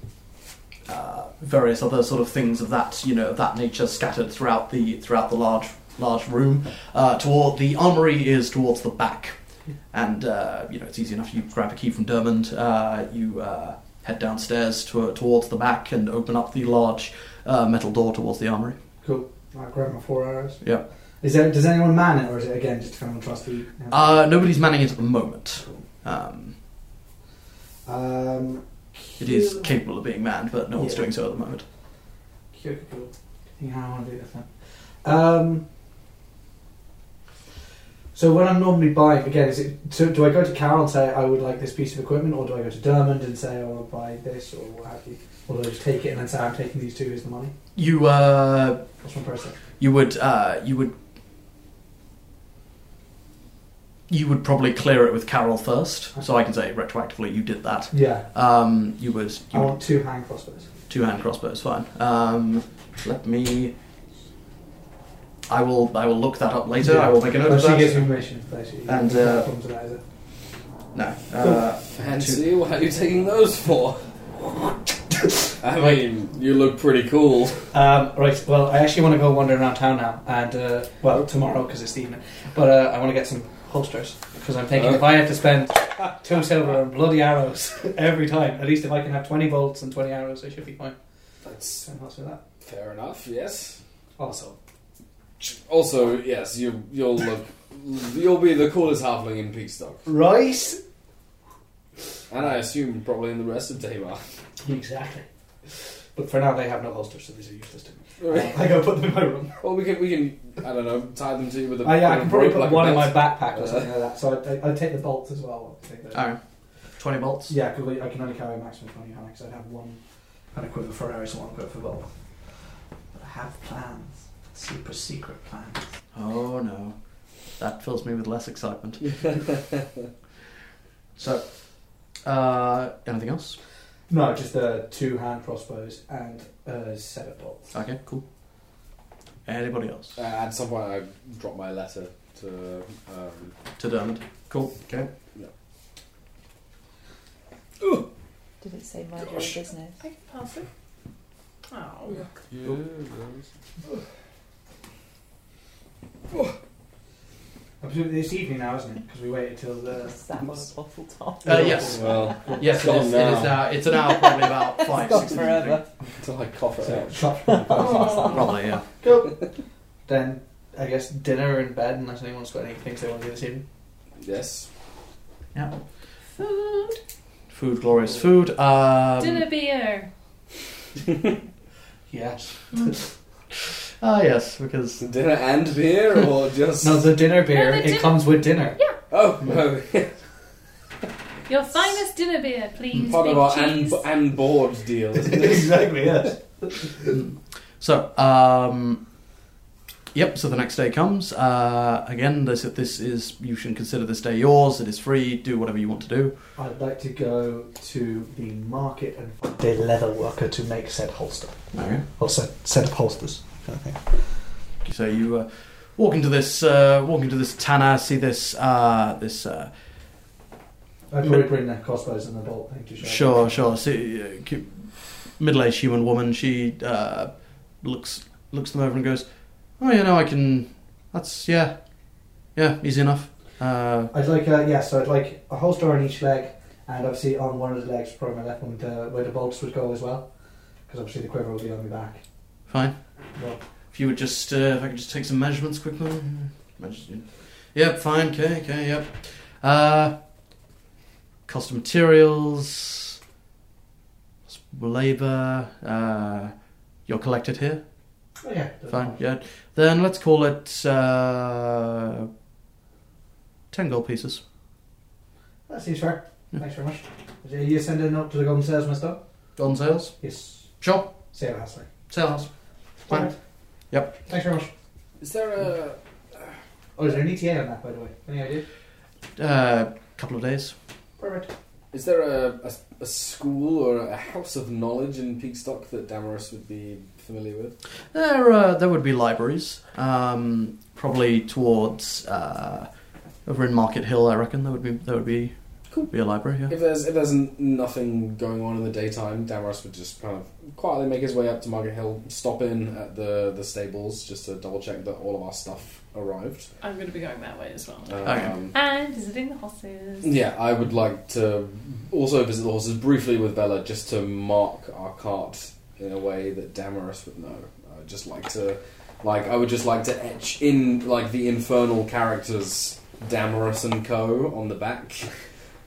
Speaker 2: uh, various other sort of things of that you know of that nature scattered throughout the throughout the large large room. Uh, toward the armory is towards the back, and uh, you know it's easy enough. You grab a key from Dermond, uh, you uh, head downstairs to, towards the back and open up the large uh, metal door towards the armory.
Speaker 3: Cool. I grab my four arrows.
Speaker 2: Yeah.
Speaker 3: Is there? Does anyone man it, or is it again just kind of trust the?
Speaker 2: Uh, nobody's manning it at the moment. Um,
Speaker 3: um,
Speaker 2: it is capable of being manned, but no one's doing so at the moment.
Speaker 3: Kyokuku. Yeah, I want to do this now. Um, so when I'm normally buying, again, is it so do I go to Carol and say I would like this piece of equipment, or do I go to Dermond and say I want to buy this, or what have you, or do I just take it and then say I'm taking these two, here's the money?
Speaker 2: You uh,
Speaker 3: What's my process?
Speaker 2: you would uh, you would you would probably clear it with Carol first, so I can say retroactively you did that.
Speaker 3: Yeah.
Speaker 2: Um, you would.
Speaker 3: I
Speaker 2: You would
Speaker 3: want two hand crossbows.
Speaker 2: two hand crossbows. Fine. Um, let me. I will. I will look that up later. I will make a note
Speaker 3: Well,
Speaker 2: of
Speaker 3: she
Speaker 2: that.
Speaker 3: gives me information. Basically.
Speaker 2: And,
Speaker 3: No
Speaker 2: uh,
Speaker 3: problems with that, is it?
Speaker 2: No. Uh,
Speaker 8: Fancy, what are you taking those for? I mean, you look pretty cool.
Speaker 3: Um, right, well, I actually want to go wandering around town now, and uh, well, tomorrow because it's the evening. But uh, I want to get some holsters because I'm thinking if I have to spend two silver on bloody arrows every time, at least if I can have twenty bolts and twenty arrows, I should be fine.
Speaker 8: That's
Speaker 3: And what's with that?
Speaker 8: fair enough. Yes.
Speaker 3: Also,
Speaker 8: Also, yes, you you'll look you'll be the coolest halfling in Peakstock,
Speaker 3: right?
Speaker 8: and I assume probably in the rest of Tamar.
Speaker 3: Exactly. But for now, they have no holsters, so these are useless to me.
Speaker 8: Right.
Speaker 3: I go put them in my room.
Speaker 8: Well, we can we can I don't know tie them to you with a.
Speaker 3: Oh, yeah, I
Speaker 8: with
Speaker 3: can
Speaker 8: a
Speaker 3: probably
Speaker 8: rope
Speaker 3: put
Speaker 8: like a
Speaker 3: one in my
Speaker 8: belt.
Speaker 3: backpack
Speaker 8: Uh,
Speaker 3: or something like that. So I'd, I'd take the bolts as well. I'd take those.
Speaker 2: Aaron, twenty bolts.
Speaker 3: Yeah, because I can only carry a maximum 20 hammer because I'd have one kind of quiver for Ares and one quiver for both. But I have plans. Super secret plans.
Speaker 2: Oh no, that fills me with less excitement. so, uh, anything else?
Speaker 3: No, just the two hand crossbows and uh, seven bolts.
Speaker 2: Okay, cool. Anybody else?
Speaker 8: Uh, at some point, I dropped my letter to. Um,
Speaker 2: To Dermot. Cool. Okay.
Speaker 4: Did it say mind your own
Speaker 5: Gosh.
Speaker 4: business?
Speaker 2: Uh,
Speaker 5: I can pass it. Oh,
Speaker 6: Yeah,
Speaker 3: I presume It's evening now, isn't it? Because we waited till the.
Speaker 9: That was an awful time.
Speaker 2: Uh, yes.
Speaker 8: Well,
Speaker 2: yes,
Speaker 8: it's
Speaker 2: it
Speaker 8: gone
Speaker 2: is, it is
Speaker 8: now.
Speaker 2: now. It's an hour, probably about five,
Speaker 9: gone
Speaker 2: six in the
Speaker 9: forever.
Speaker 2: evening.
Speaker 8: Until I cough it
Speaker 3: So,
Speaker 8: out.
Speaker 3: shop.
Speaker 2: Probably, yeah.
Speaker 3: Cool. then I guess dinner and bed, unless anyone's got any things they want to do this evening.
Speaker 8: Yes.
Speaker 2: Yeah.
Speaker 5: Food.
Speaker 2: Food, glorious food. Um,
Speaker 5: Dinner beer.
Speaker 3: Yes.
Speaker 2: Ah, yes, because
Speaker 8: Dinner and beer, or just
Speaker 3: No, the dinner beer,
Speaker 5: the
Speaker 3: it
Speaker 5: dinner-
Speaker 3: comes with dinner.
Speaker 8: oh, no.
Speaker 5: Your finest dinner beer, please.
Speaker 8: part
Speaker 5: Big
Speaker 8: of our and,
Speaker 5: cheese.
Speaker 8: and board deal. Isn't it?
Speaker 3: exactly, yes.
Speaker 2: So, um, yep. So the next day comes. Uh, again, this this is you should consider this day yours. It is free. Do whatever you want to do.
Speaker 3: I'd like to go to the market and find a leather worker to make said holster.
Speaker 2: Okay.
Speaker 3: Or set, set of holsters, kind of thing.
Speaker 2: So you uh, walk into this uh, walk into this tanner. See this uh, this. Uh,
Speaker 3: I'd probably bring the crossbows and the bolt thing to show.
Speaker 2: Sure, sure. See, uh, cu- middle-aged human woman. She uh, looks looks them over and goes, "Oh, yeah, no, I can. That's yeah, yeah, easy enough." Uh,
Speaker 3: I'd like, uh, yeah, so I'd like a holster on each leg, and obviously on one of the legs, probably my left one, the, where the bolts would go as well. Because obviously the quiver will be on my back.
Speaker 2: fine.
Speaker 3: Well,
Speaker 2: If you would just, uh, if I could just take some measurements quickly. Measures- Yep, fine. Okay, okay, yep. Uh, cost of materials, labour. Uh, you're collected here.
Speaker 3: oh, yeah.
Speaker 2: Fine, yeah. Then let's call it uh, 10 gold pieces.
Speaker 3: That seems fair.
Speaker 2: Yeah.
Speaker 3: Thanks very much. Are you sending it up to the Golden Salesman stuff?
Speaker 2: Golden sales?
Speaker 3: Yes.
Speaker 2: Sure.
Speaker 3: Sale house, sorry.
Speaker 2: Sales. Fine.
Speaker 3: Alright.
Speaker 2: Yep.
Speaker 3: Thanks very much.
Speaker 8: Is there a
Speaker 3: Oh, is there an ETA on that, by the way? Any idea?
Speaker 2: Uh, couple of days.
Speaker 3: Perfect.
Speaker 8: is there a, a, a school or a house of knowledge in Peakstock that Damaris would be familiar with?
Speaker 2: There, uh, there would be libraries. Um, probably towards uh, over in Market Hill, I reckon. There would be there would be
Speaker 8: Cool.
Speaker 2: be a library. Yeah.
Speaker 8: If there's if there's n- nothing going on in the daytime, Damaris would just kind of quietly make his way up to Margaret Hill, stop in at the the stables just to double check that all of our stuff arrived.
Speaker 11: I'm going to be going that way as well.
Speaker 8: Um,
Speaker 2: Okay.
Speaker 5: And visiting the horses.
Speaker 8: Yeah, I would like to also visit the horses briefly with Bella just to mark our cart in a way that Damaris would know. I'd just like to Like, I would just like to etch in like the infernal characters Damaris and Co. on the back.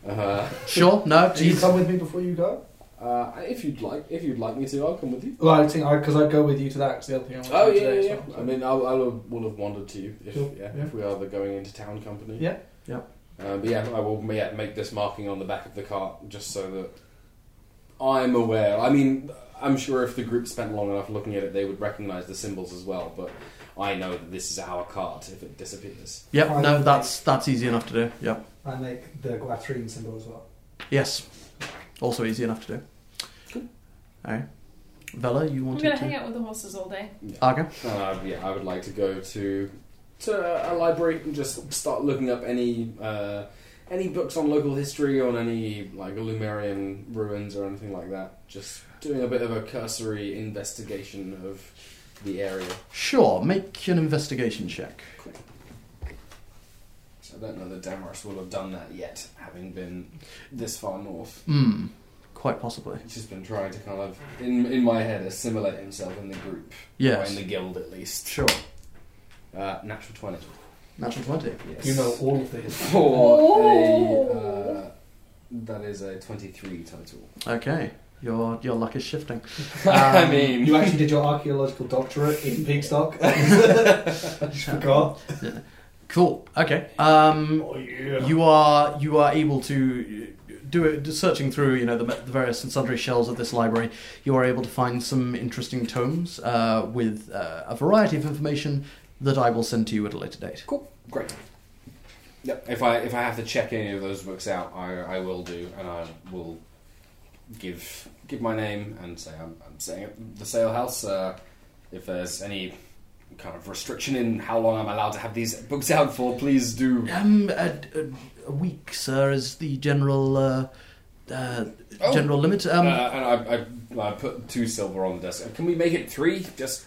Speaker 8: Uh,
Speaker 2: Sure, no,
Speaker 8: Do you
Speaker 2: jeez.
Speaker 8: come
Speaker 3: with me before you go?
Speaker 8: Uh, if you'd like, if you'd like me to, I'll come with you.
Speaker 20: Well, I think because I'd go with you to that. 'cause the other thing I want
Speaker 8: Oh
Speaker 20: to do
Speaker 8: yeah, yeah,
Speaker 20: today
Speaker 8: yeah.
Speaker 20: As well,
Speaker 8: I mean, I'll, I'll have, will have wandered to you if,
Speaker 20: Sure,
Speaker 8: yeah,
Speaker 20: yeah.
Speaker 8: if we are the going into town company.
Speaker 20: Yeah,
Speaker 2: yeah.
Speaker 8: Uh, but yeah, I will yeah, make this marking on the back of the cart just so that I'm aware. I mean, I'm sure if the group spent long enough looking at it, they would recognise the symbols as well. But I know that this is our cart if it disappears.
Speaker 2: Yep, no, that's that's easy enough to do. Yep.
Speaker 3: I make the Guatrine symbol as well.
Speaker 2: Yes. Also easy enough to do. Alright. Vela, you
Speaker 11: I'm
Speaker 2: wanted
Speaker 11: going to
Speaker 2: to?
Speaker 11: hang out with the horses all day.
Speaker 2: Okay.
Speaker 8: Uh, yeah, I would like to go to to a library and just start looking up any uh, any books on local history, on any like Lumerian ruins or anything like that. Just doing a bit of a cursory investigation of the area.
Speaker 2: Sure, make an investigation check.
Speaker 8: I don't know that Damaris will have done that yet, having been this far north.
Speaker 2: Hmm. Quite possibly.
Speaker 8: He's just been trying to kind of, in in my head, assimilate himself in the group,
Speaker 2: Yes.
Speaker 8: or in the guild at least.
Speaker 2: Sure.
Speaker 8: Uh, natural twenty.
Speaker 2: Natural 20.
Speaker 8: Yes.
Speaker 2: You know all of these.
Speaker 8: For a, uh, that is a 23 total.
Speaker 2: Okay. Your your luck is shifting.
Speaker 8: I mean-
Speaker 3: you actually did your archaeological doctorate in Pigstock. forgot.
Speaker 2: Yeah. Cool. Okay. Um, You are you are able to do it. just Searching through, you know, the, the various and sundry shelves of this library, you are able to find some interesting tomes uh, with uh, a variety of information that I will send to you at a later date.
Speaker 8: Cool. Great. Yep. If I if I have to check any of those books out, I, I will do, and I will give give my name and say I'm, I'm staying at the sale house. Uh, if there's any kind of restriction in how long I'm allowed to have these books out for, please do.
Speaker 2: Um, a, a, a week, sir, is the general uh, uh, general limit. Um,
Speaker 8: uh, and I, I, I put two silver on the desk. Can we make it three? Just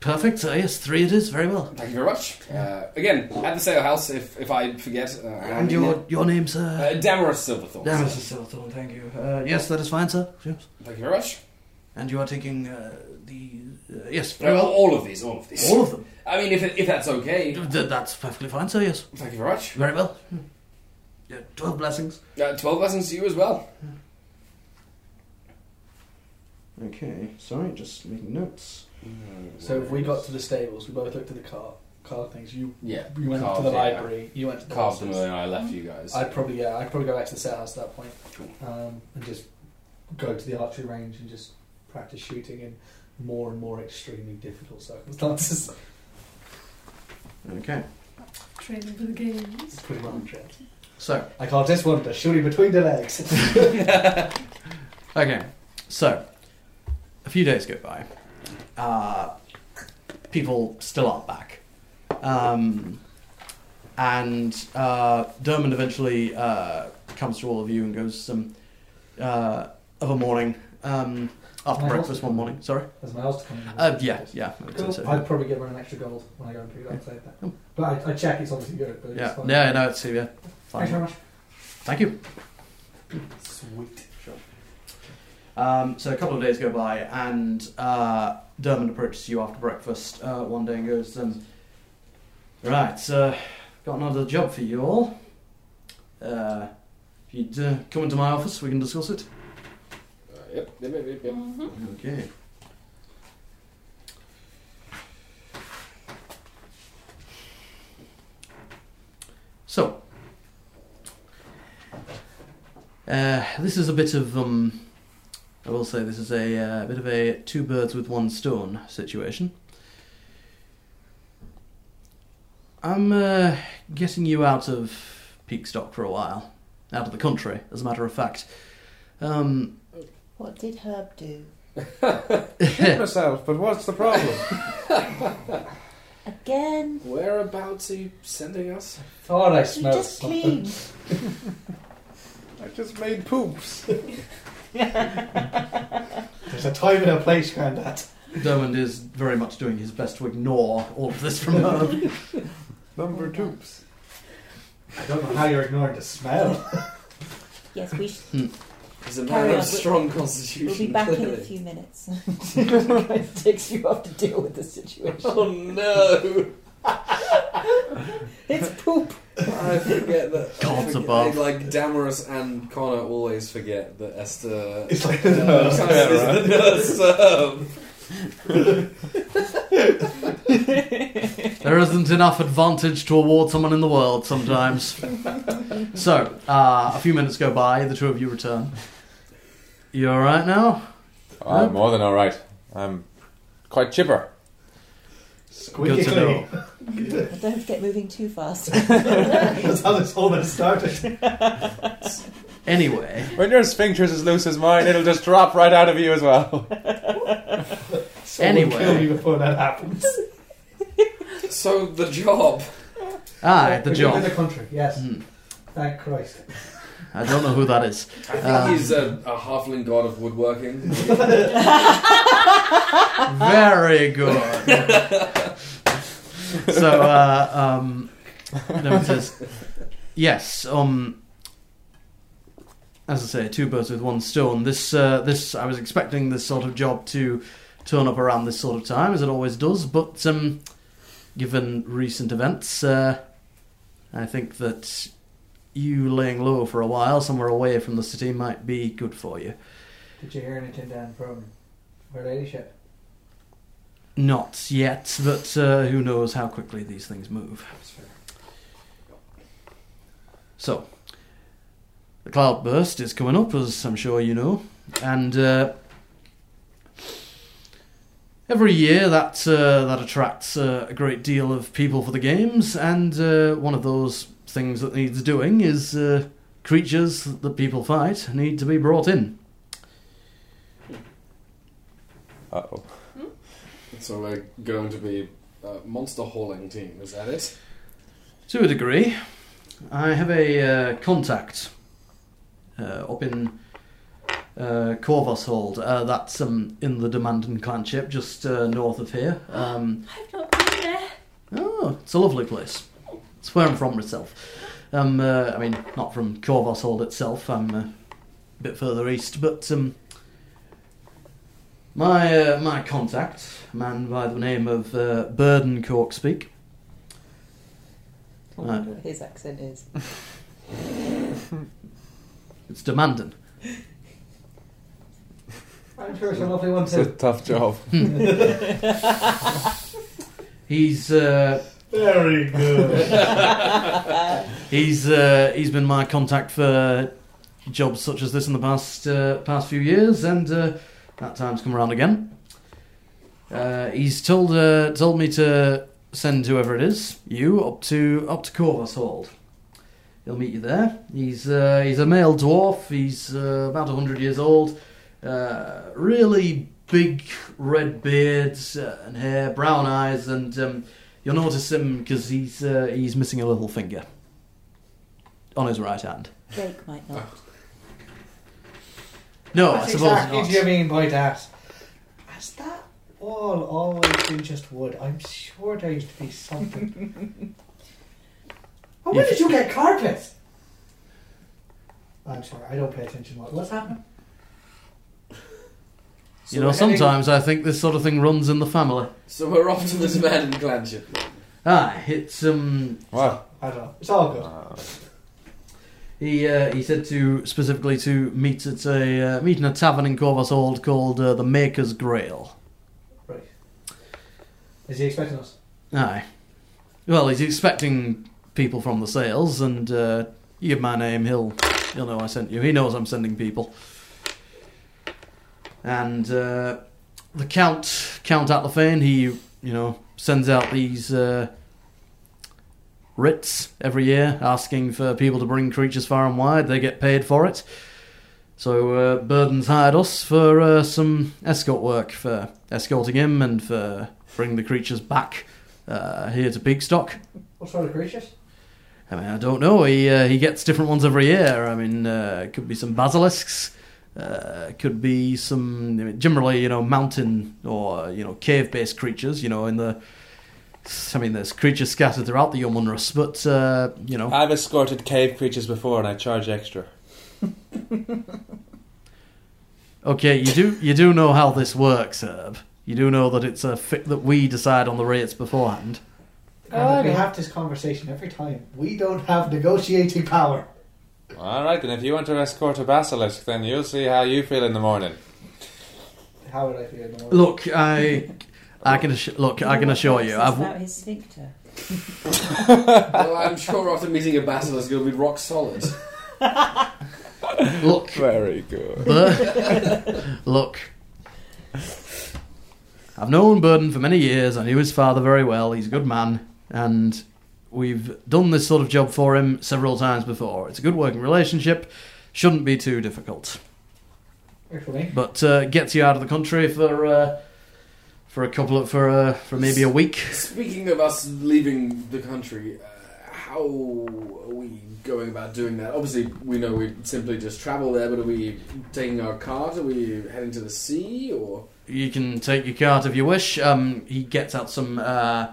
Speaker 2: perfect, sir. Yes, three it is. Very well.
Speaker 8: Thank you very much. Uh, again, at the sale house, if, if I forget. Uh,
Speaker 2: And your your name, sir?
Speaker 8: Uh, Damaris Silverthorne.
Speaker 2: Damaris Silverthorne. Thank you. Uh, yes, that is fine, sir. Yes.
Speaker 8: Thank you very much.
Speaker 2: And you are taking uh, the uh, yes,
Speaker 8: No,
Speaker 2: very well.
Speaker 8: all of these, all of these.
Speaker 2: all of them.
Speaker 8: I mean, if, it- if that's okay.
Speaker 2: Th- that's perfectly fine, sir. Yes.
Speaker 8: Thank you very much.
Speaker 2: Very well. Yeah, twelve blessings.
Speaker 8: Uh, 12 lessons to you as well.
Speaker 2: Okay, sorry, just making notes.
Speaker 20: So if we got to the stables, we both looked at the car, car things. You,
Speaker 8: Yeah,
Speaker 20: you went
Speaker 8: carved,
Speaker 20: to the
Speaker 8: yeah.
Speaker 20: library. You went to the
Speaker 8: Carved them
Speaker 20: horses.
Speaker 8: and I left you guys.
Speaker 20: I'd probably yeah, I'd probably go back to the set house at that point.
Speaker 3: Um, and just go to the archery range and just practice shooting in more and more extremely difficult circumstances.
Speaker 2: Okay,
Speaker 5: Training for the games.
Speaker 3: Pretty much it.
Speaker 2: so
Speaker 3: I can't this one, but shooting between the legs.
Speaker 2: okay, so a few days go by. Uh, people still aren't back, um, and uh, Dermond eventually uh, comes to all of you and goes, um, uh, "Of a morning." Um, after
Speaker 3: My
Speaker 2: breakfast
Speaker 3: hospital.
Speaker 2: one morning, sorry.
Speaker 3: As my house to come in.
Speaker 2: Uh, yeah, yeah. I would say
Speaker 3: Cool.
Speaker 2: so, yeah.
Speaker 3: I'd probably give her an extra gold when I go and pick it up later. But I, I check it's obviously good. But
Speaker 2: Yeah,
Speaker 3: it's fine.
Speaker 2: yeah, no, it's yeah.
Speaker 3: Thanks very much.
Speaker 2: Thank you.
Speaker 3: Sweet.
Speaker 2: Sure. Um, so a couple of days go by, and uh, Dermot approaches you after breakfast uh, one day and goes, um, "Right, uh, got another job for you all. Uh, if you'd uh, come into my office, we can discuss it."
Speaker 8: Uh, yep, yep, yep, yep, yep.
Speaker 4: Mm-hmm.
Speaker 2: Okay. So, uh, this is a bit of, um, I will say, this is a uh, bit of a two birds with one stone situation. I'm uh, getting you out of Peakstock for a while, out of the country, as a matter of fact. Um,
Speaker 4: What did Herb do?
Speaker 6: Hit myself, but what's the problem?
Speaker 4: Again.
Speaker 8: Whereabouts are you sending us?
Speaker 3: Thought I
Speaker 4: You
Speaker 3: smelled
Speaker 4: just
Speaker 3: something.
Speaker 4: cleaned.
Speaker 6: I just made poops.
Speaker 3: There's a time and a place, Grandad.
Speaker 2: Dermond is very much doing his best to ignore all of this from her.
Speaker 6: Number toops.
Speaker 3: I don't know how you're ignoring the smell.
Speaker 4: Yes, we. Sh-
Speaker 2: Hmm.
Speaker 8: He's a
Speaker 4: Carry
Speaker 8: man of
Speaker 4: on.
Speaker 8: strong
Speaker 4: We'll
Speaker 8: constitution.
Speaker 4: be back in a
Speaker 8: clearly.
Speaker 4: few minutes.
Speaker 21: it takes you up to deal with the situation.
Speaker 8: Oh no!
Speaker 21: It's poop.
Speaker 8: I forget that.
Speaker 2: Gods
Speaker 8: I forget-
Speaker 2: above.
Speaker 8: I, like Damaris and Connor always forget that Esther
Speaker 7: It's like
Speaker 8: uh,
Speaker 7: the nurse,
Speaker 8: Esther
Speaker 7: yeah,
Speaker 8: is
Speaker 7: right.
Speaker 8: the nurse serve.
Speaker 2: There isn't enough advantage to award someone in the world sometimes. so, uh, a few minutes go by, the two of you return. You alright now?
Speaker 6: I'm Ah, more than all right. I'm quite chipper.
Speaker 2: Good to know.
Speaker 4: Don't get moving too fast.
Speaker 10: That's how this all been started.
Speaker 2: Anyway,
Speaker 6: when your sphincter's as loose as mine, it'll just drop right out of you as well.
Speaker 10: Someone
Speaker 2: Anyway.
Speaker 10: kill me before that happens.
Speaker 8: so the job.
Speaker 2: Ah, the
Speaker 10: We're
Speaker 2: job. Hmm.
Speaker 10: In the country, yes. Thank Christ.
Speaker 2: I don't know who that is.
Speaker 8: I think
Speaker 2: Um,
Speaker 8: he's a, a halfling god of woodworking.
Speaker 2: Very good. so, uh, um, no, it says, yes, um, as I say, two birds with one stone. This, uh, this, I was expecting this sort of job to turn up around this sort of time, as it always does, but, um, given recent events, uh, I think that you laying low for a while, somewhere away from the city, might be good for you.
Speaker 3: Did you hear anything down from her ladyship?
Speaker 2: Not yet, but uh, who knows how quickly these things move. So, the cloud burst is coming up, as I'm sure you know, and uh, every year that uh, that attracts uh, a great deal of people for the games, and uh, one of those things that needs doing is uh, creatures that people fight need to be brought in.
Speaker 6: Uh oh.
Speaker 8: so we're going to be a monster hauling team, is that it?
Speaker 2: To a degree. I have a uh, contact uh, up in uh, Corvus Hold. Uh, that's um, in the Demandon clanship, just uh, north of here. Um,
Speaker 5: I've not been there.
Speaker 2: oh, it's a lovely place. It's where I'm from myself. Um, uh, I mean, not from Corvus Hold itself. I'm uh, a bit further east, but um, my uh, my contact, a man by the name of uh, Burden Corkspeak.
Speaker 9: I wonder what his accent is.
Speaker 2: It's Demandon.
Speaker 10: I'm sure it's a lovely one
Speaker 6: It's a
Speaker 10: too.
Speaker 6: tough job.
Speaker 2: He's uh,
Speaker 10: Very good.
Speaker 2: he's uh, he's been my contact for jobs such as this in the past uh, past few years, and uh, that time's come around again. Uh, he's told uh, told me to send whoever it is you up to up to Corvus Hold. He'll meet you there. He's uh, he's a male dwarf. He's uh, about hundred years old. Uh, really big red beard uh, and hair, brown eyes, and um, you'll notice him because he's uh, he's missing a little finger on his right hand.
Speaker 4: Drake might not.
Speaker 2: No,
Speaker 3: What
Speaker 2: I suppose
Speaker 3: exactly
Speaker 2: not.
Speaker 3: do you mean by that? Has that wall always been just wood? I'm sure there used to be something. oh, where
Speaker 2: If-
Speaker 3: did you get carpet? I'm sorry, I don't pay attention. What, what's happening?
Speaker 2: you know,
Speaker 8: So we're
Speaker 2: sometimes I think this sort of thing runs in the family.
Speaker 8: So we're off to the Demandon clanship.
Speaker 2: Ah, it's um.
Speaker 6: Wow.
Speaker 3: I don't know. It's all good.
Speaker 2: Uh. He uh, he said to specifically to meet at a uh, meet in a tavern in Corvus Old called uh, the Maker's Grail.
Speaker 3: Right. Is he expecting us?
Speaker 2: Aye. Well, he's expecting people from the sales, and uh, you give my name, he'll he'll know I sent you. He knows I'm sending people. And uh, the Count Count Atlafane, he you know sends out these uh, writs every year asking for people to bring creatures far and wide. They get paid for it. So uh, Burden's hired us for uh, some escort work, for escorting him and for bringing the creatures back uh, here to Pigstock.
Speaker 3: What sort of creatures?
Speaker 2: I mean, I don't know. He uh, he gets different ones every year. I mean, uh, could be some basilisks, uh, could be some I mean, generally, you know, mountain or you know, cave-based creatures. You know, in the I mean, there's creatures scattered throughout the Yomunrus, but uh, you know,
Speaker 6: I've escorted cave creatures before and I charge extra.
Speaker 2: Okay, you do you do know how this works, Herb. You do know that it's a fi- that we decide on the rates beforehand.
Speaker 3: Granted, we have this conversation every time. We don't have negotiating power.
Speaker 6: All right, then if you want to escort a basilisk, then you'll see how you feel in the morning.
Speaker 3: How would I feel? in the morning?
Speaker 2: Look, I I can assu- look I can assure you. I've
Speaker 4: about his sphincter.
Speaker 8: well, I'm sure after meeting a basilisk, you'll be rock solid.
Speaker 2: Look.
Speaker 6: Very good.
Speaker 2: Bur- Look. I've known Burden for many years. I knew his father very well. He's a good man. And we've done this sort of job for him several times before. It's a good working relationship. Shouldn't be too difficult.
Speaker 3: Work for me.
Speaker 2: But uh, gets you out of the country for. Uh, for a couple of, for uh, for maybe a week.
Speaker 8: Speaking of us leaving the country, uh, how are we going about doing that? Obviously, we know we simply just travel there, but are we taking our cars? Are we heading to the sea? Or
Speaker 2: You can take your cart if you wish. Um, he gets out some uh,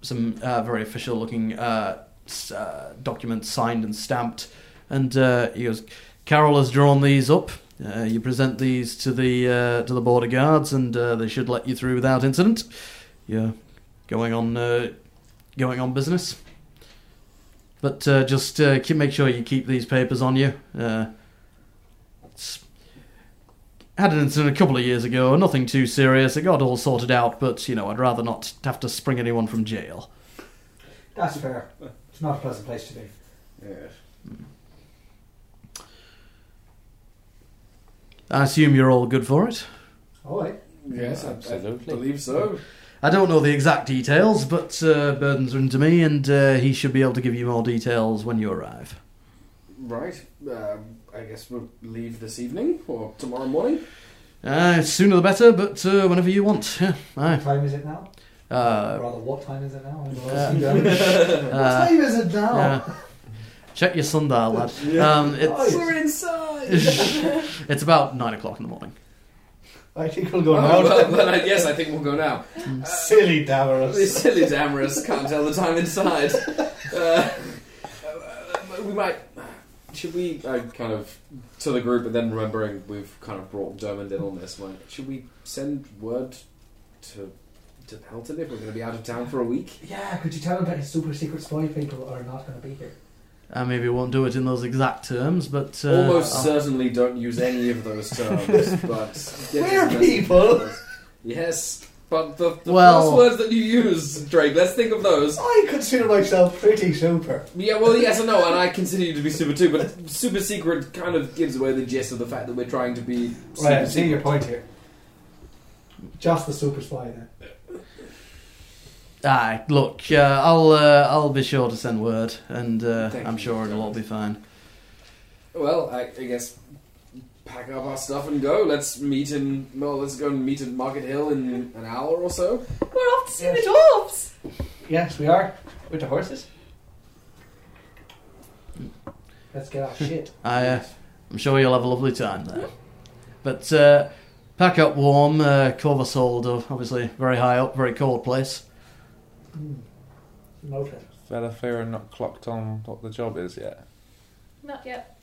Speaker 2: some uh, very official looking uh, s- uh, documents signed and stamped, and uh, he goes, "Carol has drawn these up. Uh, you present these to the uh, to the border guards, and uh, they should let you through without incident. You're going on uh, going on business, but uh, just uh, keep, make sure you keep these papers on you." Uh, it's had an incident a couple of years ago, nothing too serious. It got all sorted out, but you know, I'd rather not have to spring anyone from jail.
Speaker 3: That's fair. It's not a pleasant place to be.
Speaker 8: Yes.
Speaker 2: I assume you're all good for it.
Speaker 3: All right.
Speaker 8: yes, I-
Speaker 6: absolutely.
Speaker 8: I believe so.
Speaker 2: I don't know the exact details, but uh, Burden's written to me, and uh, he should be able to give you more details when you arrive.
Speaker 8: Right. Um, I guess we'll leave this evening or tomorrow morning.
Speaker 2: Uh, sooner the better, but uh, whenever you want. Yeah, aye.
Speaker 3: What time is it now?
Speaker 2: Uh,
Speaker 3: Rather, what time is it now? When the
Speaker 2: Uh,
Speaker 3: last you done? what time is it now?
Speaker 2: yeah. Check your sundial, lad. Um, it's,
Speaker 8: We're inside.
Speaker 2: it's about nine o'clock in the morning.
Speaker 3: I think we'll
Speaker 8: Oh,
Speaker 3: go now.
Speaker 8: well, then I guess I think we'll go now.
Speaker 3: Silly
Speaker 8: This
Speaker 3: Damaris.
Speaker 8: silly Damaris can't tell the time inside. Uh, we might. Should we uh, kind of to the group, and then remembering we've kind of brought Dermond in on this? Like, should we send word to to Pelton if we're going to be out of town for a week?
Speaker 3: Yeah, could you tell him that his super secret spy people are not going to be here?
Speaker 2: I maybe won't do it in those exact terms, but uh,
Speaker 8: Almost
Speaker 2: I'll-
Speaker 8: certainly don't use any of those terms, but
Speaker 3: We're people.
Speaker 8: Yes, but the, the
Speaker 2: Well-
Speaker 8: first words that you use, Drake. Let's think of those.
Speaker 3: I consider myself pretty super.
Speaker 8: Yeah, well, yes and no, and I consider you to be super too, but super secret kind of gives away the gist of the fact that we're trying to be super
Speaker 3: Right, I see
Speaker 8: secret.
Speaker 3: your point here. Just the super spy then.
Speaker 2: Aye, look, uh, I'll uh, I'll be sure to send word, and uh,
Speaker 8: Thank
Speaker 2: I'm
Speaker 8: you,
Speaker 2: sure it'll all be fine.
Speaker 8: Well, I, I guess pack up our stuff and go. Let's meet in. Well, let's go and meet at Market Hill in an hour or so.
Speaker 5: We're off to see the dwarves.
Speaker 3: Yes, we are. With the horses. Let's get
Speaker 8: Hmm.
Speaker 3: our shit.
Speaker 8: Ah,
Speaker 2: I, uh, I'm sure you'll have a lovely time there.
Speaker 8: Mm-hmm.
Speaker 2: But uh, pack up warm, uh, Corvasold, uh, obviously very high up, very cold place.
Speaker 3: Noted.
Speaker 6: Fella Fearon not clocked on what the job is yet.
Speaker 5: Not yet.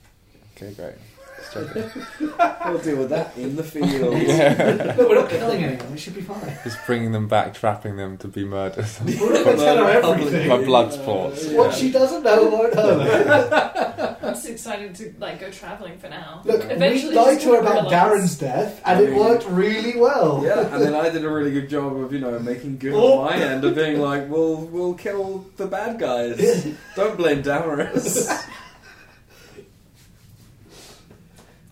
Speaker 6: Okay, great. Just joking.
Speaker 8: We'll deal with that in the field.
Speaker 6: Yeah.
Speaker 3: No, we're not killing anyone. We should be fine.
Speaker 6: Just bringing them back, trapping them to be murdered.
Speaker 3: We're not going to tell her everything.
Speaker 6: My blood sports.
Speaker 3: What she doesn't know, Lord knows.
Speaker 11: That's exciting to like go travelling for now.
Speaker 3: Look,
Speaker 11: Eventually
Speaker 3: we lied
Speaker 11: she's
Speaker 3: to her
Speaker 11: gonna
Speaker 3: about
Speaker 11: realise.
Speaker 3: Darren's death, and it worked really well.
Speaker 8: Yeah, and then I did a really good job of you know making good
Speaker 3: Oh.
Speaker 8: on my end of being like, we'll we'll kill the bad guys. Don't blame Damaris.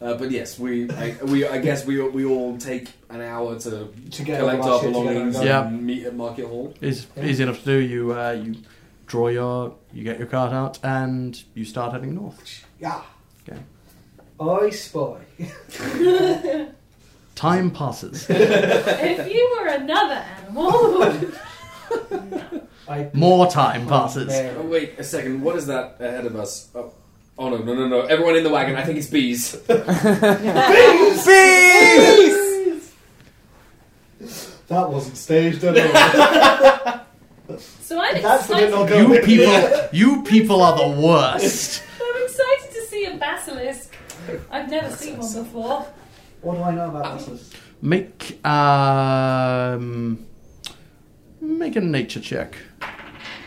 Speaker 8: Uh, but yes, we I, we I guess we we all take an hour to,
Speaker 3: To get
Speaker 8: collect
Speaker 3: all
Speaker 8: our
Speaker 3: our shit together and
Speaker 8: belongings
Speaker 3: go.
Speaker 8: and
Speaker 2: Yeah.
Speaker 8: meet at Market Hall.
Speaker 2: It's
Speaker 3: Yeah.
Speaker 2: easy enough to do. You uh, you draw your, you get your cart out, and you start heading north.
Speaker 3: Yeah.
Speaker 2: Okay.
Speaker 3: I spy.
Speaker 2: Time passes.
Speaker 5: If you were another animal,
Speaker 3: I
Speaker 2: More time passes.
Speaker 8: Oh wait a second, what is that ahead of us? Oh, oh no no no no! Everyone in the wagon, I think it's bees.
Speaker 3: That wasn't staged at all.
Speaker 5: so I'm
Speaker 3: That's the bit
Speaker 5: excited.
Speaker 3: not going.
Speaker 2: You people, you people are the worst.
Speaker 5: I'm excited to see a basilisk. I've never seen one before.
Speaker 3: What do I know about whistles?
Speaker 2: Make um, make a nature check.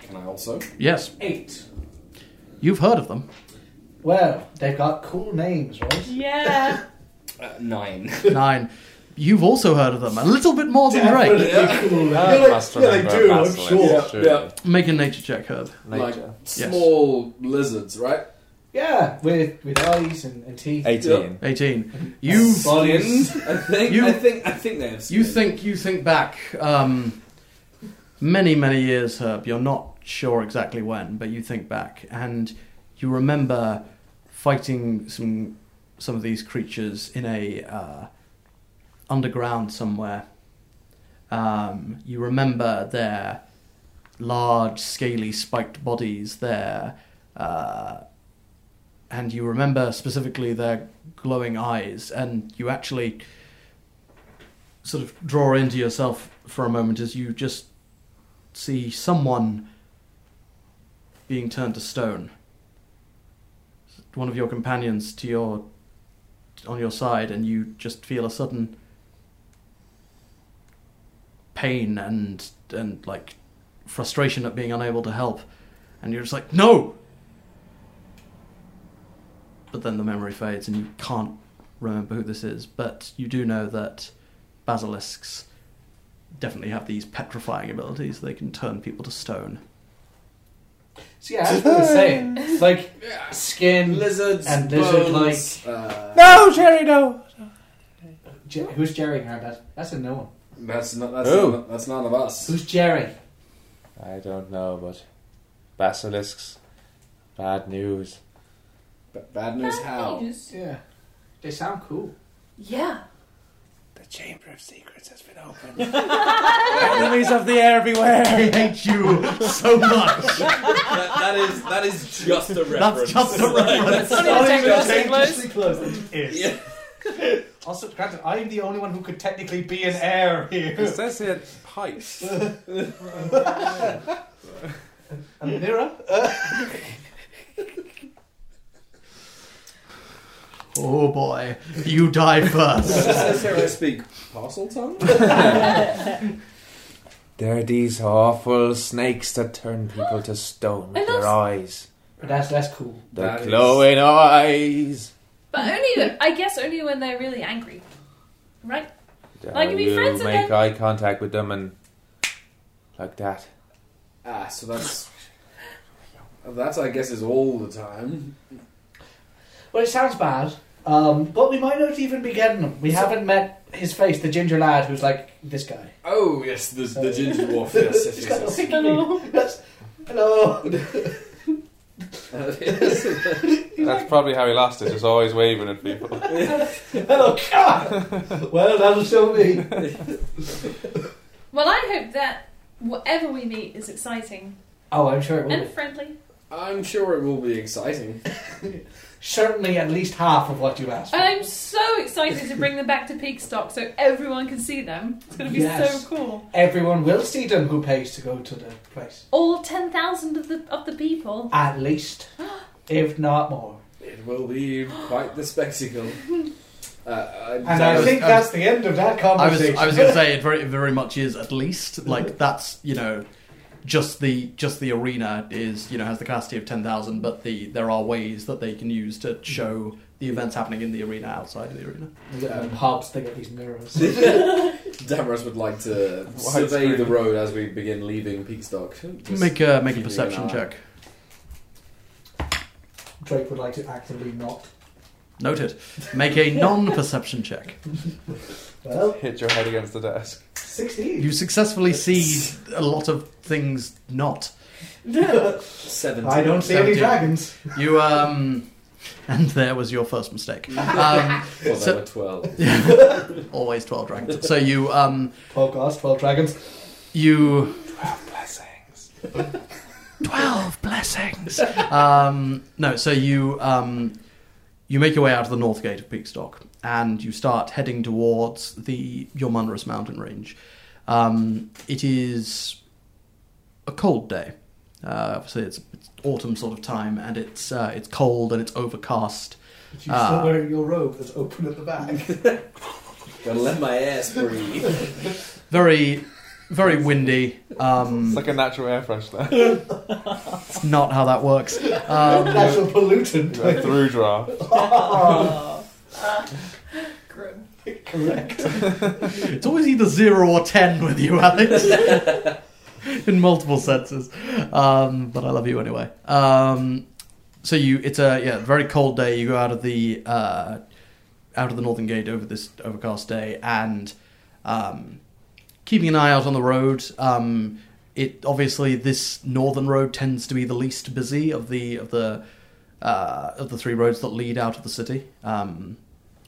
Speaker 8: Can I also?
Speaker 2: Yes,
Speaker 3: Eight.
Speaker 2: you've heard of them.
Speaker 3: Well, they've got cool names, right?
Speaker 22: Yeah.
Speaker 8: Uh, nine.
Speaker 2: Nine. You've also heard of them. A little bit more than Drake.
Speaker 6: Yeah, like- Ah, must yeah, they remember do, I'm Basilisk, sure. surely.
Speaker 8: Yeah.
Speaker 2: Make a nature check, Herb.
Speaker 8: Like
Speaker 2: Yes.
Speaker 8: small lizards, right?
Speaker 3: Yeah, with with eyes and, and teeth.
Speaker 6: 18.
Speaker 2: 18. You
Speaker 8: Skins, I think.
Speaker 2: You-
Speaker 8: I think. I think they have.
Speaker 2: you
Speaker 8: skins.
Speaker 2: think you think back um, many many years, Herb. You're not sure exactly when, but you think back and you remember fighting some some of these creatures in a uh, underground somewhere. Um, you remember their large, scaly, spiked bodies, their uh, and you remember specifically their glowing eyes, and you actually sort of draw into yourself for a moment as you just see someone being turned to stone. One of your companions to your on your side, and you just feel a sudden pain and and like frustration at being unable to help, and you're just like no. But then the memory fades, and you can't remember who this is. But you do know that basilisks definitely have these petrifying abilities. They can turn people to stone.
Speaker 3: So yeah, that's what we're saying. It's like skin,
Speaker 8: lizards
Speaker 3: and lizard-like.
Speaker 8: bones, uh,
Speaker 3: No, Jerry, no. Je- who's Jerry? Herbert? That's a no one.
Speaker 8: That's not. That's,
Speaker 6: Who?
Speaker 8: not, that's none of us.
Speaker 3: Who's Jerry?
Speaker 6: I don't know, but basilisks, bad news.
Speaker 8: B- bad news. how?
Speaker 3: Yeah, they sound cool.
Speaker 5: Yeah.
Speaker 6: The Chamber of Secrets has been opened. Enemies of the air everywhere.
Speaker 2: I hate you so much.
Speaker 8: That- that is. That is just a reference.
Speaker 2: just a reference.
Speaker 3: It's
Speaker 2: Not even
Speaker 3: technically close. It is. Also, granted, I'm the only one who could technically be an heir
Speaker 6: It
Speaker 3: here.
Speaker 6: says here pipes.
Speaker 3: A mirror.
Speaker 2: Oh boy, you die
Speaker 8: It
Speaker 2: first.
Speaker 8: says here I speak parcel tongue.
Speaker 6: There are these awful snakes that turn people to stone with their eyes.
Speaker 3: But that's that's cool.
Speaker 6: The
Speaker 8: That is-
Speaker 6: glowing eyes.
Speaker 5: But only, I guess, only when they're really angry, right? Like,
Speaker 6: I
Speaker 5: if we
Speaker 6: will
Speaker 5: friends and
Speaker 6: make
Speaker 5: then-
Speaker 6: eye contact with them and like that.
Speaker 8: ah, so that's. That's I guess is all the time.
Speaker 3: Well, it sounds bad, um, but we might not even be getting him. We haven't met his face, the ginger lad who's like this guy.
Speaker 8: Oh yes, the, the ginger dwarf. Yes, yes,
Speaker 3: He's got
Speaker 8: yes,
Speaker 3: a piggy.
Speaker 22: Hello.
Speaker 3: That's- hello.
Speaker 8: yes.
Speaker 6: That's probably how he lost it, just always waving at people.
Speaker 3: Hello, God. Well, that'll show me.
Speaker 5: Well, I hope that whatever we meet is exciting
Speaker 3: Oh, I'm sure it will.
Speaker 5: and
Speaker 3: Be.
Speaker 5: friendly.
Speaker 8: I'm sure it will be exciting.
Speaker 3: Certainly, at least half of what you asked. for.
Speaker 5: I'm so excited to bring them back to Peakstock so everyone can see them. It's going to be
Speaker 3: Yes.
Speaker 5: so cool.
Speaker 3: Everyone will see them who pays to go to the place.
Speaker 5: All ten thousand of the of the people.
Speaker 3: At least, if not more.
Speaker 8: It will be quite the spectacle. Uh, I,
Speaker 3: And
Speaker 8: that
Speaker 3: I
Speaker 8: was-
Speaker 3: think
Speaker 2: I
Speaker 3: that's the end of
Speaker 2: I
Speaker 3: that
Speaker 2: was
Speaker 3: conversation.
Speaker 2: I was going to say it very it very much is at least like that's you know just the just the arena is you know has the capacity of ten thousand, but the there are ways that they can use to show the events happening in the arena outside of the arena.
Speaker 3: Yeah, pubs, they um, get these mirrors.
Speaker 8: Damaris would like to
Speaker 6: Wide
Speaker 8: survey
Speaker 6: screen.
Speaker 8: the road as we begin leaving Peakstock. Just-
Speaker 2: Make a make a
Speaker 8: keeping
Speaker 2: perception
Speaker 8: an eye.
Speaker 2: check.
Speaker 3: Drake would like to actively not.
Speaker 2: Noted. Make a non-perception check.
Speaker 3: Well,
Speaker 6: Hit your head against the desk.
Speaker 3: 16.
Speaker 2: You successfully see a lot of things not.
Speaker 8: Seventeen.
Speaker 3: I don't see any
Speaker 2: Seventeen.
Speaker 3: dragons.
Speaker 2: You um, and there was your first mistake. Um,
Speaker 8: Well,
Speaker 2: So-
Speaker 8: there were twelve.
Speaker 2: always twelve dragons. So you um,
Speaker 3: Podcast, 12 dragons.
Speaker 2: you
Speaker 6: Blessings.
Speaker 2: twelve blessings. Um, no, so you um, you make your way out of the north gate of Peakstock, and you start heading towards the Yormunrus mountain range. Um, it is a cold day. Uh, obviously, it's, it's autumn sort of time, and it's uh, it's cold and it's overcast.
Speaker 10: But you're still wearing your robe that's open at the back.
Speaker 8: Gotta let my ass breathe.
Speaker 2: very, very windy. Um,
Speaker 6: It's like a natural air freshener.
Speaker 2: it's not how that works. Um,
Speaker 10: Natural pollutant.
Speaker 6: A through draft.
Speaker 10: Oh.
Speaker 11: Grim.
Speaker 10: Correct.
Speaker 2: it's always either zero or ten with you, Alex, in multiple senses. Um, but I love you anyway. Um, so you, it's a yeah, very cold day. You go out of the uh, out of the northern gate over this overcast day, and um, keeping an eye out on the road. Um, it obviously this northern road tends to be the least busy of the of the uh, of the three roads that lead out of the city. Um,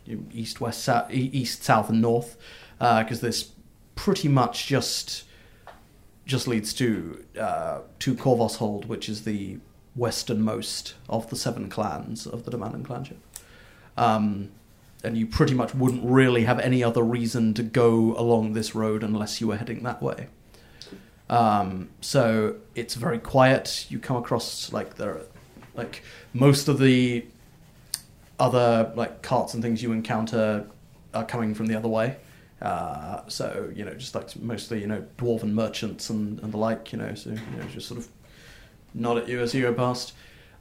Speaker 2: you- east, west, south, east, south, and north, because this pretty much just just leads to uh, to Corvos Hold, which is the westernmost of the seven clans of the Demanan clanship. Um, and you pretty much wouldn't really have any other reason to go along this road unless you were heading that way. Um, so it's very quiet. You come across like there, are- like most of the other like carts and things you encounter are coming from the other way. Uh, so you know, just like mostly you know dwarven merchants and, and the like. You know, so you know, just sort of nod at you as you go past.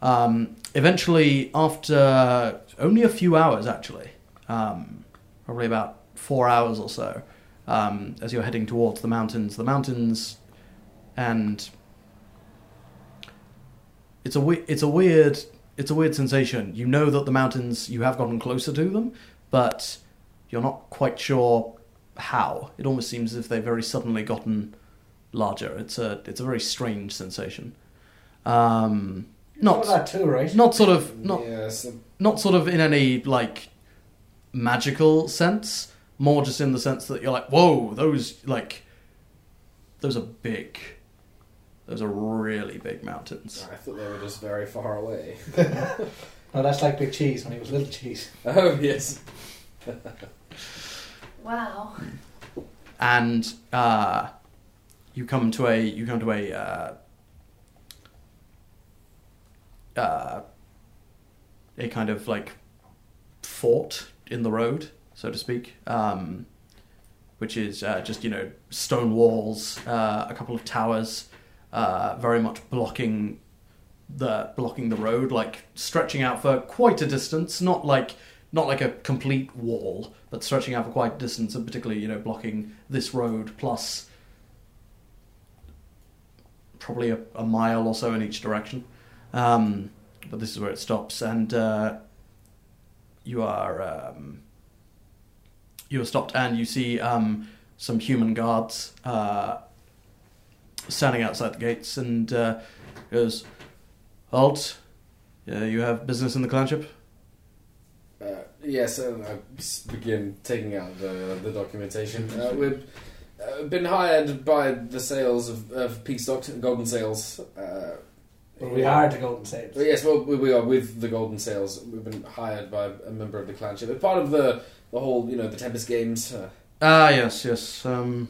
Speaker 2: Um, eventually, after only a few hours, actually, um, probably about four hours or so, um, as you're heading towards the mountains, the mountains, and it's a we- it's a weird it's a weird sensation. You know that the mountains you have gotten closer to them, but you're not quite sure how. It almost seems as if they've very suddenly gotten larger. It's a it's a very strange sensation. Um, not
Speaker 10: Well, that too, right?
Speaker 2: Not sort of not
Speaker 8: Yes.
Speaker 2: not sort of in any like magical sense. More just in the sense that you're like, whoa, those like those are big. Those are really big mountains.
Speaker 8: I thought they were just very far away.
Speaker 10: No, that's like Big Cheese when he was Little Cheese.
Speaker 8: oh, yes.
Speaker 5: Wow.
Speaker 2: and uh, you come to a you come to a uh, uh, a kind of like fort in the road, so to speak, um, which is uh, just you know stone walls, uh, a couple of towers, uh, very much blocking the blocking the road, like stretching out for quite a distance, not like not like a complete wall, but stretching out for quite a distance, and particularly you know blocking this road plus probably a, a mile or so in each direction. Um, but this is where it stops, and uh, you are um, you are stopped, and you see um, some human guards uh, standing outside the gates, and uh, goes, "Halt! Yeah, you have business in the clanship."
Speaker 8: Uh, yes, and I s- begin taking out the, the documentation. Uh, we've uh, been hired by the sales of, of Peace Doc- Golden Sales. Uh,
Speaker 10: But we are the Golden Saints.
Speaker 8: Well, yes, well, we, we are with the Golden Sails. We've been hired by a member of the clanship. It's part of the, the whole, you know, the Tempest Games. Uh,
Speaker 2: Ah, yes, yes. Um,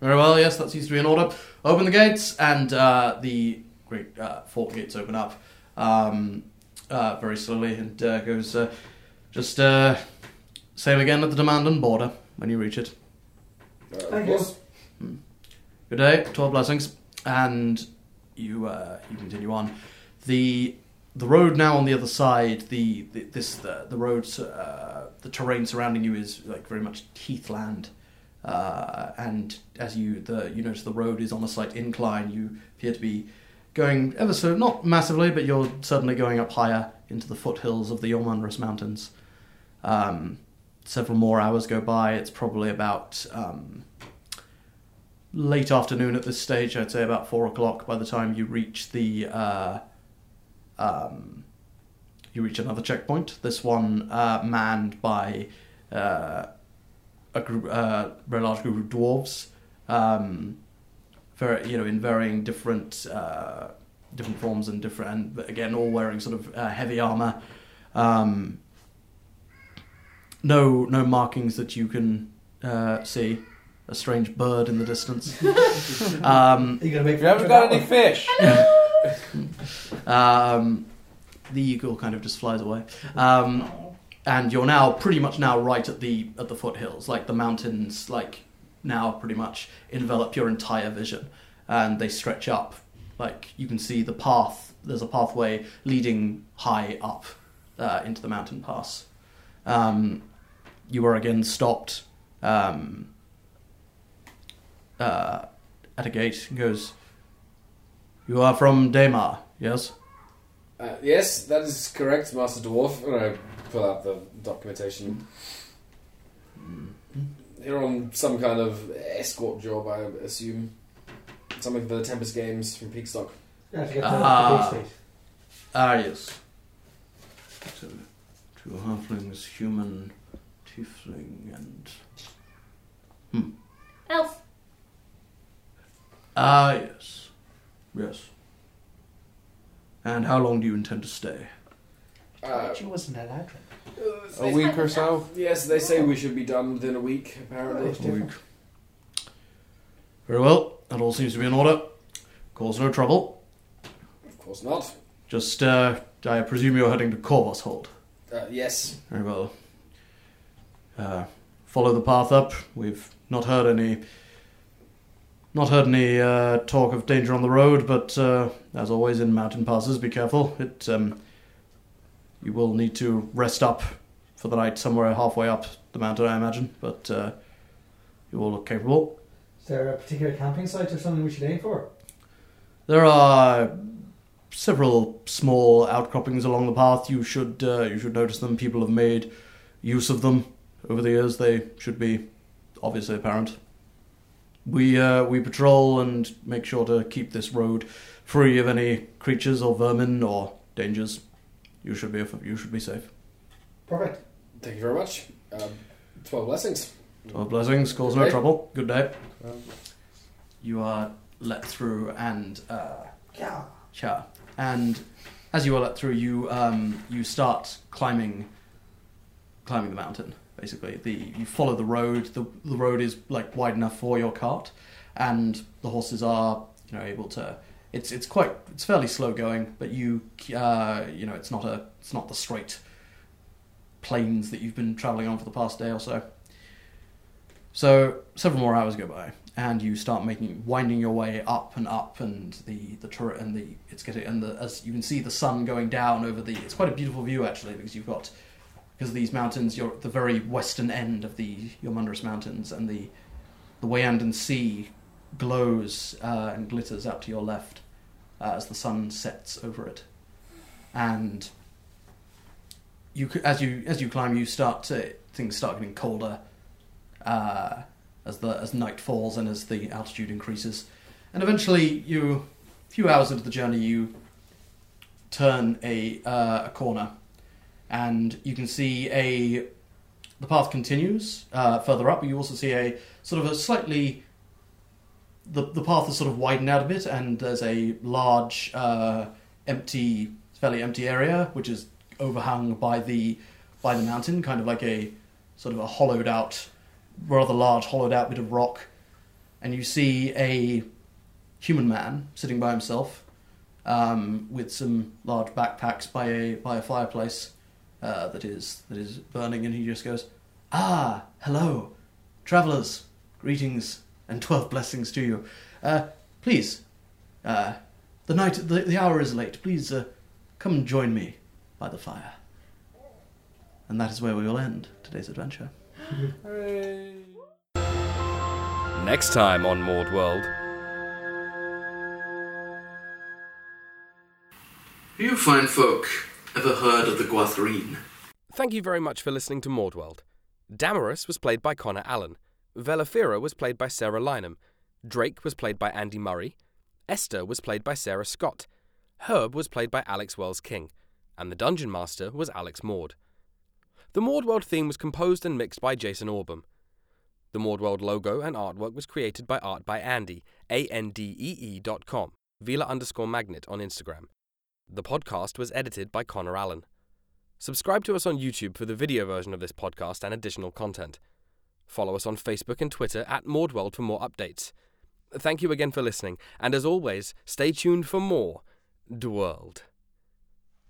Speaker 2: very well, yes, that seems to be in order. Open the gates, and uh, the great uh, fort gates open up um, uh, very slowly and uh, goes, uh, just uh, same again at the demand and border when you reach it.
Speaker 8: uh, of
Speaker 10: Thank you.
Speaker 8: course.
Speaker 2: Good day, 12 blessings. And you uh, you continue on. The the road now on the other side, the, the this the, the road, uh, the terrain surrounding you is like very much heathland. Uh, and as you the you notice the road is on a slight incline, you appear to be going ever so not massively, but you're certainly going up higher into the foothills of the Yormanrus Mountains. Um, several more hours go by. It's probably about um, late afternoon at this stage. I'd say about four o'clock by the time you reach the uh, um, you reach another checkpoint. This one uh, manned by uh, a group, uh, very large group of dwarves. Um, very, you know, in varying different uh, different forms and different, and again, all wearing sort of uh, heavy armor. Um, no, no markings that you can uh, see. A strange bird in the distance. um,
Speaker 10: Are you gonna make
Speaker 6: You haven't got any fish.
Speaker 2: um, the eagle kind of just flies away. Um, and you're now pretty much now right at the at the foothills, like the mountains, like now pretty much envelop your entire vision, and they stretch up. Like you can see the path. There's a pathway leading high up uh, into the mountain pass. Um, you are again stopped um, uh, at a gate and goes, You are from Daymar, yes?
Speaker 8: Uh, yes, that is correct, Master Dwarf. And I pull out the documentation. You're on some kind of escort job, I assume. Something for the Tempest Games from Peakstock.
Speaker 3: Yeah, to get the-
Speaker 2: Ah,
Speaker 3: the base
Speaker 2: ah, yes. So, two halflings, human, tiefling, and. Hmm.
Speaker 5: Elf.
Speaker 2: Ah, yes. Yes. And how long do you intend to stay?
Speaker 8: Uh,
Speaker 3: She wasn't allowed.
Speaker 8: they-
Speaker 6: week or so?
Speaker 8: Yes, they say we should be done within a week, apparently.
Speaker 2: Week. Very well. That all seems to be in order. Cause no trouble.
Speaker 8: Of course not.
Speaker 2: Just, uh, I presume you're heading to Corvus Hold.
Speaker 8: Uh, yes.
Speaker 2: Very well. Uh, follow the path up. We've not heard any, not heard any uh, talk of danger on the road, but uh, as always in mountain passes, be careful. It, um, you will need to rest up for the night somewhere halfway up the mountain, I imagine. But uh, you all look capable.
Speaker 3: Is there a particular camping site or something we should aim for?
Speaker 2: There are several small outcroppings along the path. You should uh, you should notice them. People have made use of them over the years. They should be obviously apparent. We uh, we patrol and make sure to keep this road free of any creatures or vermin or dangers. You should be you should be safe.
Speaker 3: Perfect.
Speaker 8: Thank you very much. Um, Twelve blessings.
Speaker 2: Twelve blessings, cause no
Speaker 8: Okay.
Speaker 2: trouble. Good day. You are let through and uh,
Speaker 3: Yeah.
Speaker 2: Sure. And as you are let through, you um, you start climbing, climbing the mountain. Basically, the you follow the road. The the road is like wide enough for your cart, and the horses are you know able to. It's it's quite it's fairly slow going, but you uh, you know it's not a it's not the straight plains that you've been traveling on for the past day or so. So several more hours go by, and you start making winding your way up and up, and the the turret and the it's getting and the as you can see the sun going down over the. It's quite a beautiful view actually because you've got because of these mountains you're at the very western end of the Yomundrus Mountains, and the the Wayandan Sea glows uh, and glitters out to your left uh, as the sun sets over it, and you c- as you as you climb, you start to things start getting colder uh, as the as night falls and as the altitude increases, and eventually you, a few hours into the journey, you turn a uh, a corner, and you can see a the path continues uh, further up. You also see a sort of a slightly the the path is sort of widened out a bit, and there's a large uh, empty, fairly empty area which is overhung by the by the mountain, kind of like a sort of a hollowed out, rather large hollowed out bit of rock, and you see a human man sitting by himself um, with some large backpacks by a by a fireplace uh, that is that is burning, and he just goes, "Ah, hello, travelers, greetings and twelve blessings to you. Uh, please, uh, the night the, the hour is late. Please uh, come and join me by the fire." And that is where we will end today's adventure.
Speaker 1: Next time on Maud World.
Speaker 2: Have you fine folk ever heard of the Guathrine?
Speaker 1: Thank you very much for listening to Mordworld. Damaris was played by Connor Allen. Velafira was played by Sarah Lynham. Drake was played by Andy Murray. Esther was played by Sarah Scott. Herb was played by Alex Wells King. And the Dungeon Master was Alex Maud. The Mordworld theme was composed and mixed by Jason Orbum. The Mordworld logo and artwork was created by Art by Andy, A-N-D-E-E E dot com, Vila underscore magnet on Instagram. The podcast was edited by Connor Allen. Subscribe to us on YouTube for the video version of this podcast and additional content. Follow us on Facebook and Twitter at Mordworld for more updates. Thank you again for listening, and as always, stay tuned for more Dworld.